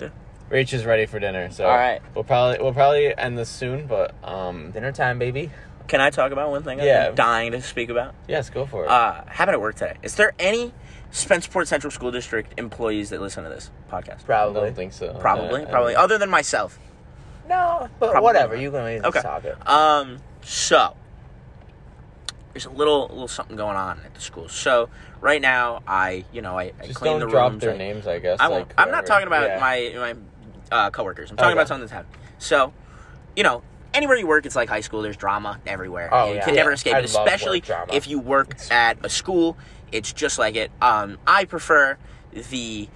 B: Rach is ready for dinner, so
C: All right.
B: We'll probably we'll probably end this soon, but um,
A: Dinner time, baby.
C: Can I talk about one thing
B: Yeah.
C: I've been dying to speak about?
B: yes, go for it.
C: Uh, happened at work today. Is there any Spenceport Central School District employees that listen to this podcast?
B: I
A: Probably.
B: don't think so.
C: Probably,
B: Yeah, I
C: probably.
B: don't-
C: Other than myself.
A: No, but
C: Probably
A: whatever.
C: not.
A: You can maybe
C: Okay.
A: stop it.
C: Um, so there's a little little something going on at the school. So right now, I you know I, I
B: Just
C: clean
B: don't
C: the
B: drop
C: rooms.
B: their
C: I-
B: names, I guess.
C: I won't.
B: like,
C: I'm
B: whoever-
C: not talking about
B: yeah.
C: my my uh, coworkers. I'm talking
B: Okay.
C: about something that's happened. So, you know, anywhere you work, it's like high school. There's drama everywhere.
A: Oh,
C: you
A: yeah.
C: can never
A: Yeah.
C: escape
A: I
C: it,
A: love work
C: especially
A: drama.
C: if you work
B: It's-
C: at a school. It's just like it. Um, I prefer the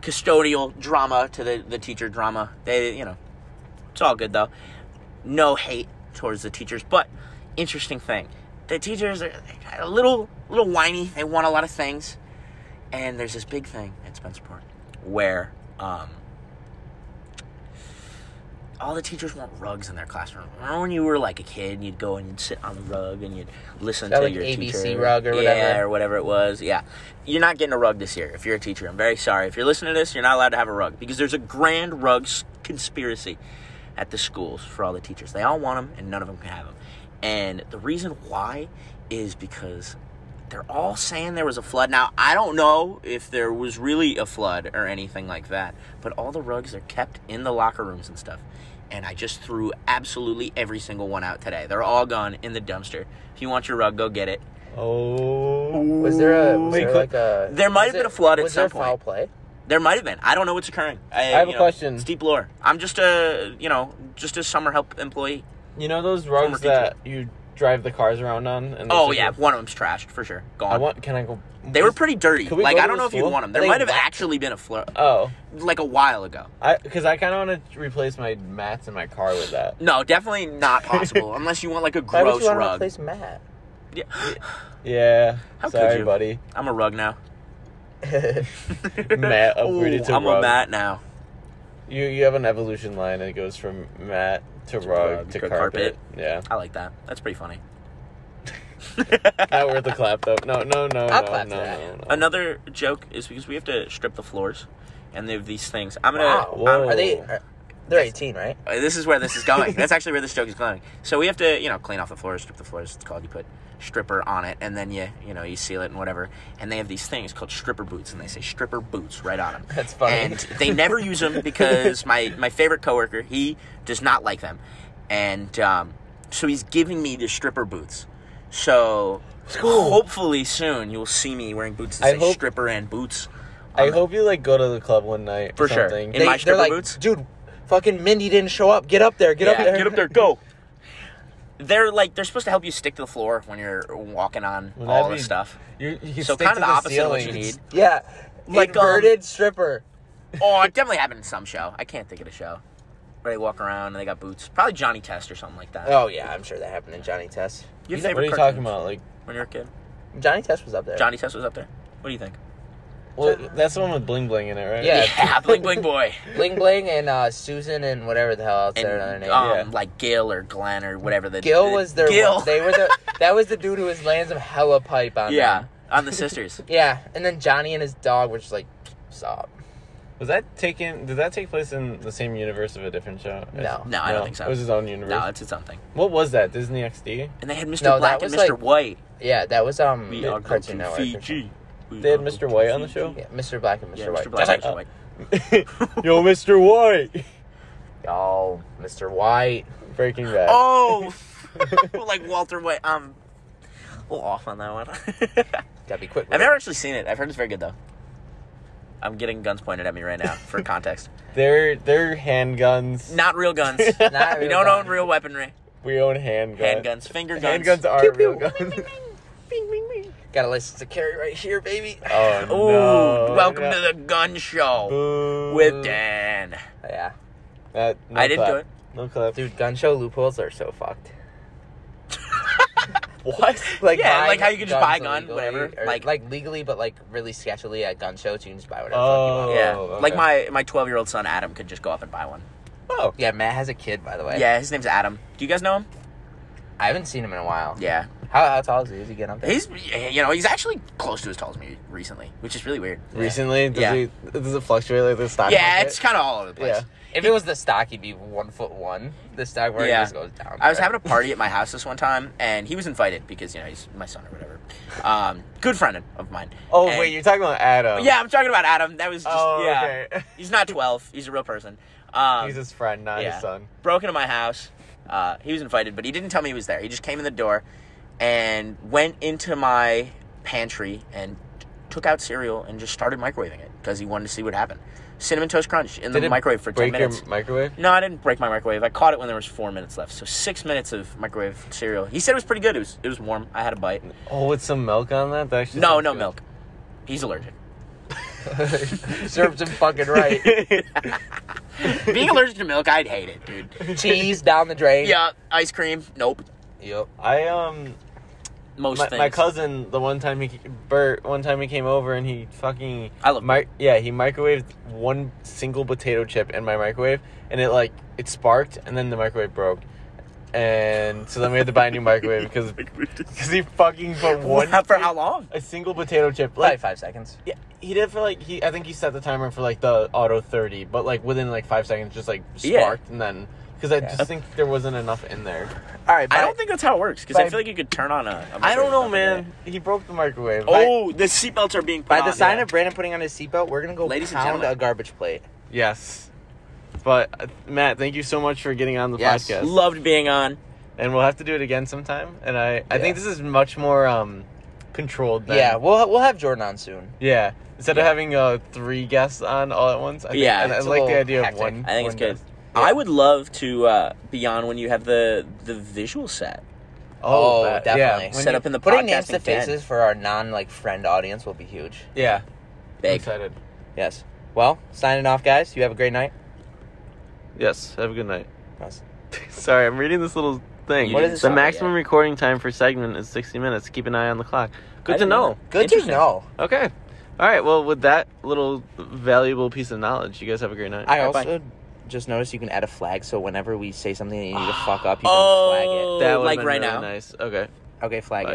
C: custodial drama to the the teacher drama. They, you know, it's all good though. No hate towards the teachers, but interesting thing. The teachers are a little little whiny. They want a lot of things. And there's this big thing at Spencerport where um, all the teachers want rugs in their classroom. Remember when you were like a kid and you'd go and you'd sit on the rug and you'd listen
A: That,
C: to
A: like,
C: your
A: ABC
C: teacher.
A: rug or
C: Yeah,
A: whatever?
C: or whatever it was. Yeah. You're not getting a rug this year if you're a teacher. I'm very sorry. If you're listening to this, you're not allowed to have a rug because there's a grand rug s- conspiracy at the schools for all the teachers. They all want them and none of them can have them. And the reason why is because they're all saying there was a flood. Now, I don't know if there was really a flood or anything like that, but all the rugs are kept in the locker rooms and stuff. And I just threw absolutely every single one out today. They're all gone in the dumpster. If you want your rug, go get it.
B: Oh.
A: Was there a was
B: Wait,
A: there
B: could-
A: like a
C: There
A: was
C: might have been
A: it-
C: a flood at
A: was there
C: some point.
A: foul play?
C: There might have been. I don't know what's occurring. I,
B: have
C: you
B: a
C: know,
B: question.
C: It's deep lore. I'm just a, you know, just a summer help employee.
B: You know those
C: Former
B: rugs
C: teacher.
B: that you drive the cars around on? And
C: Oh
B: it's
C: yeah,
B: like-
C: one of them's trashed for sure. Gone.
B: I want. Can I go?
C: they were pretty dirty.
B: Could we
C: Like
B: go
C: I
B: to
C: don't
B: the
C: know if you
B: school?
C: want them. There
A: They
C: might have
A: what?
C: actually been a flood,
B: Oh,
C: like a while ago.
B: I because I kind of want to replace my mats in my car with that.
C: No, definitely not possible unless you want like a
A: Why would
C: gross
A: you want to
C: rug.
A: replace Matt?
C: Yeah.
B: Yeah.
C: How could
B: Sorry,
C: you?
B: buddy.
C: I'm a rug now.
B: Matt upgraded
C: Ooh,
B: to
C: I'm a
B: rug.
C: mat now.
B: You you have an evolution line and it goes from mat to rug,
C: rug
B: to
C: to
B: carpet.
C: carpet.
B: Yeah.
C: I like that. That's pretty funny.
B: Not worth the clap though. No no no
A: I'll
B: no
A: clap to
B: no,
A: that.
B: no no.
C: Another joke is because we have to strip the floors, and they have these things. I'm gonna.
A: Wow. Um,
B: Whoa.
A: Are they? Are, they're eighteen, right?
C: Uh, this is where this is going. That's actually where this joke is going. So we have to, you know, clean off the floors, strip the floors. It's called you put stripper on it, and then you, you know, you seal it and whatever. And they have these things called stripper boots, and they say stripper boots right on them.
A: That's funny.
C: And they never use them because my my favorite coworker he does not like them, and um, so he's giving me the stripper boots. So
B: cool.
C: hopefully soon you will see me wearing boots that
B: I
C: say
B: hope-
C: stripper and boots.
B: I hope you like go to the club one night
C: For
B: or
C: sure.
B: something.
C: In my
A: they're
C: stripper
A: like,
C: boots?
A: dude, fucking Mindy didn't show up. Get up there. Get up
C: Yeah,
A: there.
C: Get up there. Go. They're like they're supposed to help you stick to the floor when you're walking on
B: Well, that'd
C: all this
B: be-
C: stuff.
B: You, you can
C: So
B: stick
C: kind of
B: to
C: the opposite of
B: ceiling.
C: what you need.
A: Yeah,
C: Like, um,
A: inverted stripper.
C: Oh, it definitely happened in some show. I can't think of the show. Where they walk around and they got boots. Probably Johnny Test or something like that.
A: Oh yeah, I'm sure that happened in Johnny Test.
C: Your
B: What are you
C: cartoons
B: talking about? Like,
C: When you were a kid,
A: Johnny Test was up there.
C: Johnny Test was up there. What do you think?
B: well, that's the one with bling bling in it, right?
A: Yeah.
C: Yeah, Bling Bling Boy.
A: Bling Bling and uh, Susan and whatever the hell else
C: And,
A: their other name.
C: um,
B: Yeah.
C: like Gil or Glenn or whatever the
A: Gil
C: the-
A: was their.
C: Gil.
A: One. They were the. that was the dude who was laying some hella pipe on.
C: yeah,
A: them.
C: on the sisters.
A: Yeah, and then Johnny and his dog, which is like, stop.
B: Was that taken? Did that take place in the same universe of a different show?
A: No.
C: No, I don't think so.
B: It was his own universe.
C: No, it's its own thing.
B: what was that? Disney XD.
C: And they had Mr.
A: No, that
C: Black and Mr.
A: was, like,
C: White.
A: Yeah, that was um
C: We are going
A: Cartoon
C: to
A: Network. or
C: Fiji. We
B: They had
C: are
B: Mr.
C: going to
B: White on the
C: Fiji.
B: show?
A: something. Yeah, Mr. Black and Mr.
C: Yeah,
A: White.
C: Mr. Black and Mr. White.
B: Yo, Mr. White.
A: Oh, Mr. White.
B: Breaking Bad.
C: Oh, like Walter White. Um, a little off on that one.
A: Gotta be quick. with
C: I've
A: it.
C: never actually seen it. I've heard it's very good though. I'm getting guns pointed at me right now for context.
B: They're they're handguns.
C: Not real guns.
A: Not
C: we
A: real
C: don't
A: guns.
C: own real weaponry.
B: We own handguns.
C: Handguns, finger guns.
B: Handguns are
A: Pew,
B: real
A: pew.
B: guns.
A: Got a license to carry right here, baby.
B: oh
C: Ooh,
B: no!
C: welcome to the gun show
B: Boo.
C: with Dan.
A: Yeah.
B: That- no
C: I didn't
B: clap.
C: do it.
B: No clap.
A: Dude, gun show loopholes are so fucked.
B: what?
A: Like
C: Yeah,
A: buying
C: like how you can just buy a
A: guns
C: gun,
A: illegally,
C: whatever,
A: or,
C: like-
A: like legally, but like really sketchily at gun shows, you can just buy whatever.
B: Oh,
A: Oh.
C: yeah,
B: okay.
C: like my my 12 year old son Adam could just go up and buy one.
B: Oh,
A: Yeah, Matt has a kid, by the way.
C: Yeah, his name's Adam. Do you guys know him?
A: I haven't seen him in a while.
C: Yeah,
A: How, how tall is he? Is he getting up there?
C: He's, you know, he's actually close to as tall as me recently, which is really weird.
B: recently does
C: Yeah.
B: it does it fluctuate like the stock
C: yeah,
B: market?
C: it's kind of all over the place.
B: Yeah.
A: If it was the stock, he'd be one foot one. The stock where
C: Yeah.
A: he just goes down.
C: I was having a party at my house this one time, and he was invited because you know he's my son or whatever. Um, good friend of mine.
B: Oh
C: And-
B: wait, you're talking about Adam.
C: yeah, I'm talking about Adam. That was just
B: Oh,
C: yeah.
B: okay.
C: He's not 12. He's a real person. Um,
B: He's his friend, not
C: yeah.
B: his son.
C: broke into my house. Uh, he was invited, but he didn't tell me he was there. He just came in the door and went into my pantry and t- took out cereal and just started microwaving it because he wanted to see what happened. Cinnamon Toast Crunch in the
B: it
C: microwave for 10
B: break
C: minutes.
B: your microwave?
C: No, I didn't break my microwave. I caught it when there was four minutes left. So six minutes of microwave cereal. He said it was pretty good. It was it was warm. I had a bite.
B: Oh, with some milk on that? that actually
C: No,
B: sounds
C: no
B: good.
C: milk. He's allergic.
A: Serves him fucking right.
C: Being allergic to milk, I'd hate it, dude.
A: Cheese down the drain.
C: Yeah, ice cream. Nope.
A: Yep.
B: I um
C: Most
B: my,
C: things.
B: my cousin the one time he Bert one time he came over and he fucking
C: I love
B: mi- yeah he microwaved one single potato chip in my microwave and it like it sparked and then the microwave broke and so then we had to buy a new microwave because because he fucking put one
C: How- for how long?
B: a single potato chip
A: Probably
B: like
A: five seconds.
B: Yeah, he did for like he. I think he set the timer for like the auto thirty, but like within like five seconds, just like
C: Yeah.
B: sparked and then because I
A: Yeah.
B: just think there wasn't enough in there.
A: All right.
C: I
A: but-
C: don't think that's how it works because I
A: By-
C: feel like you could turn on a. a
B: I don't
C: microwave
B: know,
C: and
B: man. He broke the microwave.
C: stuff like that. Oh, the seatbelts are being put
A: By the
C: on.
A: sign of Brandon putting on his seatbelt, we're gonna go
C: Ladies and
A: pound
C: gentlemen.
A: a garbage plate.
B: But- yes, but uh, Matt, thank you so much for getting on the
A: Yes.
B: podcast,
C: Loved being on.
B: and we'll have to do it again sometime. And I, I
A: Yeah.
B: think this is much more um controlled. Than,
A: Yeah, we'll we'll have Jordan on soon.
B: yeah. Instead of
C: Yeah.
B: having uh three guests on all at once, I think-
C: Yeah.
B: and I
A: It's a
B: like the
A: little
B: idea of
A: hectic.
B: one.
C: I think it's
B: one
C: good.
B: guest.
C: I would love to uh, be on when you have the the visual set.
A: Oh,
B: that-
A: definitely.
B: Yeah, when
C: set
B: you-
C: up in the
A: Putting
C: podcasting
A: names to
C: tent.
A: faces for our non like friend audience will be huge.
B: yeah. I'm
C: Big.
B: Excited.
A: Yes. Well, signing off, guys. You have a great night.
B: Yes. Have a good night.
A: Us.
B: Sorry, I'm reading this little thing.
C: You
A: What didn't is it
B: the
A: say?
B: maximum recording time for segment is 60 minutes. Keep an eye on the clock.
C: I
B: Good to
C: didn't
B: know.
C: know
A: Good to
C: Interesting.
A: know.
B: Okay. All right. Well, with that little valuable piece of knowledge, you guys have a great night.
A: I
C: Alright,
A: also just noticed you can add a flag, so whenever we say something that you need to fuck up, you can
C: Oh.
B: that would've
C: like
B: been
C: right
B: really
C: now.
B: Nice. Okay.
C: Oh.
A: flag it. Okay, flag
B: Bye.
A: it.